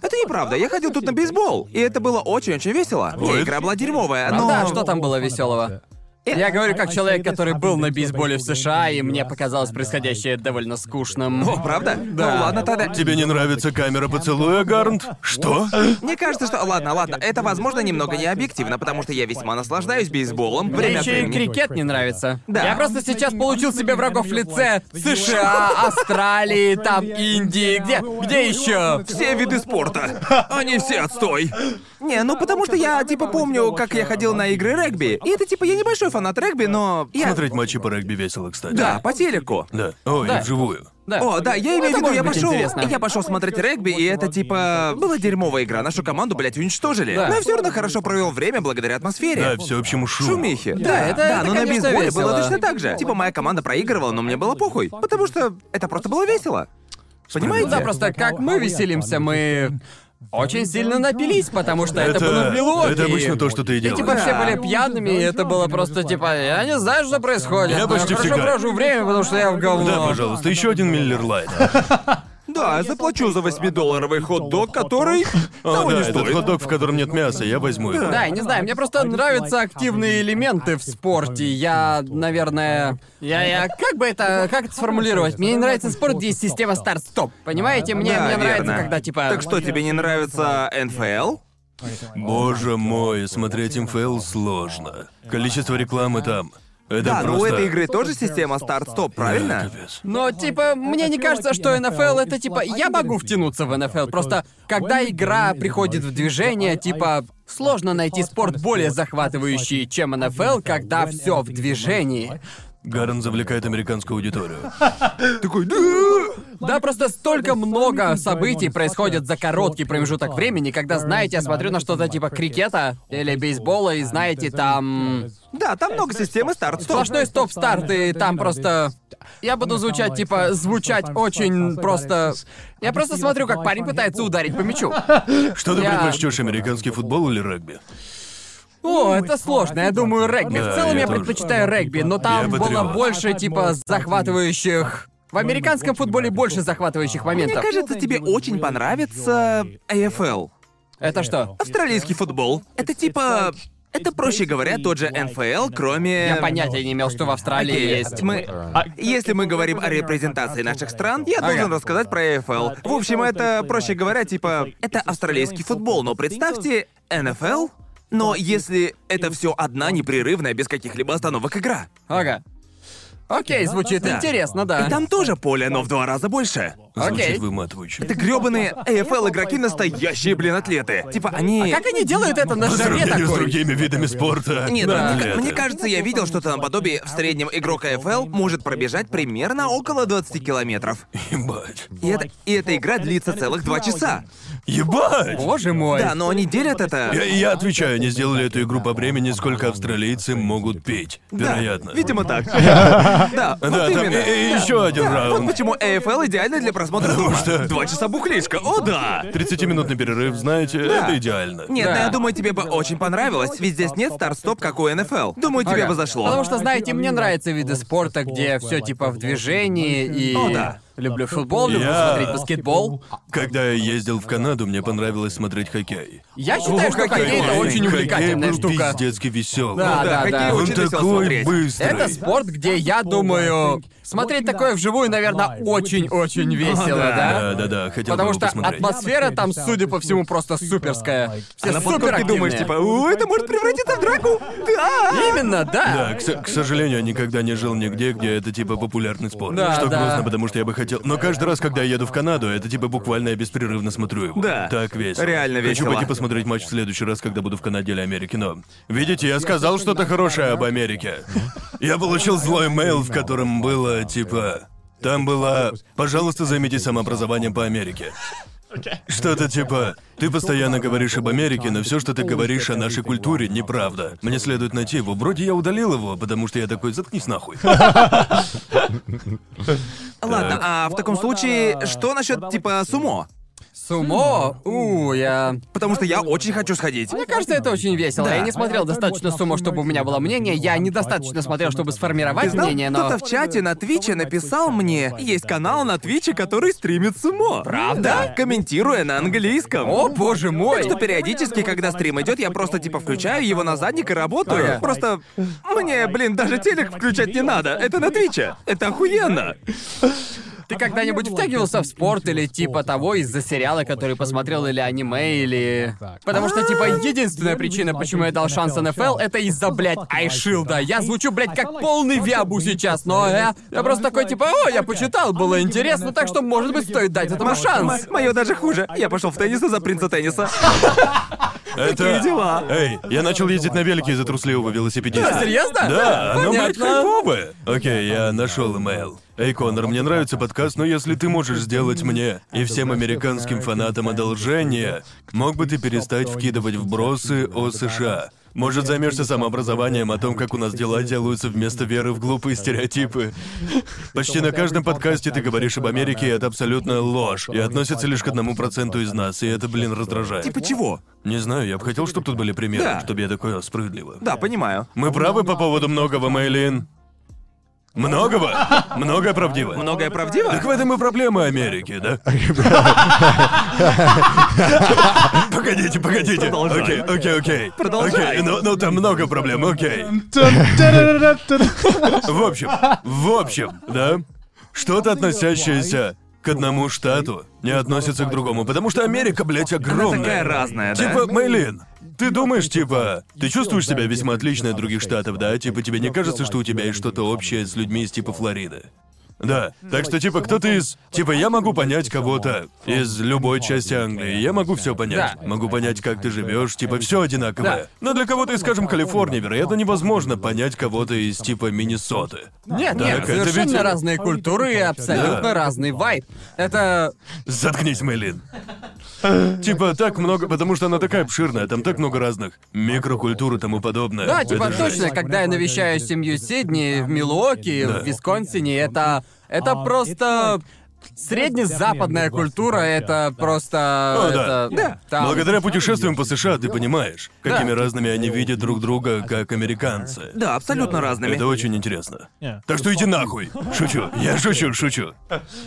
Speaker 2: Это неправда, я ходил тут на бейсбол, и это было очень-очень весело.
Speaker 1: Ой.
Speaker 2: Не, игра была дерьмовая, но...
Speaker 3: Да, Ну, что там было веселого? Я говорю как человек, который был на бейсболе в США, и мне показалось происходящее довольно скучным.
Speaker 2: О, правда?
Speaker 3: Да.
Speaker 2: Ну ладно тогда.
Speaker 1: Тебе не нравится камера поцелуя, Гарнт? Что?
Speaker 2: Мне кажется, что... Ладно, ладно, это, возможно, немного необъективно, потому что я весьма наслаждаюсь бейсболом.
Speaker 3: Мне
Speaker 2: Время от
Speaker 3: еще и
Speaker 2: времени.
Speaker 3: крикет не нравится.
Speaker 2: Да.
Speaker 3: Я просто сейчас получил себе врагов в лице США, Австралии, там Индии, где, где еще?
Speaker 2: Все виды спорта. Они все отстой. Не, ну потому что я, типа, помню, как я ходил на игры регби. И это, типа, я небольшой фанат регби, но... Я...
Speaker 1: Смотреть матчи по регби весело, кстати.
Speaker 2: Да, по телеку.
Speaker 1: Да. Ой,
Speaker 3: Да.
Speaker 1: вживую.
Speaker 3: Да.
Speaker 2: О, да, я имею в
Speaker 3: Это
Speaker 2: виду, я
Speaker 3: может быть
Speaker 2: пошел.
Speaker 3: интересно.
Speaker 2: Я пошел смотреть регби, и это типа. Была дерьмовая игра, нашу команду, блядь, уничтожили.
Speaker 3: Да.
Speaker 2: Но я все равно хорошо провел время благодаря атмосфере.
Speaker 1: Да, всеобщему шуму.
Speaker 2: Шумихи. Да,
Speaker 3: это-
Speaker 2: да,
Speaker 3: это,
Speaker 2: но на
Speaker 3: конечно,
Speaker 2: бейсболе
Speaker 3: весело.
Speaker 2: было точно так же. Типа моя команда проигрывала, но мне было похуй. Потому что это просто было весело.
Speaker 3: Ну
Speaker 2: Понимаете?
Speaker 3: да, просто как мы веселимся, мы очень сильно напились, потому что это, было в Лилоке.
Speaker 1: это обычно то, что ты и
Speaker 3: И
Speaker 1: делаешь.
Speaker 3: типа все
Speaker 2: Да.
Speaker 3: были пьяными, и это было просто типа, я не знаю, что происходит.
Speaker 1: Я
Speaker 3: но
Speaker 1: почти
Speaker 3: хорошо
Speaker 1: всегда.
Speaker 3: провожу время, потому что я в говно.
Speaker 1: Да, пожалуйста, еще один Миллер Лайт.
Speaker 2: Да, А я заплачу за 8-долларовый хот-дог, который.
Speaker 1: О,
Speaker 2: *laughs* того
Speaker 1: да,
Speaker 2: не
Speaker 1: этот
Speaker 2: стоит.
Speaker 1: хот-дог, в котором нет мяса, я возьму его.
Speaker 3: Да, я не знаю, мне просто нравятся активные элементы в спорте. Я, наверное... Я, я... Как бы это... Как это сформулировать? Мне не нравится спорт, где есть система старт-стоп. Понимаете? Мне,
Speaker 2: Да,
Speaker 3: мне нравится,
Speaker 2: верно.
Speaker 3: когда, типа...
Speaker 2: Так что, тебе не нравится НФЛ?
Speaker 1: Боже мой, смотреть МФЛ сложно. Количество рекламы там. Это
Speaker 2: Да,
Speaker 1: просто...
Speaker 2: ну, но у этой игры тоже система старт-стоп, правильно?
Speaker 1: Капец.
Speaker 3: Но, типа, мне не кажется, что НФЛ это, типа, я могу втянуться в НФЛ. Просто, когда игра приходит в движение, типа, сложно найти спорт более захватывающий, чем НФЛ, когда все в движении.
Speaker 1: Гарн завлекает американскую аудиторию.
Speaker 2: Такой, да.
Speaker 3: Да, просто столько много событий происходит за короткий промежуток времени, когда, знаете, я смотрю на что-то типа крикета или бейсбола, и знаете, там...
Speaker 2: Да, там много системы старт-стоп.
Speaker 3: Сплошной стоп-старт, и там просто... Я буду звучать, типа, звучать очень просто... Я просто смотрю, как парень пытается ударить по мячу.
Speaker 1: Что ты
Speaker 3: Я-
Speaker 1: предпочтешь, американский футбол или регби?
Speaker 3: О, это сложно, я думаю, регби.
Speaker 1: Да,
Speaker 3: В целом
Speaker 1: я
Speaker 3: я
Speaker 1: тоже.
Speaker 3: предпочитаю регби, но там
Speaker 1: Я
Speaker 3: было
Speaker 1: патриот.
Speaker 3: больше, типа, захватывающих... В американском футболе больше захватывающих
Speaker 2: Мне
Speaker 3: моментов.
Speaker 2: кажется, тебе очень понравится AFL.
Speaker 3: Это что?
Speaker 2: Австралийский футбол. Это типа... Это, проще говоря, тот же НФЛ, кроме...
Speaker 3: Я понятия не имел, что в Австралии
Speaker 2: Окей,
Speaker 3: есть.
Speaker 2: мы... А Если мы говорим о репрезентации наших стран, я должен
Speaker 3: Ага.
Speaker 2: рассказать про AFL. В общем, это, проще говоря, типа... Это австралийский футбол, но представьте, НФЛ... Но если это все одна непрерывная, без каких-либо остановок игра.
Speaker 3: Ага. Окей, звучит
Speaker 2: Да.
Speaker 3: интересно, да.
Speaker 2: И там тоже поле, но в два раза больше.
Speaker 3: Окей.
Speaker 1: Звучит выматывающе.
Speaker 2: Это грёбаные AFL игроки настоящие, блин, атлеты. Типа они...
Speaker 3: Как они делают это на
Speaker 1: По
Speaker 3: жаре
Speaker 1: сравнению с
Speaker 3: такой?
Speaker 1: другими видами спорта.
Speaker 2: Не, да. мне,
Speaker 1: Лето.
Speaker 2: ка- мне кажется, я видел что-то наподобие. В среднем игрок АФЛ может пробежать примерно около 20 километров.
Speaker 1: Ебать.
Speaker 2: И, это, и эта игра длится целых два часа.
Speaker 1: Ебать!
Speaker 3: Боже мой.
Speaker 2: Да, ну, но они делят это...
Speaker 1: Я, я отвечаю, они сделали эту игру по времени, сколько австралийцы могут пить.
Speaker 2: Да,
Speaker 1: Вероятно.
Speaker 2: Видимо,
Speaker 3: *laughs*
Speaker 2: так. Да,
Speaker 1: Да,
Speaker 2: вот
Speaker 1: там
Speaker 2: именно.
Speaker 1: еще один
Speaker 2: Вот
Speaker 1: раунд.
Speaker 2: почему AFL идеально для просмотра дома.
Speaker 1: что-
Speaker 2: Два часа бухлишка, о да!
Speaker 1: 30-минутный перерыв, знаете, это идеально.
Speaker 2: Нет,
Speaker 3: Да.
Speaker 2: но я думаю, тебе бы очень понравилось, ведь здесь нет старт-стоп, как у НФЛ. Думаю, тебе
Speaker 3: Ага.
Speaker 2: бы зашло.
Speaker 3: Потому что, знаете, мне нравятся виды спорта, где все типа в движении и.
Speaker 2: О, да.
Speaker 3: Люблю футбол, люблю
Speaker 1: Я-
Speaker 3: смотреть баскетбол.
Speaker 1: Когда я ездил в Канаду, мне понравилось смотреть хоккей.
Speaker 3: Я считаю,
Speaker 2: хоккей
Speaker 3: что хоккей это
Speaker 2: классный.
Speaker 3: очень
Speaker 1: Хоккей
Speaker 3: увлекательная
Speaker 1: был
Speaker 3: штука.
Speaker 1: пиздецки веселый.
Speaker 3: Да, А, да,
Speaker 2: хоккей
Speaker 1: Он
Speaker 3: да.
Speaker 2: очень весело
Speaker 1: такой
Speaker 2: смотреть.
Speaker 1: быстрый.
Speaker 3: Это спорт, где я думаю, смотреть такое вживую, наверное, очень-очень весело,
Speaker 1: Да,
Speaker 3: да?
Speaker 1: А, да, да, хотел
Speaker 3: Потому
Speaker 1: бы
Speaker 3: что
Speaker 1: посмотреть.
Speaker 3: атмосфера там, судя по всему, просто суперская. Все
Speaker 2: А на подкорке
Speaker 3: суперактивные.
Speaker 2: думаешь, типа, о, это может превратиться в драку! Да!
Speaker 3: Именно,
Speaker 1: Да, к, со- к сожалению, я никогда не жил нигде, где это типа популярный спорт.
Speaker 3: Да,
Speaker 1: что
Speaker 3: да.
Speaker 1: грустно, потому что я бы хотел. Но каждый раз, когда я еду в Канаду, это типа буквально я беспрерывно смотрю его.
Speaker 2: Да.
Speaker 1: Так весело.
Speaker 2: Реально
Speaker 1: Хочу
Speaker 2: весело.
Speaker 1: пойти посмотреть матч в следующий раз, когда буду в Канаде или Америке, но... Видите, я сказал что-то хорошее об Америке. Я получил злой мейл, в котором было, типа... Там было «Пожалуйста, займитесь самообразованием по Америке». Что-то типа «Ты постоянно говоришь об Америке, но все, что ты говоришь о нашей культуре, неправда. Мне следует найти его. Вроде я удалил его, потому что я такой «Заткнись нахуй».
Speaker 2: Ладно, а в таком случае, что насчет типа сумо?
Speaker 3: Сумо? У, я...
Speaker 2: Потому что я очень хочу сходить.
Speaker 3: Мне кажется, это очень весело.
Speaker 2: Да.
Speaker 3: Я не смотрел достаточно сумо, чтобы у меня было мнение. Я недостаточно смотрел, чтобы сформировать
Speaker 2: Ты знал,
Speaker 3: мнение, но...
Speaker 2: кто-то в чате на Твиче написал мне, есть канал на Твиче, который стримит сумо.
Speaker 3: Правда?
Speaker 2: Да, комментируя на английском.
Speaker 3: О, боже мой!
Speaker 2: Так что периодически, когда стрим идет, я просто типа включаю его на задник и работаю.
Speaker 3: Ага.
Speaker 2: Просто мне, блин, даже телек включать не надо. Это на Твиче. Это охуенно.
Speaker 3: Ты когда-нибудь втягивался в спорт или типа того из-за сериала, который посмотрел, или аниме, или... Потому что,
Speaker 2: А,
Speaker 3: типа, единственная причина, почему я дал шанс НФЛ, это из-за, блядь, Айшилда. Я звучу,
Speaker 2: А
Speaker 3: блядь, как полный вябу сейчас, но я... Я просто такой, типа, о, я почитал, было интересно, так что, может быть, стоит дать этому шанс.
Speaker 2: Мое А даже хуже. Я пошел в теннис за принца тенниса.
Speaker 1: Это...
Speaker 2: Такие дела.
Speaker 1: Эй, я начал ездить на велике из-за трусливого велосипедиста.
Speaker 3: Да, серьезно?
Speaker 1: Да, оно, блядь,
Speaker 3: Понятно.
Speaker 1: хайповое. Окей, я нашел имейл. Эй, Конор, мне нравится подкаст, но если ты можешь сделать мне и всем американским фанатам одолжение, мог бы ты перестать вкидывать вбросы о США? Может, займешься самообразованием о том, как у нас дела делаются вместо веры в глупые стереотипы. Почти на каждом подкасте ты говоришь об Америке, и это абсолютная ложь. И относится лишь к одному проценту из нас, и это, блин, раздражает.
Speaker 2: Типа чего?
Speaker 1: Не знаю, я бы хотел, чтобы тут были примеры,
Speaker 2: Да.
Speaker 1: чтобы я такое «О, справедливо.
Speaker 2: Да, понимаю.
Speaker 1: Мы правы по поводу многого, Мэйлин. Многого? Многое правдиво.
Speaker 2: Многое правдиво?
Speaker 1: Так в этом и проблема Америки, да? Погодите, погодите.
Speaker 2: Продолжай.
Speaker 1: Окей, окей, окей.
Speaker 2: Продолжай.
Speaker 1: Окей, ну, ну там много проблем, окей. В общем, в общем, да? Что-то относящееся к одному штату не относится к другому, потому что Америка, блядь, огромная.
Speaker 2: Она такая разная, да?
Speaker 1: Типа, Мэйлин,
Speaker 3: Ну,
Speaker 1: ты думаешь, типа, ты чувствуешь себя весьма отлично от других штатов, да? Типа, тебе не кажется, что у тебя есть что-то общее с людьми из типа Флориды? Да, так что типа кто-то
Speaker 3: ну,
Speaker 1: из... Типа я могу понять кого-то из любой части Англии, я могу все понять.
Speaker 3: Да.
Speaker 1: Могу понять, как ты живешь, типа все одинаковое. Но для кого-то из, скажем, Калифорнии, вероятно, невозможно понять кого-то из типа Миннесоты.
Speaker 3: Нет,
Speaker 1: Так,
Speaker 3: нет,
Speaker 1: это ведь-
Speaker 3: совершенно разные культуры и абсолютно
Speaker 1: Да.
Speaker 3: разный вайб. Это...
Speaker 1: Заткнись,
Speaker 3: *laughs*
Speaker 1: Мэйлин. Типа так много, потому что она такая обширная, там так много разных микрокультур и тому подобное.
Speaker 3: Да, типа
Speaker 1: Это жесть.
Speaker 3: точно, когда я навещаю семью Сидни в Милуоке,
Speaker 1: Да.
Speaker 3: в Висконсине, это... А, Это
Speaker 4: Um,
Speaker 3: просто...
Speaker 4: it's like-
Speaker 3: Среднезападная культура — это просто...
Speaker 1: О, да.
Speaker 3: А, это-
Speaker 2: Да.
Speaker 3: там-
Speaker 1: Благодаря путешествиям по США ты понимаешь, какими
Speaker 3: Да.
Speaker 1: разными они видят друг друга как американцы.
Speaker 2: Да, абсолютно разными.
Speaker 1: Это очень интересно.
Speaker 4: Yeah.
Speaker 1: Так что иди нахуй. Шучу. Я шучу, шучу.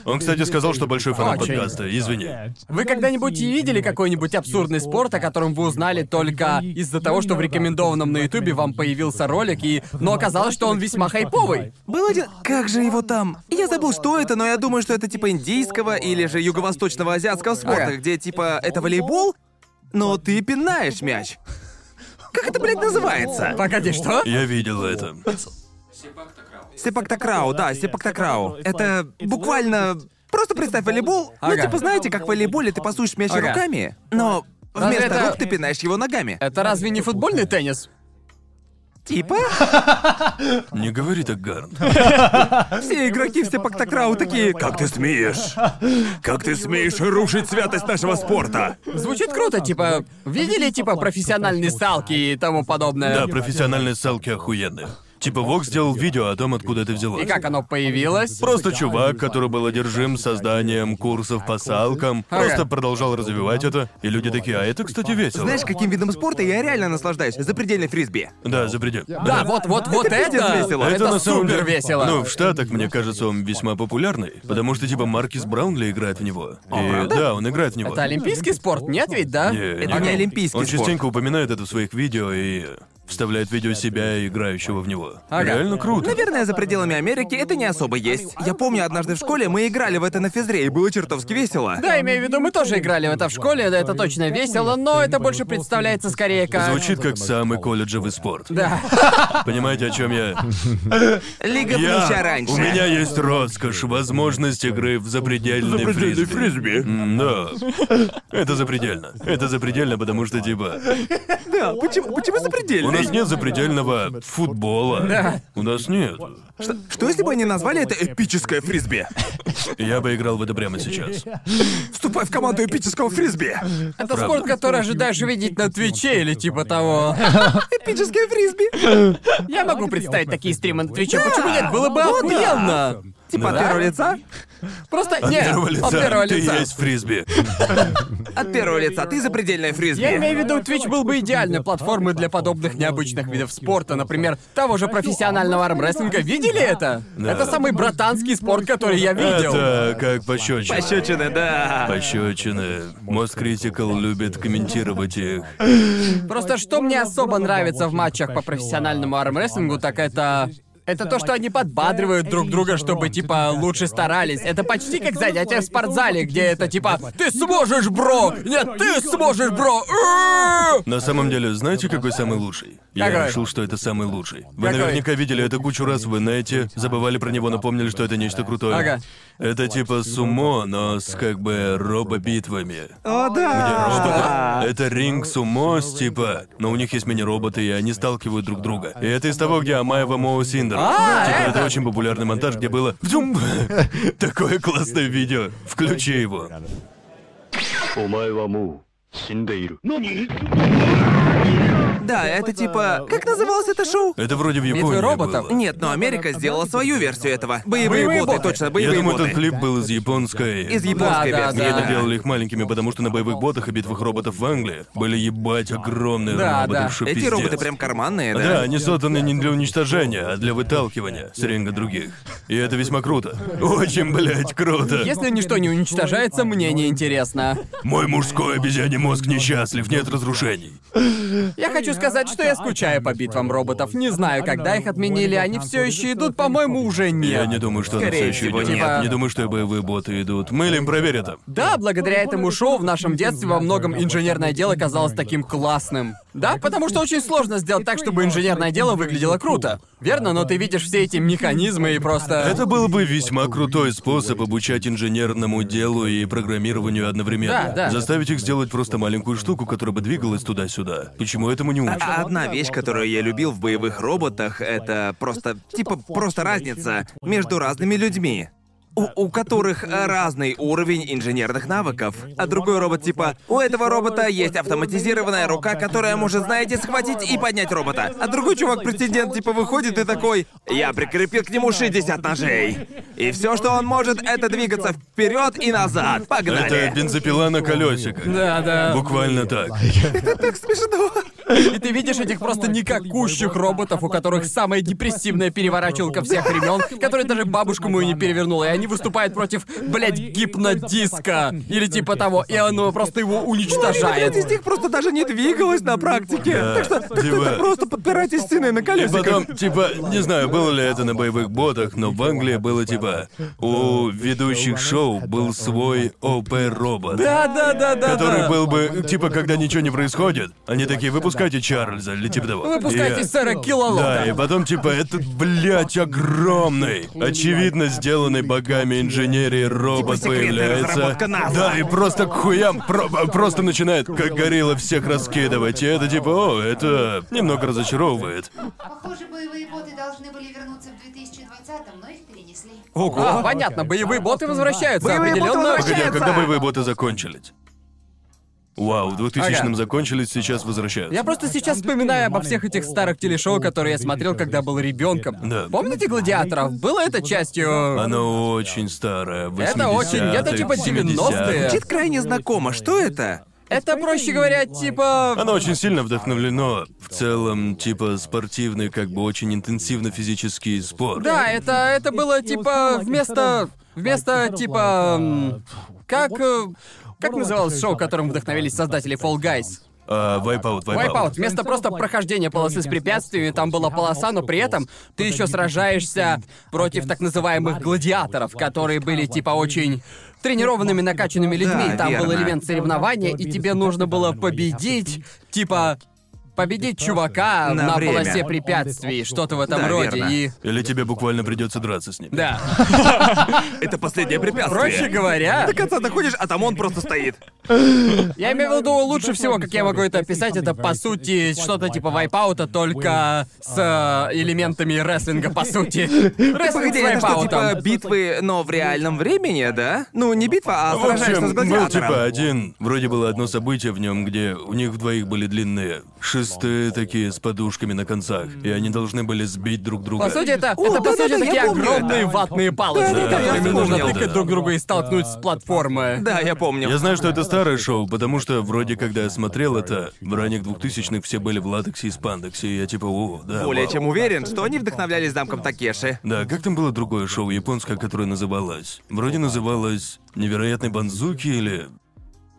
Speaker 1: Он, кстати, сказал, что большой фанат
Speaker 3: Очень.
Speaker 1: подкаста. Извини.
Speaker 3: Вы когда-нибудь видели какой-нибудь абсурдный спорт, о котором вы узнали только из-за того, что в рекомендованном на Ютубе вам появился ролик, и... но оказалось, что он весьма хайповый?
Speaker 2: Был один... Как же его там? Я забыл, что это, но я думаю, что это типа индийского или же юго-восточного азиатского спорта,
Speaker 3: Ага.
Speaker 2: где типа это волейбол, но ты пинаешь мяч. Как это, блядь, называется?
Speaker 3: Погоди, что?
Speaker 1: Я видел это.
Speaker 2: Сепактакрау, да, сепактакрау. Это буквально... Просто представь волейбол.
Speaker 3: Ага.
Speaker 2: Ну, типа, знаете, как в волейболе ты пасуешь мяч
Speaker 3: Ага.
Speaker 2: руками, но вместо
Speaker 3: это-
Speaker 2: рук ты пинаешь его ногами.
Speaker 3: Это разве не футбольный теннис?
Speaker 2: Типа, *laughs*
Speaker 1: Не говори так, Гарн.
Speaker 2: все игроки в сепактакрау такие... Как ты смеешь? Как ты смеешь рушить святость нашего спорта?
Speaker 3: Звучит круто, типа, видели, типа, профессиональные салки и тому подобное?
Speaker 1: Да, профессиональные ссылки охуенные. Типа Вок сделал видео о том, откуда это взялось.
Speaker 3: И как оно появилось?
Speaker 1: Просто чувак, который был одержим созданием курсов по салкам,
Speaker 3: Ага.
Speaker 1: просто продолжал развивать это, и люди такие, а это, кстати, весело.
Speaker 2: Знаешь, каким видом спорта я реально наслаждаюсь? Запредельный фрисби.
Speaker 1: Да, за пределы.
Speaker 3: Да, вот, вот, вот это,
Speaker 2: пиздец весело.
Speaker 3: это,
Speaker 1: на самом
Speaker 3: супер
Speaker 1: деле-
Speaker 3: весело.
Speaker 1: Ну, в Штатах, мне кажется, он весьма популярный, потому что типа Маркис Браунли играет в него. И- да, он играет в него.
Speaker 3: Это олимпийский спорт, нет ведь, да?
Speaker 1: Не,
Speaker 3: И
Speaker 1: не.
Speaker 3: такой,
Speaker 2: не олимпийский
Speaker 1: Э, Он
Speaker 2: спорт.
Speaker 1: частенько упоминает это в своих видео и... вставляют видео себя и играющего в него.
Speaker 3: Ага.
Speaker 1: Реально круто.
Speaker 2: Наверное, за пределами Америки это не особо есть. Я помню, однажды в школе мы играли в это на физре, и было чертовски весело.
Speaker 3: Да, имею в виду, мы тоже играли в это в школе, да, это точно весело, но это больше представляется скорее как...
Speaker 1: Звучит как самый колледжевый спорт.
Speaker 3: Да.
Speaker 1: Понимаете, о чем я?
Speaker 2: Лига Плюща
Speaker 1: Я...
Speaker 2: раньше.
Speaker 1: У меня есть роскошь, возможность игры в запредельный
Speaker 2: Запредельный
Speaker 1: фризби. М, Да. Это запредельно. Это запредельно, потому что, типа,
Speaker 2: Да, почему, почему запредельный?
Speaker 1: у нас нет запредельного футбола. У нас нет.
Speaker 2: Что, что если бы они назвали это эпическое фрисби?
Speaker 1: Я бы играл в это прямо сейчас.
Speaker 2: Вступай в команду эпического фрисби!
Speaker 3: Это спорт, который ожидаешь видеть на Твиче или типа того.
Speaker 1: *laughs*
Speaker 2: Эпическое фрисби!
Speaker 3: Я могу представить такие стримы на Твиче, почему нет? Было бы охуенно!
Speaker 2: Типа от первого лица?
Speaker 3: Просто
Speaker 1: От
Speaker 3: нет,
Speaker 1: первого лица
Speaker 3: от первого
Speaker 1: ты
Speaker 3: лица.
Speaker 1: есть фризби.
Speaker 2: От первого лица, ты запредельное фрисби.
Speaker 3: Я имею в виду, Twitch был бы идеальной платформой для подобных необычных видов спорта, например, того же профессионального армрестлинга. Видели это? Это самый братанский спорт, который я видел.
Speaker 1: Это как пощечина.
Speaker 2: Пощечины, да.
Speaker 1: Пощечины. Мост Критикал любит комментировать их.
Speaker 3: Просто что мне особо нравится в матчах по профессиональному армрестлингу, так это... Это то, что они подбадривают друг друга, чтобы, типа, лучше старались. Это почти как занятие в спортзале, где это, типа, «Ты сможешь, бро! Нет, ты сможешь, бро!» Э!
Speaker 1: На самом деле, знаете, какой самый лучший? Я
Speaker 3: Какой?
Speaker 1: решил, что это самый лучший. Вы
Speaker 3: Какой?
Speaker 1: наверняка видели это кучу раз в инете, забывали про него, напомнили, что это нечто крутое.
Speaker 3: Ага.
Speaker 1: Это типа сумо, но с как бы робобитвами.
Speaker 2: О,
Speaker 3: А.
Speaker 2: да.
Speaker 1: *laughs* Это ринг сумо, с типа, но у них есть мини-роботы, и они сталкивают друг друга. И это из того, где Амаева Моу Синдер.
Speaker 3: А,
Speaker 1: типа, это...
Speaker 3: это-
Speaker 1: очень популярный монтаж, где было «Вдюм!» *laughs* Такое классное видео. Включи его.
Speaker 4: お前はもう死んでいる。
Speaker 2: Да, это типа... Как называлось это шоу?
Speaker 1: Это вроде в Японии
Speaker 3: Битвы роботов?
Speaker 1: было.
Speaker 2: Нет, но Америка сделала свою версию этого. Боевые,
Speaker 3: Боевые
Speaker 2: боты,
Speaker 3: боты.
Speaker 2: точно,
Speaker 1: Я
Speaker 2: боевые
Speaker 1: думаю,
Speaker 2: боты.
Speaker 1: этот клип был из японской.
Speaker 2: Из японской
Speaker 3: Да, да,
Speaker 2: версии.
Speaker 1: Они
Speaker 3: да.
Speaker 1: делали их маленькими, потому что на боевых ботах и битвах роботов в Англии были ебать огромные
Speaker 3: Да,
Speaker 1: роботы.
Speaker 3: да.
Speaker 1: что
Speaker 2: Эти
Speaker 1: пиздец.
Speaker 2: роботы прям карманные, да?
Speaker 1: Да, они созданы не для уничтожения, а для выталкивания с ринга других. И это весьма круто. Очень, блядь, круто.
Speaker 3: Если ничто не уничтожается, мне не интересно.
Speaker 1: Мой мужской обезьяний мозг несчастлив, нет разрушений.
Speaker 3: Я хочу сказать, что я скучаю по битвам роботов. Не знаю, когда их отменили, они все еще идут, по-моему, уже
Speaker 1: Я
Speaker 3: нет.
Speaker 1: не думаю, что на
Speaker 2: Скорее
Speaker 1: все еще
Speaker 2: всего, типа-
Speaker 1: идет.
Speaker 3: нет.
Speaker 1: Не думаю, что боевые боты идут. Мэлим, проверь это.
Speaker 3: Да, благодаря этому шоу в нашем детстве во многом инженерное дело казалось таким классным. Да, потому что очень сложно сделать так, чтобы инженерное дело выглядело круто. Верно, но ты видишь все эти механизмы и просто...
Speaker 1: Это был бы весьма крутой способ обучать инженерному делу и программированию одновременно.
Speaker 3: Да, да.
Speaker 1: Заставить их сделать просто маленькую штуку, которая бы двигалась туда-сюда. Почему этому не учат?
Speaker 2: А одна вещь, которую я любил в боевых роботах, это просто, типа, просто разница между разными людьми. У, у которых разный уровень инженерных навыков. А другой робот типа, у этого робота есть автоматизированная рука, которая может, знаете, схватить и поднять робота. А другой чувак-претендент типа выходит и такой, я прикрепил к нему 60 ножей. И все, что он может, это двигаться вперед и назад. Погнали.
Speaker 1: Это бензопила на колесиках.
Speaker 3: Да, да.
Speaker 1: Буквально так.
Speaker 3: И ты видишь этих просто никакущих роботов, у которых самая депрессивная переворачивалка всех времен, которая даже бабушку мою не перевернула, и они выступают против, блядь, гипнодиска. Или типа того, и оно просто его
Speaker 2: Половина из
Speaker 3: уничтожает.
Speaker 2: них просто даже не двигалась на практике.
Speaker 1: Да,
Speaker 2: Так что, так что
Speaker 1: типа-
Speaker 2: это просто подпирайте стены на
Speaker 1: И
Speaker 2: колесиках.
Speaker 1: потом, типа, не знаю, было ли это на боевых ботах, но в Англии было типа у ведущих шоу был свой ОП-робот.
Speaker 3: Да, да, да, да.
Speaker 1: Который
Speaker 3: да.
Speaker 1: был бы, типа, когда ничего не происходит, они такие, выпускайте Чарльза или типа того.
Speaker 3: Выпускайте
Speaker 1: И-
Speaker 3: сэра Киллалота.
Speaker 1: Да, и потом, типа, этот, блядь, огромный, очевидно, сделанный богами инженерии робот
Speaker 2: Типа секретная
Speaker 1: появляется.
Speaker 2: разработка НАСА.
Speaker 1: Да, и просто к хуям про- просто начинает, как горилла, всех раскидывать. И это типа, о, это немного разочаровывает.
Speaker 5: Похоже, боевые боты должны были вернуться в 2020-м, но их перенесли.
Speaker 3: А, понятно, боевые боты возвращаются.
Speaker 2: Боевые боты
Speaker 3: определенно.
Speaker 1: Погоди, а
Speaker 2: возвращаются!
Speaker 1: когда боевые боты закончились? Вау, в 2000-м
Speaker 3: Ага.
Speaker 1: закончились, сейчас возвращаются.
Speaker 3: Я просто сейчас вспоминаю обо всех этих старых телешоу, которые я смотрел, когда был ребенком.
Speaker 1: Да.
Speaker 3: Помните гладиаторов? Было это частью.
Speaker 1: Оно очень старое, 80-е,
Speaker 3: Это очень- это типа
Speaker 1: 70-е.
Speaker 3: 90-е.
Speaker 2: Звучит крайне знакомо. Что это?
Speaker 3: Это, проще говоря, типа.
Speaker 1: Оно очень сильно вдохновлено в целом, типа, спортивный, как бы очень интенсивно физический спорт.
Speaker 3: Да, это, это было типа вместо. Вместо типа. м, Как. э, Как называлось шоу, которым вдохновились создатели Fall Guys?
Speaker 1: А, Wipeout, Wipeout.
Speaker 3: Вайпаут. Вместо просто прохождения полосы с препятствиями, там была полоса, но при этом ты еще сражаешься против так называемых гладиаторов, которые были типа очень тренированными, накачанными людьми.
Speaker 2: Да,
Speaker 3: там был
Speaker 2: верно.
Speaker 3: элемент соревнования, и тебе нужно было победить, типа победить чувака
Speaker 2: На
Speaker 3: на,
Speaker 2: время.
Speaker 3: полосе препятствий, что-то в этом
Speaker 2: Да,
Speaker 3: роде.
Speaker 2: верно.
Speaker 3: И
Speaker 1: Или тебе буквально придется драться с ним.
Speaker 3: да,
Speaker 2: Это последнее препятствие.
Speaker 3: проще говоря,
Speaker 2: До конца доходишь, а там он просто стоит.
Speaker 3: я имею в виду лучше всего, как я могу это описать, это по сути что-то типа вайпаута,
Speaker 2: а,
Speaker 3: только с э, элементами рестлинга,
Speaker 2: *laughs*
Speaker 3: по сути. Рестлинг
Speaker 2: Погоди,
Speaker 3: с
Speaker 2: это что,
Speaker 3: вайпаутом.
Speaker 2: типа битвы, но в реальном времени, да? Ну, не битва, а
Speaker 1: В
Speaker 2: сражаешься с
Speaker 1: общем, был
Speaker 2: гладиатором.
Speaker 1: типа один, вроде было одно событие в нем, где у них двоих были длинные шесты такие с подушками на концах, и они должны были сбить друг друга.
Speaker 3: По сути, это,
Speaker 2: О,
Speaker 3: это по
Speaker 2: да-да-да,
Speaker 3: сути,
Speaker 2: я
Speaker 3: такие
Speaker 2: помню
Speaker 3: огромные
Speaker 2: это.
Speaker 3: ватные палочки,
Speaker 2: Да-да-да, я
Speaker 3: которыми нужно
Speaker 2: вспомнил.
Speaker 3: тыкать друг друга и столкнуть с платформы.
Speaker 2: Да, я помню.
Speaker 1: Я знаю, что это старое шоу, потому что вроде когда я смотрел это, в ранних 2000-х все были в латексе и спандексе, и я типа, о, да,
Speaker 2: Более
Speaker 1: вау».
Speaker 2: чем уверен, что они вдохновлялись замком Такеши.
Speaker 1: Да, как там было другое шоу японское, которое называлось? Вроде называлось «Невероятный Банзуки» или...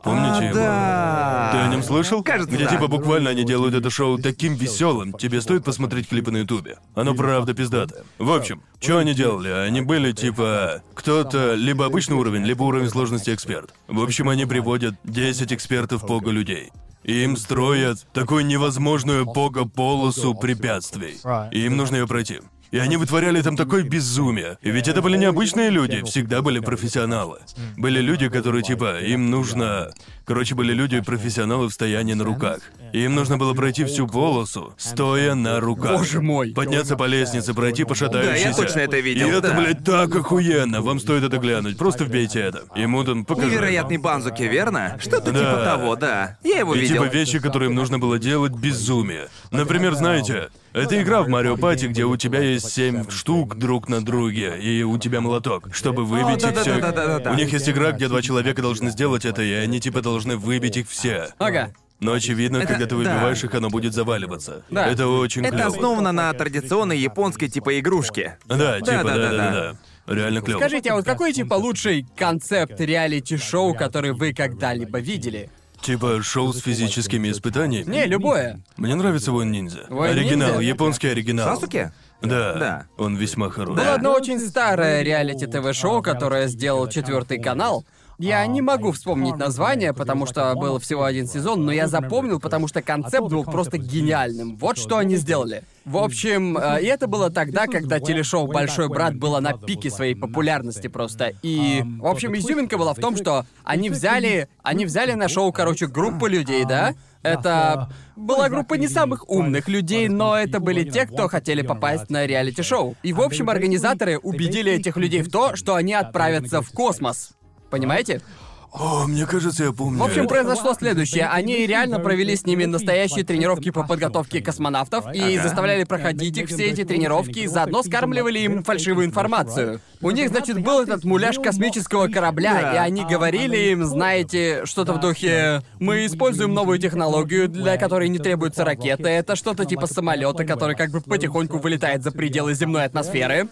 Speaker 1: Помните его?
Speaker 2: А, Да.
Speaker 1: Ты о нем слышал?
Speaker 2: Кажется,
Speaker 1: Где
Speaker 2: да.
Speaker 1: типа буквально они делают это шоу таким веселым. Тебе стоит посмотреть клипы на Ютубе. Оно правда пиздато. В общем, что они делали? Они были типа кто-то либо обычный уровень, либо уровень сложности эксперт. В общем, они приводят 10 экспертов пога людей. И им строят такую невозможную пога-полосу препятствий. И им нужно ее пройти. И они вытворяли там такое безумие. И ведь это были необычные люди, всегда были профессионалы. Были люди, которые типа, им нужно... Короче, были люди, профессионалы в стоянии на руках. И им нужно было пройти всю полосу, стоя на руках.
Speaker 3: Боже мой.
Speaker 1: Подняться по лестнице, пройти по
Speaker 2: Да,
Speaker 1: шатающейся.
Speaker 2: я точно это видел,
Speaker 1: И это,
Speaker 2: да.
Speaker 1: блядь, так охуенно. Вам стоит это глянуть. Просто вбейте это. Ему там покажи.
Speaker 2: Невероятный Банзуки, верно? Что-то
Speaker 1: Да.
Speaker 2: типа того, да. Я его
Speaker 1: И
Speaker 2: видел.
Speaker 1: типа вещи, которые им нужно было делать, безумие. Например, знаете, это игра в Марио Пати, где у тебя есть семь штук друг на друге, и у тебя молоток, чтобы выбить
Speaker 2: О,
Speaker 1: их всех.
Speaker 2: да-да-да-да-да-да.
Speaker 1: У них есть игра, где два человека должны сделать это, и они типа должны выбить их все.
Speaker 3: Ага.
Speaker 1: Но очевидно, когда ты
Speaker 2: да.
Speaker 1: выбиваешь их, оно будет заваливаться.
Speaker 3: Да.
Speaker 1: Это очень
Speaker 2: Это
Speaker 1: клево.
Speaker 2: основано на традиционной японской типа игрушки.
Speaker 1: Да, типа,
Speaker 2: да-да-да-да.
Speaker 1: да-да-да. Реально клево.
Speaker 3: Скажите, а вот какой типа лучший концепт реалити-шоу, который вы когда-либо видели?
Speaker 1: Типа шоу с физическими испытаниями.
Speaker 3: Не, любое.
Speaker 1: Мне нравится Вон Ниндзя.
Speaker 3: Воин
Speaker 1: оригинал,
Speaker 3: ниндзя?
Speaker 1: японский оригинал.
Speaker 2: Сасуки?
Speaker 1: Да.
Speaker 2: Да.
Speaker 1: Он весьма хорош.
Speaker 3: Было одно очень старое реалити-тв-шоу, которое сделал четвертый канал. Я не могу вспомнить название, потому что был всего один сезон, но я запомнил, потому что концепт был просто гениальным. Вот что они сделали. В общем, э, и это было тогда, когда телешоу «Большой брат» было на пике своей популярности просто. И, в общем, изюминка была в том, что они взяли, они взяли на шоу, короче, *clears throat* группу людей, да? Это была группа не самых умных людей, но это были те, кто хотели попасть на реалити-шоу. И, в общем, организаторы убедили этих людей в то, что они отправятся в космос. Понимаете?
Speaker 1: О, мне кажется, я помню.
Speaker 3: В общем, произошло следующее. Они реально провели с ними настоящие тренировки по подготовке космонавтов и
Speaker 6: Ага.
Speaker 3: заставляли проходить их все эти тренировки, и заодно скармливали им фальшивую информацию. У них, значит, был этот муляж космического корабля,
Speaker 2: Да.
Speaker 3: и они говорили им, знаете, что-то в духе «Мы используем новую технологию, для которой не требуется ракета. Это что-то типа самолета, который как бы потихоньку вылетает за пределы земной атмосферы».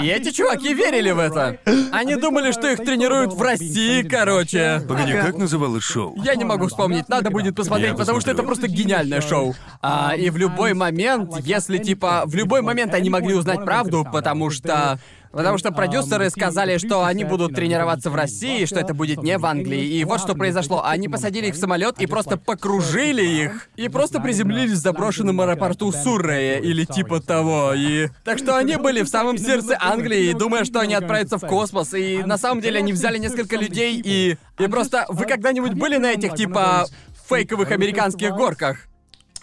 Speaker 3: И эти чуваки верили в это. Они думали, что их тренируют в России, короче.
Speaker 1: Погоди, как называлось шоу?
Speaker 3: Я не могу вспомнить, надо будет посмотреть,
Speaker 1: Я
Speaker 3: потому что это
Speaker 1: посмотрю.
Speaker 3: просто гениальное шоу. А, и в любой момент, если типа, в любой момент они могли узнать правду, потому что... Потому что продюсеры сказали, что они будут тренироваться в России, что это будет не в Англии. И вот что произошло. Они посадили их в самолет и просто покружили их. И просто приземлились в заброшенном аэропорту Суррея или типа того. И... Так что они были в самом сердце Англии, думая, что они отправятся в космос. И на самом деле они взяли несколько людей и... И просто... Вы когда-нибудь были на этих типа фейковых американских горках?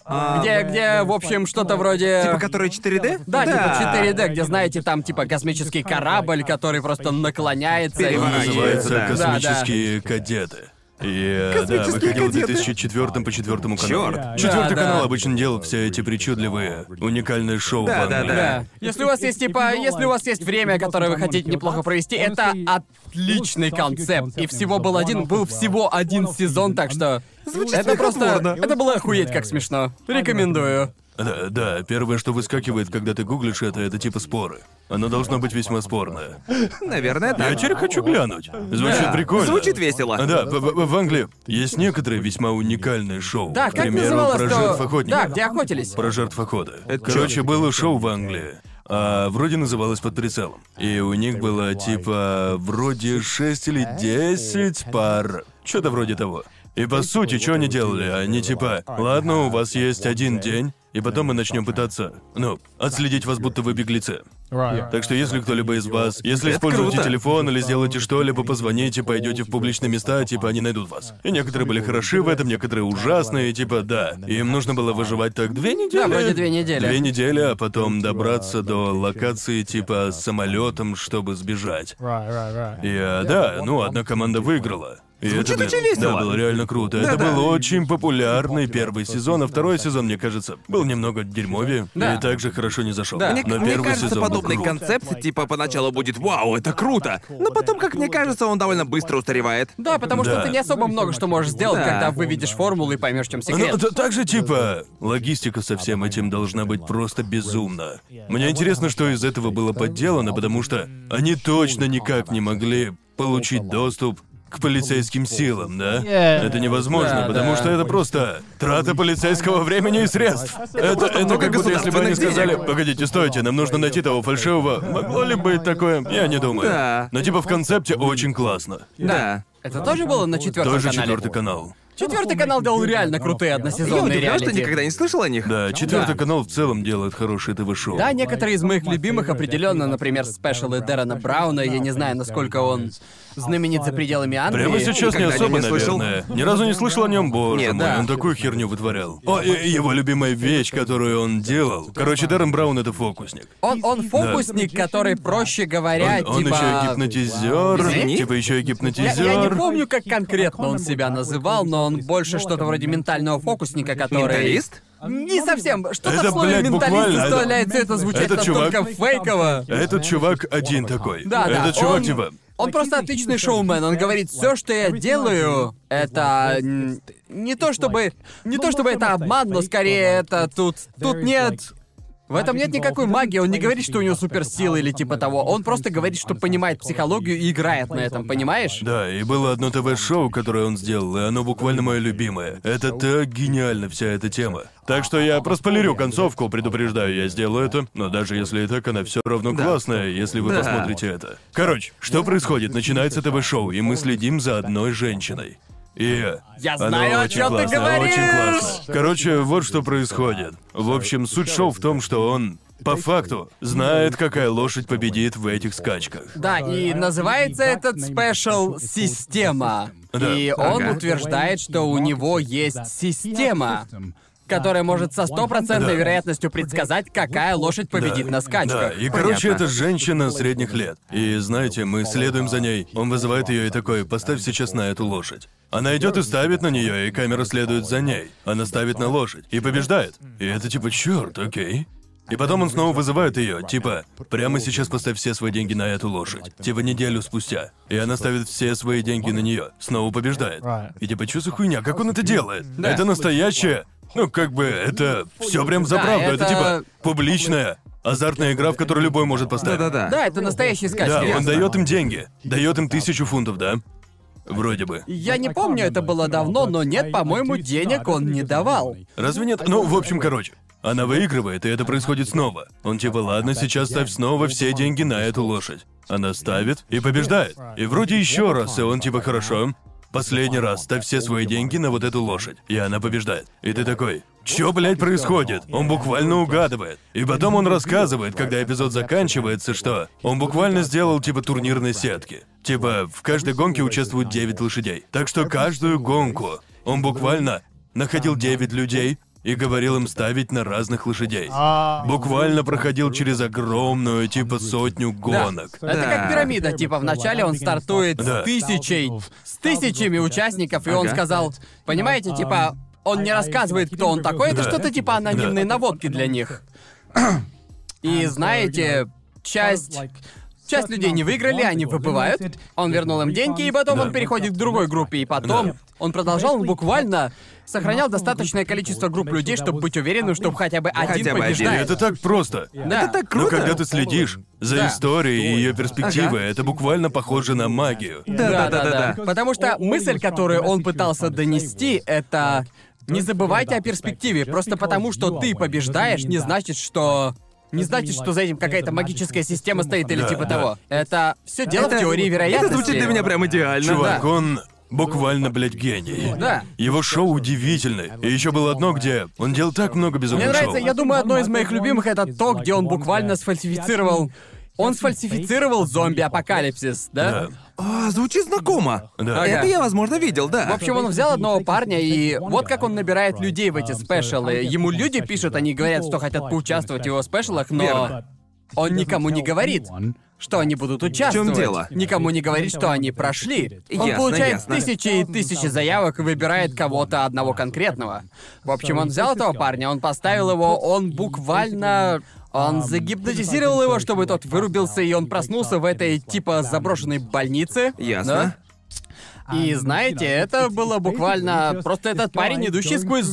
Speaker 2: А,
Speaker 3: Где, где, в общем, что-то вроде...
Speaker 2: Типа которые 4D?
Speaker 3: Да, типа 4D, где, знаете, там, типа, космический корабль, который просто наклоняется и...
Speaker 2: Переворачивается,
Speaker 1: Называется
Speaker 2: да.
Speaker 1: космические кадеты. И э, да,
Speaker 2: Космические
Speaker 1: выходил в
Speaker 2: кадеты.
Speaker 1: 2004 по четвертому каналу.
Speaker 2: Чёрт.
Speaker 1: Четвертый
Speaker 3: Да,
Speaker 1: канал
Speaker 3: да.
Speaker 1: обычно делал все эти причудливые, уникальные шоу
Speaker 2: Да,
Speaker 1: в
Speaker 2: да,
Speaker 1: Англии.
Speaker 3: Да. Если у вас есть типа, если у вас есть время, которое вы хотите неплохо провести, это отличный концепт. И всего был один, был всего один сезон, так что
Speaker 2: Звучит
Speaker 3: Это просто...
Speaker 2: смехотворно.
Speaker 3: Это было охуеть как смешно. Рекомендую.
Speaker 1: Да, да, первое, что выскакивает, когда ты гуглишь это, это типа споры. Оно должно быть весьма спорное. А
Speaker 2: Наверное,
Speaker 1: Я
Speaker 2: да.
Speaker 1: теперь хочу глянуть. Звучит
Speaker 2: Да,
Speaker 1: Ну, прикольно. А,
Speaker 2: звучит весело.
Speaker 1: Да, в, в- в Англии есть некоторые весьма уникальные шоу.
Speaker 3: Да,
Speaker 1: К
Speaker 3: как
Speaker 1: примеру,
Speaker 3: называлось
Speaker 1: про
Speaker 3: то-
Speaker 1: жертв охотников.
Speaker 3: Да, где охотились.
Speaker 1: Про жертв охоты. Короче, было шоу в Англии. а, вроде называлось под прицелом. И у них было типа вроде 6 или 10 пар. Что-то вроде того. И по сути, что они делали? Они типа, ладно, у вас есть один день, и потом мы начнем пытаться, ну, отследить вас, будто вы беглецы. Так что если кто-либо из вас, если
Speaker 2: Это
Speaker 1: используете
Speaker 2: круто.
Speaker 1: телефон или сделаете что-либо, позвоните, пойдете в публичные места, типа они найдут вас. И некоторые были хороши в этом, некоторые ужасные, типа да. Им нужно было выживать так две недели.
Speaker 3: Да, вроде две недели.
Speaker 1: Две недели, а потом добраться до локации типа самолетом, чтобы сбежать. И э, да, ну одна команда выиграла. И
Speaker 2: Звучит
Speaker 1: это, блин,
Speaker 2: очень весело.
Speaker 1: Да, было реально круто. это
Speaker 2: Да-да.
Speaker 1: был очень популярный первый сезон, а второй сезон, мне кажется, был немного дерьмовее
Speaker 3: Да.
Speaker 1: и также хорошо не зашел.
Speaker 3: Да.
Speaker 1: Но
Speaker 2: Мне, мне
Speaker 1: первый
Speaker 2: кажется,
Speaker 1: сезон был
Speaker 2: подобный
Speaker 1: крут.
Speaker 2: концепт, типа, поначалу будет «Вау, это круто!» Но потом, как мне кажется, он довольно быстро устаревает.
Speaker 3: Да, потому что
Speaker 1: Да.
Speaker 3: ты не особо много что можешь сделать,
Speaker 2: Да.
Speaker 3: когда выведешь формулу и поймешь, в чем
Speaker 1: Ну,
Speaker 3: секрет.
Speaker 1: т- также, типа, логистика со всем этим должна быть просто безумна. Мне интересно, что из этого было подделано, потому что они точно никак не могли получить доступ к полицейским силам, да? Это невозможно,
Speaker 3: Да,
Speaker 1: потому
Speaker 3: да.
Speaker 1: что это просто трата полицейского времени и средств. Это, это,
Speaker 2: много
Speaker 1: как будто если бы они
Speaker 2: государственных
Speaker 1: сказали,
Speaker 2: денег.
Speaker 1: погодите, стойте, нам нужно найти того фальшивого. Могло ли быть такое? Я не думаю.
Speaker 2: Да.
Speaker 1: Но типа в концепте очень классно.
Speaker 2: Да.
Speaker 3: Это тоже было на четвертом
Speaker 1: Тоже
Speaker 3: канале?
Speaker 1: четвертый канал.
Speaker 3: Четвертый канал делал реально крутые
Speaker 2: Я
Speaker 3: односезонные
Speaker 2: удивлен,
Speaker 3: реалити.
Speaker 2: что никогда не слышал о них.
Speaker 1: Да, четвертый
Speaker 3: Да.
Speaker 1: канал в целом делает хорошие ТВ-шоу.
Speaker 3: Да, некоторые из моих любимых определенно, например, спешалы Дэрона Брауна. Я не знаю, насколько он знаменит за пределами Англии.
Speaker 1: Прямо сейчас не
Speaker 2: Никогда о нем
Speaker 1: особо,
Speaker 2: не слышал.
Speaker 1: наверное. Ни разу не слышал о нем, боже
Speaker 2: Нет,
Speaker 1: мой,
Speaker 2: да.
Speaker 1: он такую херню вытворял. О, и- и его любимая вещь, которую он делал. Короче, Даррен Браун это фокусник.
Speaker 3: Он, он фокусник, который, проще говоря,
Speaker 1: Он, он
Speaker 3: типа...
Speaker 1: еще и гипнотизер,
Speaker 3: Извини?
Speaker 1: типа еще и
Speaker 3: Я, я не
Speaker 1: гипнотизер.
Speaker 3: помню, как конкретно он себя называл, но он больше что-то вроде ментального фокусника, который...
Speaker 2: Менталист?
Speaker 3: Не совсем. Что-то
Speaker 1: Это,
Speaker 3: в слове
Speaker 1: блядь,
Speaker 3: А менталист
Speaker 1: буквально-
Speaker 3: заставляет это звучать
Speaker 1: Этот
Speaker 3: настолько
Speaker 1: чувак-
Speaker 3: фейково.
Speaker 1: Этот чувак один такой.
Speaker 3: Да, да,
Speaker 1: Этот чувак
Speaker 3: он-
Speaker 1: типа.
Speaker 3: Он просто отличный шоумен. Он говорит, все, что я делаю, это м, не то чтобы не то чтобы это обман, но скорее это тут тут нет. В этом нет никакой магии, он не говорит, что у него суперсилы или типа того. Он просто говорит, что понимает психологию и играет на этом, понимаешь?
Speaker 1: Да, и было одно ТВ-шоу, которое он сделал, и оно буквально мое любимое. Это так гениально, вся эта тема. Так что я проспойлерю концовку, предупреждаю, я сделаю это. Но даже если и так, она все равно классная, если вы
Speaker 2: Да.
Speaker 1: посмотрите это. Короче, что происходит? Начинается ТВ-шоу, и мы следим за одной женщиной. И
Speaker 3: Я
Speaker 1: оно
Speaker 3: знаю, о
Speaker 1: очень
Speaker 3: чём ты
Speaker 1: классно,
Speaker 3: говоришь!
Speaker 1: Очень классно. Короче, вот что происходит. В общем, суть шоу в том, что он по факту знает, какая лошадь победит в этих скачках.
Speaker 3: Да, и называется этот спешл «Система».
Speaker 1: Да.
Speaker 3: И он
Speaker 2: Ага.
Speaker 3: утверждает, что у него есть система, которая может со стопроцентной
Speaker 6: Да.
Speaker 3: вероятностью предсказать, какая лошадь победит
Speaker 1: Да.
Speaker 3: на
Speaker 1: Да,
Speaker 3: скачках.
Speaker 1: и короче,
Speaker 2: Понятно.
Speaker 1: это женщина средних лет. И знаете, мы следуем за ней. Он вызывает ее и такой, поставь сейчас на эту лошадь. Она идет и ставит на нее, и камера следует за ней. Она ставит на лошадь и побеждает. И это типа, черт, окей. И потом он снова вызывает ее, типа, прямо сейчас поставь все свои деньги на эту лошадь. Типа неделю спустя. И она ставит все свои деньги на нее. Снова побеждает. И типа, что за хуйня? Как он это делает? Это настоящее. Ну, как бы, это все прям за
Speaker 3: Да,
Speaker 1: правду. это
Speaker 3: это-
Speaker 1: типа публичная, азартная игра, в которую любой может поставить.
Speaker 2: Да-да-да.
Speaker 3: Да, это настоящие
Speaker 1: Да,
Speaker 3: скачки.
Speaker 1: он дает им деньги. Дает им тысячу фунтов, да? Вроде бы.
Speaker 3: Я не помню, это было давно, но нет, по-моему, денег он не давал.
Speaker 1: Разве нет? Ну, в общем, короче. Она выигрывает, и это происходит снова. Он типа, ладно, сейчас ставь снова все деньги на эту лошадь. Она ставит и побеждает. И вроде еще раз, и он типа, хорошо. Последний раз ставь все свои деньги на вот эту лошадь. И она побеждает. И ты такой, Чё, блядь, происходит? Он буквально угадывает. И потом он рассказывает, когда эпизод заканчивается, что он буквально сделал типа турнирные сетки. Типа, в каждой гонке участвуют 9 лошадей. Так что каждую гонку он буквально находил 9 людей и говорил им ставить на разных лошадей. Буквально проходил через огромную, типа, сотню гонок.
Speaker 3: Это как пирамида, типа вначале он стартует
Speaker 1: Да.
Speaker 3: с тысячей, с тысячами участников, и он
Speaker 2: Ага.
Speaker 3: сказал, понимаете, типа, он не рассказывает, кто он такой, это
Speaker 1: Да.
Speaker 3: что-то типа анонимные
Speaker 1: Да.
Speaker 3: наводки для них. И знаете, часть Часть людей не выиграли, они выбывают. Он вернул им деньги, и потом он переходит к другой группе. И потом он продолжал, он буквально сохранял достаточное количество групп людей, чтобы быть уверенным, чтобы хотя бы один
Speaker 2: Хотя бы один.
Speaker 1: И
Speaker 3: побеждает.
Speaker 1: это так просто.
Speaker 3: Да.
Speaker 2: Это так
Speaker 1: Но
Speaker 2: круто.
Speaker 1: когда ты следишь за
Speaker 3: Да.
Speaker 1: историей и ее перспективой,
Speaker 2: Ага.
Speaker 1: это буквально похоже на магию.
Speaker 3: Да, да,
Speaker 2: да,
Speaker 3: да,
Speaker 2: да.
Speaker 3: Потому что мысль, которую он пытался донести, это не забывайте о перспективе. Просто потому, что ты побеждаешь, не значит, что не значит, что за этим какая-то магическая система стоит или
Speaker 1: Да,
Speaker 3: типа
Speaker 1: да.
Speaker 3: того. Это все дело
Speaker 2: Это-
Speaker 3: в теории вероятности.
Speaker 2: Это звучит для меня прям идеально.
Speaker 1: Чувак, он буквально, блядь, гений.
Speaker 3: Ну Да.
Speaker 1: Его шоу удивительное. И еще было одно, где он делал так много
Speaker 3: Мне
Speaker 1: безумных
Speaker 3: нравится,
Speaker 1: шоу.
Speaker 3: я думаю, одно из моих любимых это то, где он буквально сфальсифицировал. Он сфальсифицировал зомби-апокалипсис,
Speaker 1: Да.
Speaker 3: да?
Speaker 2: А, звучит знакомо.
Speaker 1: Да.
Speaker 2: А Это я, возможно, видел, да.
Speaker 3: В общем, он взял одного парня, и вот как он набирает людей в эти спешалы. Ему люди пишут, они говорят, что хотят поучаствовать в его спешалах, но
Speaker 2: Верно.
Speaker 3: он никому не говорит, что они будут участвовать.
Speaker 2: дело?
Speaker 3: Никому не говорит, что они прошли. Он
Speaker 2: Ясно,
Speaker 3: получает
Speaker 2: ясно.
Speaker 3: тысячи и тысячи заявок и выбирает кого-то одного конкретного. В общем, он взял этого парня, он поставил его, он буквально... Он загипнотизировал его, чтобы тот вырубился, и он проснулся в этой типа заброшенной больнице.
Speaker 2: Ясно.
Speaker 3: Да? И знаете, это было буквально... Просто этот парень, идущий сквозь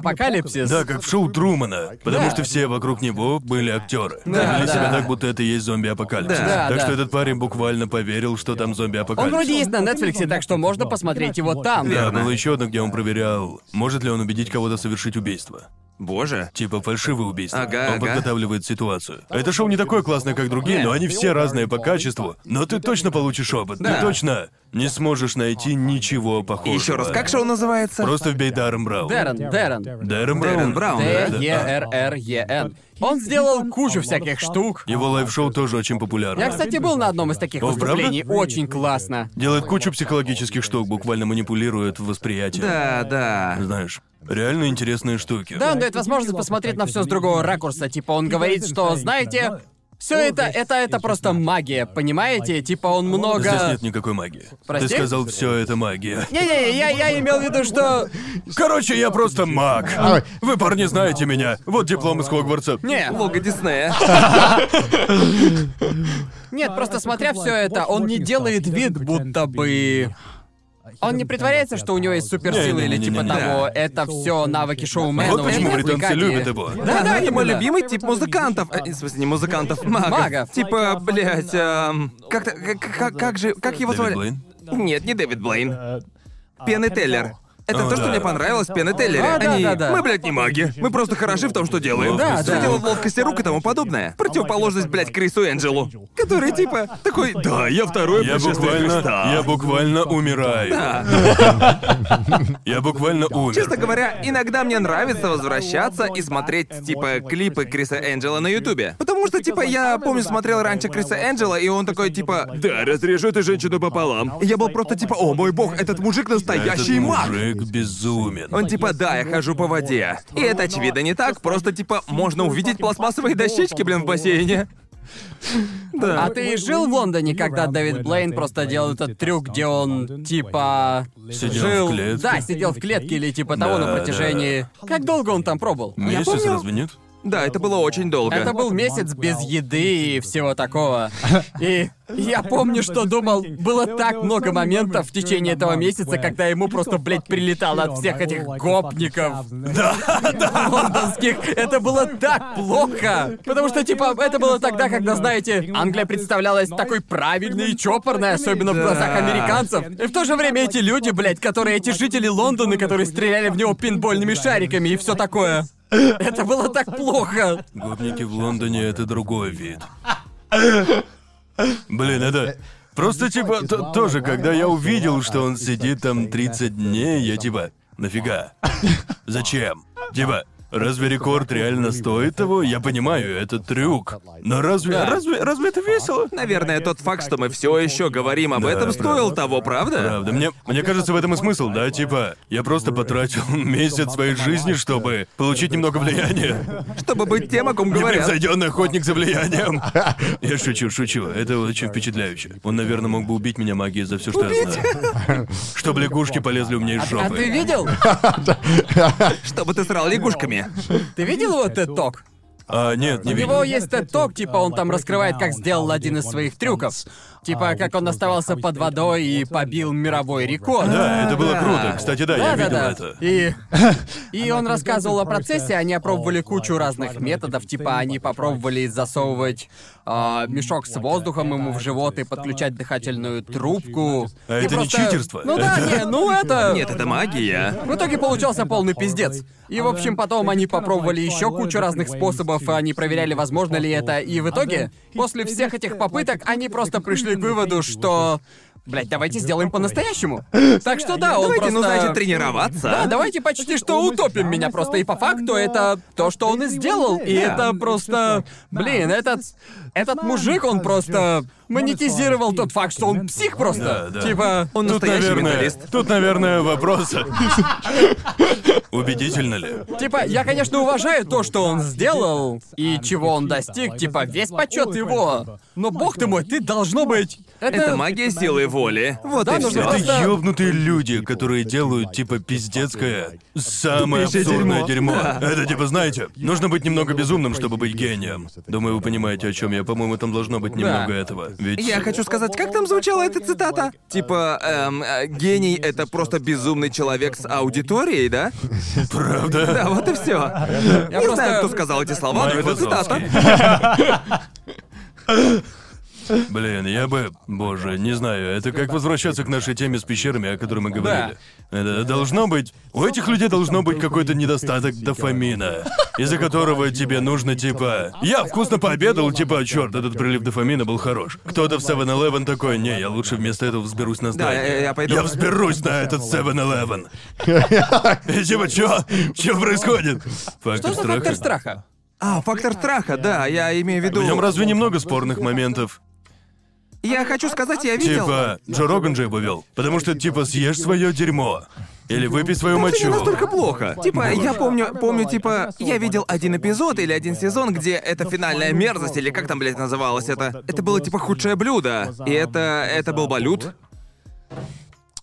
Speaker 3: зомби-апокалипсис.
Speaker 1: Да, как в шоу Трумана, потому
Speaker 3: Да.
Speaker 1: что все вокруг него были актеры.
Speaker 3: Да,
Speaker 1: Вели себя
Speaker 3: да.
Speaker 1: так, будто это и есть зомби-апокалипсис.
Speaker 3: Да,
Speaker 1: так
Speaker 3: да.
Speaker 1: что этот парень буквально поверил, что там
Speaker 3: Он
Speaker 1: зомби-апокалипсис.
Speaker 3: вроде есть на Нетфликсе, так что можно посмотреть его там.
Speaker 1: Да,
Speaker 2: Верно.
Speaker 1: было еще одно, где он проверял, может ли он убедить кого-то совершить убийство.
Speaker 2: Боже.
Speaker 1: Типа фальшивое убийство.
Speaker 2: Ага,
Speaker 1: он
Speaker 2: ага.
Speaker 1: подготавливает ситуацию. Это шоу не такое классное, как другие, но они все разные по качеству. Но ты точно получишь опыт.
Speaker 2: Да.
Speaker 1: Ты точно не сможешь найти ничего похожего.
Speaker 2: Еще раз, как шоу называется?
Speaker 1: Просто вбей Даррен Браун.
Speaker 3: Дэрон, Дэрон.
Speaker 1: Даррен Браун.
Speaker 2: Дэрон Браун, да?
Speaker 3: Д-Е-Р-Р-Е-Н. Он сделал кучу всяких штук.
Speaker 1: Его лайв-шоу тоже очень популярно.
Speaker 3: Я, кстати, был на одном из таких
Speaker 1: О,
Speaker 3: выступлений. Очень классно.
Speaker 1: Делает кучу психологических штук, буквально манипулирует восприятием.
Speaker 2: Да, да.
Speaker 1: Знаешь, реально интересные штуки.
Speaker 3: Да, он дает возможность посмотреть на все с другого ракурса. Типа, он говорит, что, знаете, все это, это, это просто магия, понимаете? Типа, он
Speaker 1: Здесь
Speaker 3: много...
Speaker 1: нет никакой магии.
Speaker 3: Прости?
Speaker 1: Ты сказал, все это магия.
Speaker 3: Не-не, я, я имел в виду, что...
Speaker 1: Короче, я просто маг. Вы, парни, знаете меня. Вот диплом из Хогвартса.
Speaker 3: *laughs* Не,
Speaker 2: Лого Диснея.
Speaker 3: *laughs* нет, просто смотря все А, это, он не делает вид, будто бы... Он не притворяется, что у него есть суперсилы или типа
Speaker 1: Не-не-не-не-не.
Speaker 3: того. Это все навыки шоумена.
Speaker 1: Вот
Speaker 3: у него
Speaker 2: ну,
Speaker 1: почему
Speaker 3: есть
Speaker 1: британцы
Speaker 3: увлекание.
Speaker 1: любят его.
Speaker 2: Да, да, это
Speaker 3: именно.
Speaker 2: мой любимый тип музыкантов. Э, В смысле, не музыкантов, магов.
Speaker 3: Магов.
Speaker 2: Типа, блядь, эм, как-то, как, как, как же, как его
Speaker 1: Дэвид
Speaker 2: звали?
Speaker 1: Блейн?
Speaker 2: Нет, не Дэвид Блейн. Пен и Теллер. Это
Speaker 1: О,
Speaker 2: то, что
Speaker 1: да.
Speaker 2: мне понравилось в Пен и Теллере.
Speaker 3: А, да,
Speaker 2: Они...
Speaker 3: да, да.
Speaker 2: Мы, блядь, не маги. Мы просто хороши в том, что делаем.
Speaker 1: Да,
Speaker 2: Всё
Speaker 3: да.
Speaker 2: дело в ловкости рук и тому подобное. Противоположность, блядь, Крису Энджелу. Который, типа, такой, да, я второй
Speaker 1: Я буквально, я буквально умираю. Я буквально умер.
Speaker 2: Честно говоря, иногда мне нравится возвращаться и смотреть, типа, клипы Криса Энджела на Ютубе. Потому что, типа, я помню, смотрел раньше Криса Энджела, и он такой, типа, «Да, разрежу эту женщину пополам». Я был просто, типа, «О, мой бог, этот мужик
Speaker 1: Этот
Speaker 2: настоящий маг!»
Speaker 1: мужик безумен.
Speaker 2: Он типа, да, я хожу по воде. И это очевидно не так, просто типа можно увидеть пластмассовые дощечки, блин, в бассейне.
Speaker 3: А ты жил в Лондоне, когда Дэвид Блейн просто делал этот трюк, где он типа
Speaker 1: Сидел в
Speaker 3: жил,
Speaker 1: клетке.
Speaker 3: да, сидел в клетке или типа того
Speaker 1: Да,
Speaker 3: на протяжении. Как долго он там пробыл?
Speaker 1: Месяц
Speaker 2: помню-
Speaker 1: разве нет?
Speaker 2: Да, это было очень долго.
Speaker 3: Это был месяц без еды и всего такого. И я помню, что думал, было так много моментов в течение этого месяца, когда ему просто, блядь, прилетало от всех этих гопников. лондонских. Это было так плохо. Потому что, типа, это было тогда, когда, знаете, Англия представлялась такой правильной и чопорной, особенно в глазах американцев. И в то же время эти люди, блядь, которые эти жители Лондона, которые стреляли в него пинбольными шариками и все такое. Это было так плохо.
Speaker 1: Гопники в Лондоне это другой вид. Блин, это. Просто типа, то- тоже, когда я увидел, что он сидит там 30 дней, я типа, нафига? Зачем? Типа, разве рекорд реально стоит того? Я понимаю, это трюк. Но разве. а Разве, разве это весело?
Speaker 2: Наверное, тот факт, что мы все еще говорим об
Speaker 1: Да,
Speaker 2: этом,
Speaker 1: да.
Speaker 2: стоил того, правда?
Speaker 1: Правда, мне, мне кажется, в этом и смысл, да? Типа, я просто потратил *laughs* месяц своей жизни, чтобы получить немного влияния.
Speaker 2: Чтобы быть тем, о ком говорят.
Speaker 1: Непревзойденный охотник за влиянием. Я шучу, шучу. Это очень впечатляюще. Он, наверное, мог бы убить меня магией за все, что я знаю. Чтобы лягушки полезли у меня из
Speaker 3: А ты
Speaker 1: жопы.
Speaker 3: видел?
Speaker 2: Чтобы ты срал лягушками.
Speaker 3: Ты видел его ток
Speaker 1: А, нет, не
Speaker 3: У
Speaker 1: видел.
Speaker 3: него есть ток, типа он там раскрывает, как сделал один из своих трюков. Типа как он оставался под водой и побил мировой рекорд.
Speaker 1: Да, это было круто. Кстати, да, я видел
Speaker 3: Да-да-да.
Speaker 1: это.
Speaker 3: И...
Speaker 2: *laughs*
Speaker 3: И он рассказывал о процессе, они опробовали кучу разных методов, типа они попробовали засовывать а, мешок с воздухом ему в живот и подключать дыхательную трубку.
Speaker 1: А
Speaker 3: И
Speaker 1: это не
Speaker 3: просто-
Speaker 1: читерство?
Speaker 3: Ну да,
Speaker 1: Это-
Speaker 2: *laughs*
Speaker 3: не, ну это...
Speaker 2: Нет, это магия.
Speaker 3: В итоге получался полный пиздец. И, в общем, потом они попробовали еще кучу разных способов, и они проверяли, возможно ли это. И в итоге, после всех этих попыток, они просто пришли к выводу, что... Блять, давайте
Speaker 2: *laughs*
Speaker 3: сделаем по-настоящему. Так что да, он
Speaker 2: Давайте, ну
Speaker 3: просто-
Speaker 2: значит, тренироваться.
Speaker 3: Да, А, давайте почти что утопим меня просто. И по факту это то, что он и сделал. И
Speaker 2: Да.
Speaker 3: это просто... Блин, этот... Этот мужик, он просто монетизировал тот факт, что он псих
Speaker 1: Да,
Speaker 3: просто.
Speaker 1: да.
Speaker 3: Типа, он
Speaker 1: Тут,
Speaker 2: Настоящий
Speaker 1: наверное,
Speaker 2: металлист.
Speaker 1: тут, наверное, вопрос. *laughs* Убедительно ли?
Speaker 3: Типа, я,
Speaker 2: ну,
Speaker 3: конечно, уважаю то, что он сделал и чего он достиг, типа, весь почет его. Но бог ты мой, ты должно быть. Это,
Speaker 2: Это магия силы воли. Вот
Speaker 3: Да,
Speaker 2: и
Speaker 3: нужно
Speaker 2: все.
Speaker 1: Это
Speaker 3: Просто-
Speaker 1: ёбнутые люди, которые делают типа пиздецкое, самое
Speaker 2: Тупейшее
Speaker 1: абсурдное
Speaker 2: дерьмо.
Speaker 1: дерьмо. Это типа, знаете, нужно быть немного безумным, чтобы быть гением. Думаю, вы понимаете, о чем я. По-моему, там должно быть немного этого. Ведь
Speaker 2: Я хочу сказать, как там звучала эта цитата? Типа, эм, э, гений это просто безумный человек с аудиторией, да?
Speaker 1: правда.
Speaker 2: Да, вот и все. Я не
Speaker 3: просто- Ну,
Speaker 2: знаю, кто сказал эти слова, но
Speaker 1: Майк
Speaker 2: это цитата.
Speaker 1: Вазовский. *laughs* Блин, я бы... Боже, не знаю, это как возвращаться к нашей теме с пещерами, о которой мы говорили. Это должно быть... У этих людей должно быть какой-то недостаток дофамина, из-за которого тебе нужно, типа... Я вкусно пообедал, типа, черт, этот прилив дофамина был хорош. Кто-то в 7-Eleven такой, не, я лучше вместо этого взберусь на здание.
Speaker 2: я- я пойду.
Speaker 1: взберусь на этот 7-Eleven. И типа, чё? Чё происходит? Фактор
Speaker 3: Что ну, за фактор страха?
Speaker 2: А, фактор страха, да, я имею в
Speaker 1: В нем
Speaker 2: виду.
Speaker 1: разве немного спорных моментов?
Speaker 2: Я хочу сказать, я видел.
Speaker 1: Типа, Джо Роган же его вел. Потому что, типа, съешь свое дерьмо. Или выпей свою
Speaker 2: Это не
Speaker 1: мочу.
Speaker 2: настолько плохо. Типа, я помню, помню, типа, я видел один эпизод или один сезон, где это финальная мерзость, или как там, блядь, называлось это. Это было типа худшее блюдо. И это. это был балют.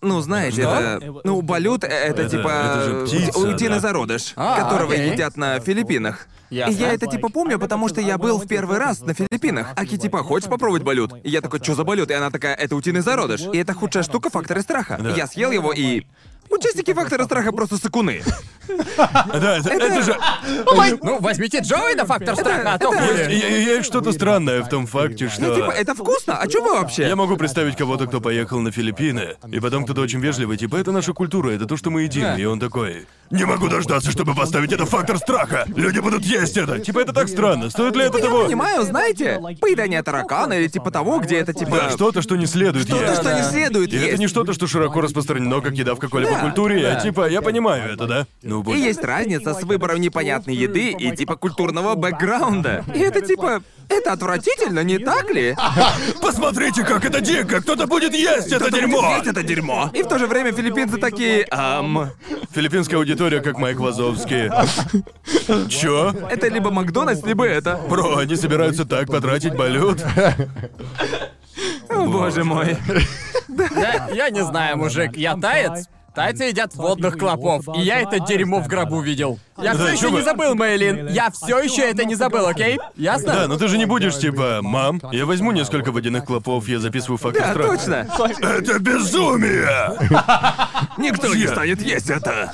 Speaker 2: Ну, знаете, это. Ну, балют э, это,
Speaker 1: Это-
Speaker 2: типа.
Speaker 1: это же птица,
Speaker 2: у- утиный
Speaker 1: да.
Speaker 2: зародыш,
Speaker 3: А,
Speaker 2: которого
Speaker 3: окей.
Speaker 2: едят на Филиппинах. И
Speaker 3: Ясно.
Speaker 2: я это типа помню, потому что я был в первый раз на Филиппинах. Аки типа, хочешь попробовать балют? И я такой, что за балют? И она такая, это утиный зародыш. И это худшая штука фактора страха.
Speaker 1: Да.
Speaker 2: Я съел его и... Участники фактора страха просто сыкуны.
Speaker 1: Да, это, это же...
Speaker 3: Ну, возьмите Джоуи на фактор страха, а то
Speaker 1: Есть,
Speaker 3: хули.
Speaker 1: я- я- есть что-то странное в том факте, что...
Speaker 2: Э. Ну, типа, это вкусно, а чё вы вообще?
Speaker 1: Я могу представить кого-то, кто поехал на Филиппины, и потом кто-то очень вежливый, типа, это наша культура, это то, что мы едим, и он такой... Не могу дождаться, чтобы поставить это в фактор страха! Люди будут есть это! Типа, это так странно, стоит ли это
Speaker 2: Ну, Я
Speaker 1: того...
Speaker 2: понимаю, знаете,
Speaker 1: ну,
Speaker 2: поедание таракана или типа того, где это типа...
Speaker 1: Да, что-то, что не следует
Speaker 2: то,
Speaker 1: есть.
Speaker 2: что не следует
Speaker 1: И это не
Speaker 2: есть.
Speaker 1: что-то, что широко распространено, как еда в какой-либо культуре, а типа, я понимаю это, да? Ну,
Speaker 2: И
Speaker 1: блин.
Speaker 2: есть разница с выбором непонятной еды и типа культурного бэкграунда. И это типа... Это отвратительно, не так ли?
Speaker 1: Посмотрите, как это дико! Кто-то будет есть это дерьмо!
Speaker 2: Есть это дерьмо. И в то же время филиппинцы такие... Ам...
Speaker 1: Филиппинская аудитория, как Майк Вазовский. Чё?
Speaker 2: Это либо Макдональдс, либо это.
Speaker 1: Бро, они собираются так потратить балют?
Speaker 2: О, боже мой.
Speaker 3: Да, я не знаю, мужик, я таец. Тайцы едят водных клопов, и я это дерьмо в гробу видел. Я
Speaker 1: Да,
Speaker 3: все еще
Speaker 1: А чё а
Speaker 3: не
Speaker 1: вы-
Speaker 3: забыл, Мейлин. Я все еще это не забыл, окей? Ясно?
Speaker 1: Да, но ты же не будешь, типа, мам, я возьму несколько водяных клопов, я записываю факты
Speaker 2: Да,
Speaker 1: страха».
Speaker 2: точно.
Speaker 1: Это безумие!
Speaker 2: Никто не
Speaker 1: Я-
Speaker 2: станет есть это.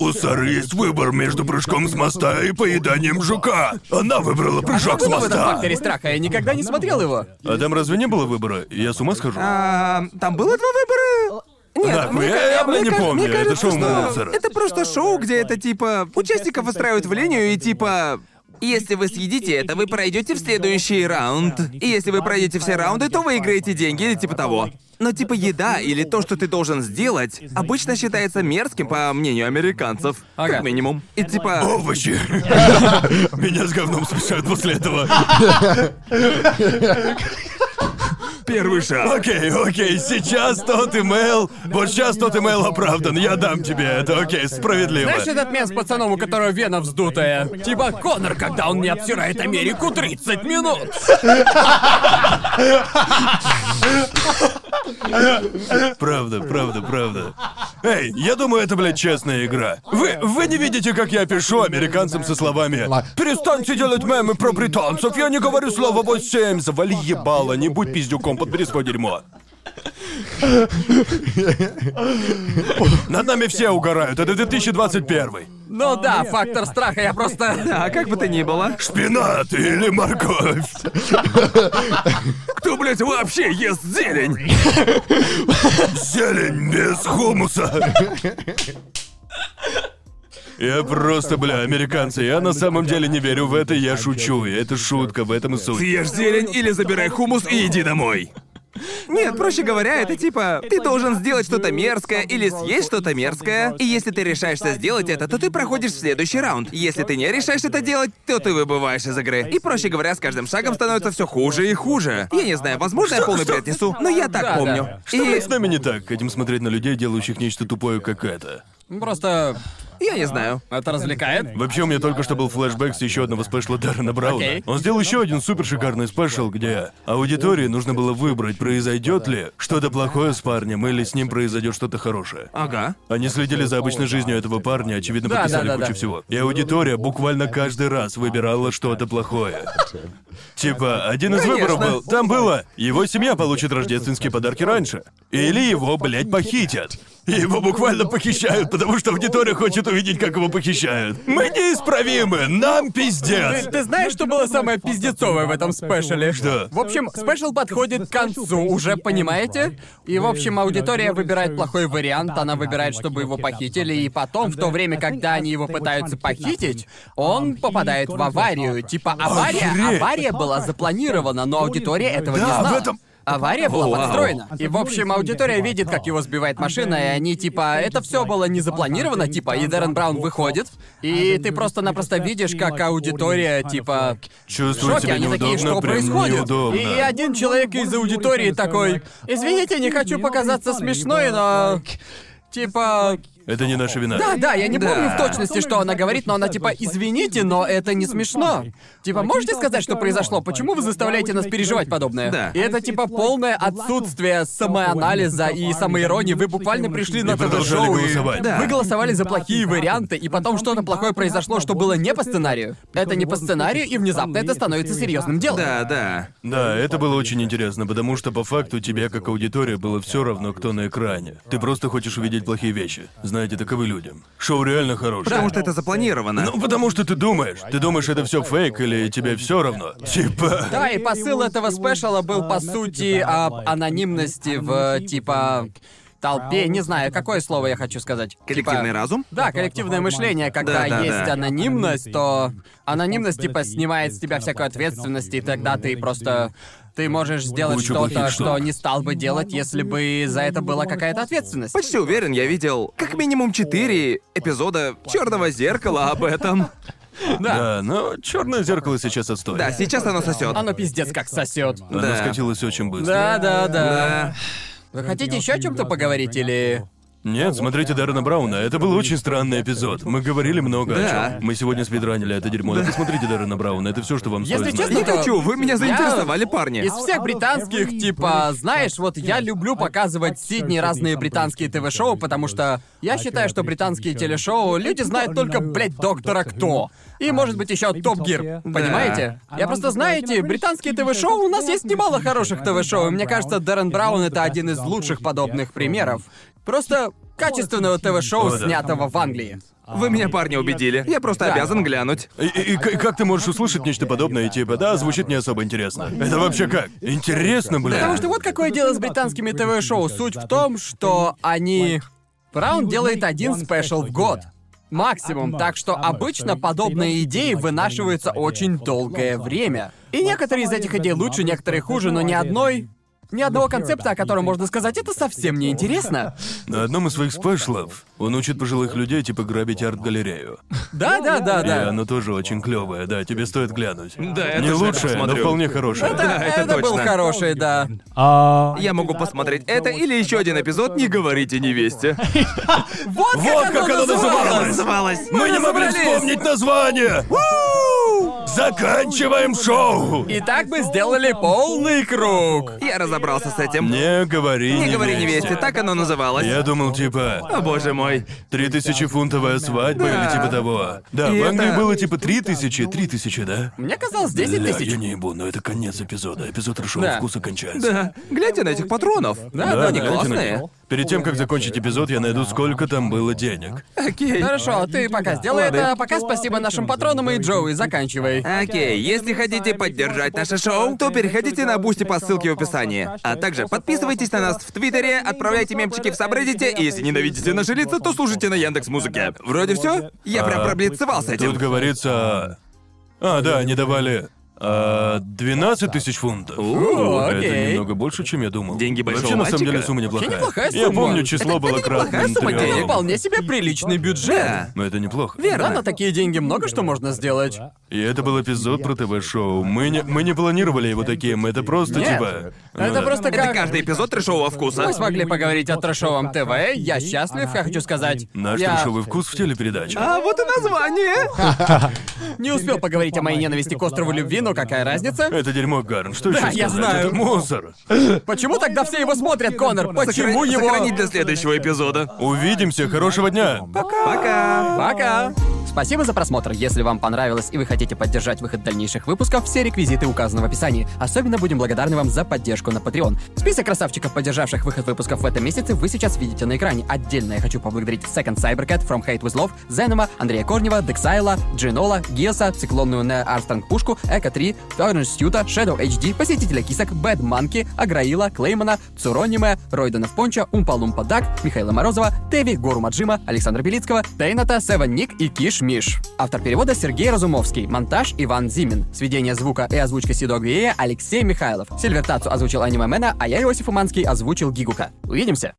Speaker 1: У Сары есть выбор между прыжком с моста и поеданием жука. Она выбрала прыжок с
Speaker 3: Откуда в этом
Speaker 1: моста.
Speaker 3: факторе страха? Я никогда не смотрел его.
Speaker 1: А там разве не было выбора? Я с ума схожу.
Speaker 2: А, там было два выбора? Нет,
Speaker 1: Нахуй,
Speaker 2: мне,
Speaker 1: я-
Speaker 2: ка-
Speaker 1: я
Speaker 2: мне
Speaker 1: не
Speaker 2: ка-
Speaker 1: помню,
Speaker 2: мне
Speaker 1: это
Speaker 2: кажется,
Speaker 1: шоу
Speaker 2: что
Speaker 1: Мусора.
Speaker 2: Это просто шоу, где это типа участников выстраивают в линию и типа если вы съедите это, вы пройдете в следующий раунд. И если вы пройдете все раунды, то выиграете деньги или типа того. Но типа еда или то, что ты должен сделать, обычно считается мерзким, по мнению американцев.
Speaker 3: Ага.
Speaker 2: Как минимум. И типа... *laughs*
Speaker 1: Овощи. Меня с говном смешают после этого.
Speaker 2: Первый шаг.
Speaker 1: Окей, окей, сейчас тот имейл. Вот сейчас тот имейл оправдан. Я дам тебе это, окей, справедливо.
Speaker 3: Знаешь этот мем с пацаном, у которого вена вздутая? Типа Конор, когда он не обсирает Америку 30 минут.
Speaker 1: Правда, правда, правда. Эй, я думаю, это, блядь, честная игра. Вы, вы не видите, как я пишу американцам со словами «Перестаньте делать мемы про британцев, я не говорю слово 8, завали ебало, не будь пиздюком, подбери свое дерьмо». Над нами все угорают, это 2021.
Speaker 2: А,
Speaker 3: Ну да, фактор страха, я просто...
Speaker 2: *laughs* Да, как бы то ни было.
Speaker 1: Шпинат или морковь?
Speaker 2: Кто, блядь, вообще ест зелень?
Speaker 1: Зелень без хумуса. Я просто, бля, американцы, я на самом деле не верю в это, я шучу, и это шутка, в этом и суть.
Speaker 2: Ешь зелень или забирай хумус и иди домой. Нет, проще говоря, это типа, ты должен сделать что-то мерзкое или съесть что-то мерзкое, и если ты решаешься сделать это, то ты проходишь в следующий раунд. Если ты не решаешь это делать, то ты выбываешь из игры. И проще говоря, с каждым шагом становится все хуже и хуже. Я не знаю, возможно, я полный бред несу, но я так
Speaker 3: Да,
Speaker 2: помню.
Speaker 3: да.
Speaker 1: Что,
Speaker 2: И
Speaker 1: блядь, с нами не так? Хотим смотреть на людей, делающих нечто тупое, как это.
Speaker 3: Ну, Просто
Speaker 2: я не знаю.
Speaker 3: это развлекает.
Speaker 1: Вообще, у меня только что был флешбэк с еще одного спешла Даррена Брауна.
Speaker 3: Окей.
Speaker 1: Он сделал еще один супер шикарный спешл, где аудитории нужно было выбрать, произойдет ли что-то плохое с парнем или с ним произойдет что-то хорошее.
Speaker 2: Ага.
Speaker 1: Они следили за обычной жизнью этого парня, очевидно,
Speaker 3: Да,
Speaker 1: подписали
Speaker 3: да, да,
Speaker 1: кучу
Speaker 3: да.
Speaker 1: всего. И аудитория буквально каждый раз выбирала что-то плохое. Типа, один из
Speaker 2: Конечно.
Speaker 1: выборов был. Там было, его семья получит рождественские подарки раньше. Или его, блядь, похитят. И Его буквально похищают, потому что аудитория хочет увидеть, как его похищают. Мы неисправимы, нам пиздец.
Speaker 3: Ты, ты знаешь, что было самое пиздецовое в этом спешале?
Speaker 1: Что?
Speaker 3: В общем, спешл подходит к концу, уже понимаете? И, в общем, аудитория выбирает плохой вариант, она выбирает, чтобы его похитили, и потом, в то время, когда они его пытаются похитить, он попадает в аварию. Типа, авария,
Speaker 1: Охереть!
Speaker 3: авария была запланирована, но аудитория этого не
Speaker 1: Да, в
Speaker 3: знала.
Speaker 1: этом-
Speaker 3: Авария была
Speaker 1: Вау.
Speaker 3: подстроена. И, в общем, аудитория видит, как его сбивает машина, и они типа, это все было не запланировано, типа, и Дэрон Браун выходит, и ты просто-напросто видишь, как аудитория, типа, в
Speaker 1: Чувствую
Speaker 3: шоке,
Speaker 1: себя
Speaker 3: они такие,
Speaker 1: неудобно, прям
Speaker 3: что происходит?
Speaker 1: неудобно.
Speaker 3: И один человек из аудитории такой, извините, не хочу показаться смешной, но... Типа...
Speaker 1: Это не наша вина.
Speaker 3: Да, да, я не
Speaker 2: Да.
Speaker 3: помню в точности, что она говорит, но она типа, извините, но это не смешно. Типа, можете сказать, что произошло? Почему вы заставляете нас переживать подобное?
Speaker 2: Да.
Speaker 3: И это типа полное отсутствие самоанализа и самоиронии. Вы буквально пришли на
Speaker 1: И продолжали
Speaker 3: ТВ-шоу
Speaker 1: голосовать.
Speaker 3: и...
Speaker 2: Да.
Speaker 3: Вы голосовали за плохие варианты, и потом что-то плохое произошло, что было не по сценарию. Это не по сценарию, и внезапно это становится серьезным делом.
Speaker 2: Да, да.
Speaker 1: Да, это было очень интересно, потому что по факту тебе, как аудитория, было все равно, кто на экране. Ты просто хочешь увидеть плохие вещи. Знаете, таковы люди. Шоу реально хорошее.
Speaker 2: Потому что это запланировано.
Speaker 1: Ну, потому что ты думаешь. Ты думаешь, это все фейк или тебе все равно? Типа.
Speaker 3: Да, и посыл этого спешала был, по сути, об анонимности в, типа, толпе. Не знаю, какое слово я хочу сказать.
Speaker 2: Коллективный
Speaker 3: Типа,
Speaker 2: разум?
Speaker 3: Да, коллективное мышление, когда
Speaker 2: Да, да,
Speaker 3: есть
Speaker 2: да.
Speaker 3: анонимность, то анонимность, типа, снимает с тебя всякую ответственность, и тогда ты просто... Ты можешь сделать
Speaker 1: Кучу
Speaker 3: что-то,
Speaker 1: плохих
Speaker 3: что
Speaker 1: штук.
Speaker 3: не стал бы делать, если бы за это была какая-то ответственность.
Speaker 2: Почти уверен, я видел как минимум четыре эпизода Черного зеркала об *laughs* этом.
Speaker 1: Да, но черное зеркало сейчас отстой.
Speaker 2: Да, сейчас оно сосет.
Speaker 3: Оно пиздец как сосет.
Speaker 1: Оно
Speaker 2: да.
Speaker 1: скатилось очень быстро.
Speaker 3: Да, да, да.
Speaker 2: Да.
Speaker 3: Вы хотите еще о чем-то поговорить или.
Speaker 1: Нет, смотрите Даррена Брауна. Это был очень странный эпизод. Мы говорили много
Speaker 2: Да.
Speaker 1: о чем. Мы сегодня спидранили это дерьмо. Да. Посмотрите Даррена Брауна. Это все, что вам
Speaker 3: Если
Speaker 1: стоит
Speaker 3: честно,
Speaker 1: знать.
Speaker 2: Не
Speaker 3: то-
Speaker 2: хочу, вы меня заинтересовали, парни.
Speaker 3: Из всех британских, типа, знаешь, вот я люблю показывать Сидни разные британские ТВ-шоу, потому что я считаю, что британские телешоу люди знают а только, блядь, доктора кто. И, может быть, еще Топ Гир, понимаете? Я просто, знаете, британские ТВ-шоу, у нас есть немало хороших ТВ-шоу, и мне кажется, Дэрон Браун — это один из лучших подобных примеров. Просто качественного ТВ-шоу,
Speaker 1: О, да.
Speaker 3: снятого в Англии.
Speaker 2: Вы меня, парни, убедили. Я просто
Speaker 3: Да.
Speaker 2: обязан глянуть.
Speaker 1: И, и- и к- и как ты можешь услышать нечто подобное и типа, да, звучит не особо интересно. Это вообще как? Интересно, бля.
Speaker 3: Потому что вот какое дело с британскими ТВ-шоу. Суть в том, что они... Браун делает один спешл в год. Максимум, так что обычно подобные идеи вынашиваются очень долгое время. И некоторые из этих идей лучше, некоторые хуже, но ни одной... Ни одного концепта, о котором можно сказать, это совсем не интересно.
Speaker 1: На одном из своих спешлов он учит пожилых людей типа грабить арт-галерею.
Speaker 3: Да, да, да,
Speaker 1: И
Speaker 3: да.
Speaker 1: оно тоже очень клевое, да, тебе стоит глянуть.
Speaker 2: Да, это
Speaker 1: Не
Speaker 2: же я
Speaker 1: лучшее, но
Speaker 2: посмотрю.
Speaker 1: вполне хорошее.
Speaker 2: Да, это
Speaker 3: был
Speaker 2: точно.
Speaker 3: хороший, да.
Speaker 2: Я могу посмотреть это или еще один эпизод «Не говорите невесте».
Speaker 3: Вот,
Speaker 1: Вот как оно называлось!
Speaker 2: Называлось.
Speaker 1: Мы не могли
Speaker 3: разобрались!
Speaker 1: вспомнить название! Заканчиваем шоу!
Speaker 3: И так бы сделали полный круг.
Speaker 2: Я разобрался с этим.
Speaker 1: Не говори
Speaker 2: Не говори
Speaker 1: невесте.
Speaker 2: невесте, так оно называлось.
Speaker 1: Я думал, типа,
Speaker 2: О боже мой.
Speaker 1: три тысячи фунтовая свадьба
Speaker 2: Да.
Speaker 1: или типа того. Да,
Speaker 2: И
Speaker 1: в Англии
Speaker 2: это-
Speaker 1: было типа три тысячи, три тысячи, да?
Speaker 3: Мне казалось, 10
Speaker 1: Бля, я
Speaker 3: тысяч.
Speaker 1: не ебу, но это конец эпизода. Эпизод Рашевого
Speaker 3: Да.
Speaker 1: вкуса кончается.
Speaker 2: Да. Гляньте на этих патронов. Да, да, они
Speaker 1: гляньте на
Speaker 2: классные.
Speaker 1: них. Перед тем, как закончить эпизод, я найду, сколько там было денег.
Speaker 2: Окей.
Speaker 3: Хорошо, а ты пока сделай
Speaker 2: Ладно.
Speaker 3: это, а пока спасибо нашим патронам и Джоуи, заканчивай.
Speaker 2: Окей, если хотите поддержать наше шоу, то переходите на Бусти по ссылке в описании. А также подписывайтесь на нас в Твиттере, отправляйте мемчики в Сабреддите, и если ненавидите наши лица, то слушайте на Яндекс Музыке. Вроде все? Я прям
Speaker 1: А,
Speaker 2: проблицевал с
Speaker 1: Тут
Speaker 2: этим.
Speaker 1: говорится... А, да, они давали... а, 12 тысяч фунтов. О, Это
Speaker 3: окей.
Speaker 1: немного больше, чем я думал.
Speaker 2: Деньги большого
Speaker 1: Вообще, на самом
Speaker 2: мальчика.
Speaker 1: деле, сумма неплохая.
Speaker 3: неплохая
Speaker 1: Я
Speaker 3: сумма.
Speaker 1: помню, число было
Speaker 2: неплохая
Speaker 1: кратным
Speaker 2: сумма денег.
Speaker 1: трём.
Speaker 3: Вполне себе приличный бюджет.
Speaker 2: Да.
Speaker 1: Но это неплохо.
Speaker 3: Да, на такие деньги много что можно сделать.
Speaker 1: И это был эпизод про ТВ-шоу. Мы не, мы не планировали его таким, это просто
Speaker 3: Нет.
Speaker 1: типа... ну
Speaker 3: Это
Speaker 1: да.
Speaker 3: просто
Speaker 2: Это
Speaker 3: как...
Speaker 2: каждый эпизод трешового вкуса.
Speaker 3: Мы смогли поговорить о трэшовом ТВ, я счастлив, я хочу сказать.
Speaker 1: Наш
Speaker 3: я
Speaker 1: трешовый вкус в телепередаче.
Speaker 2: А вот и название.
Speaker 3: *laughs* не успел поговорить о моей ненависти к острову любви, но какая разница?
Speaker 1: Это дерьмо, Гарн, что еще
Speaker 3: Да,
Speaker 1: сказать?
Speaker 3: я знаю.
Speaker 1: Это мусор.
Speaker 3: Почему тогда все его смотрят, Конор? Почему
Speaker 2: Сохра-
Speaker 3: его...
Speaker 2: Сохранить для следующего эпизода.
Speaker 1: Увидимся, хорошего дня.
Speaker 2: Пока.
Speaker 3: Пока! Спасибо за просмотр. Если вам понравилось и вы хотите поддержать выход дальнейших выпусков, все реквизиты указаны в описании. Особенно будем благодарны вам за поддержку на Patreon. Список красавчиков, поддержавших выход выпусков в этом месяце, вы сейчас видите на экране. Отдельно я хочу поблагодарить Second Cybercat, From Hate With Love, Зенема, Андрея Корнева, Дексайла, Джинола, Геса, Циклонную на Арстронг Пушку, Эко 3, Orange Стюта, Shadow HD, Посетителя Кисок, Бэд Манки, Аграила, Клеймана, Цурониме, Ройденов Понча, Умпа Лумпа Дак, Михаила Морозова, Теви, Гору Маджима, Александра Белицкого, Тейната, Севен Ник и Киш Миш. Автор перевода Сергей Разумовский, монтаж Иван Зимин, сведение звука и озвучка Сидо Гвея Алексей Михайлов, Сильвертацию озвучил Аниме Мэна, а я, Иосиф Уманский, озвучил Гигука. Увидимся!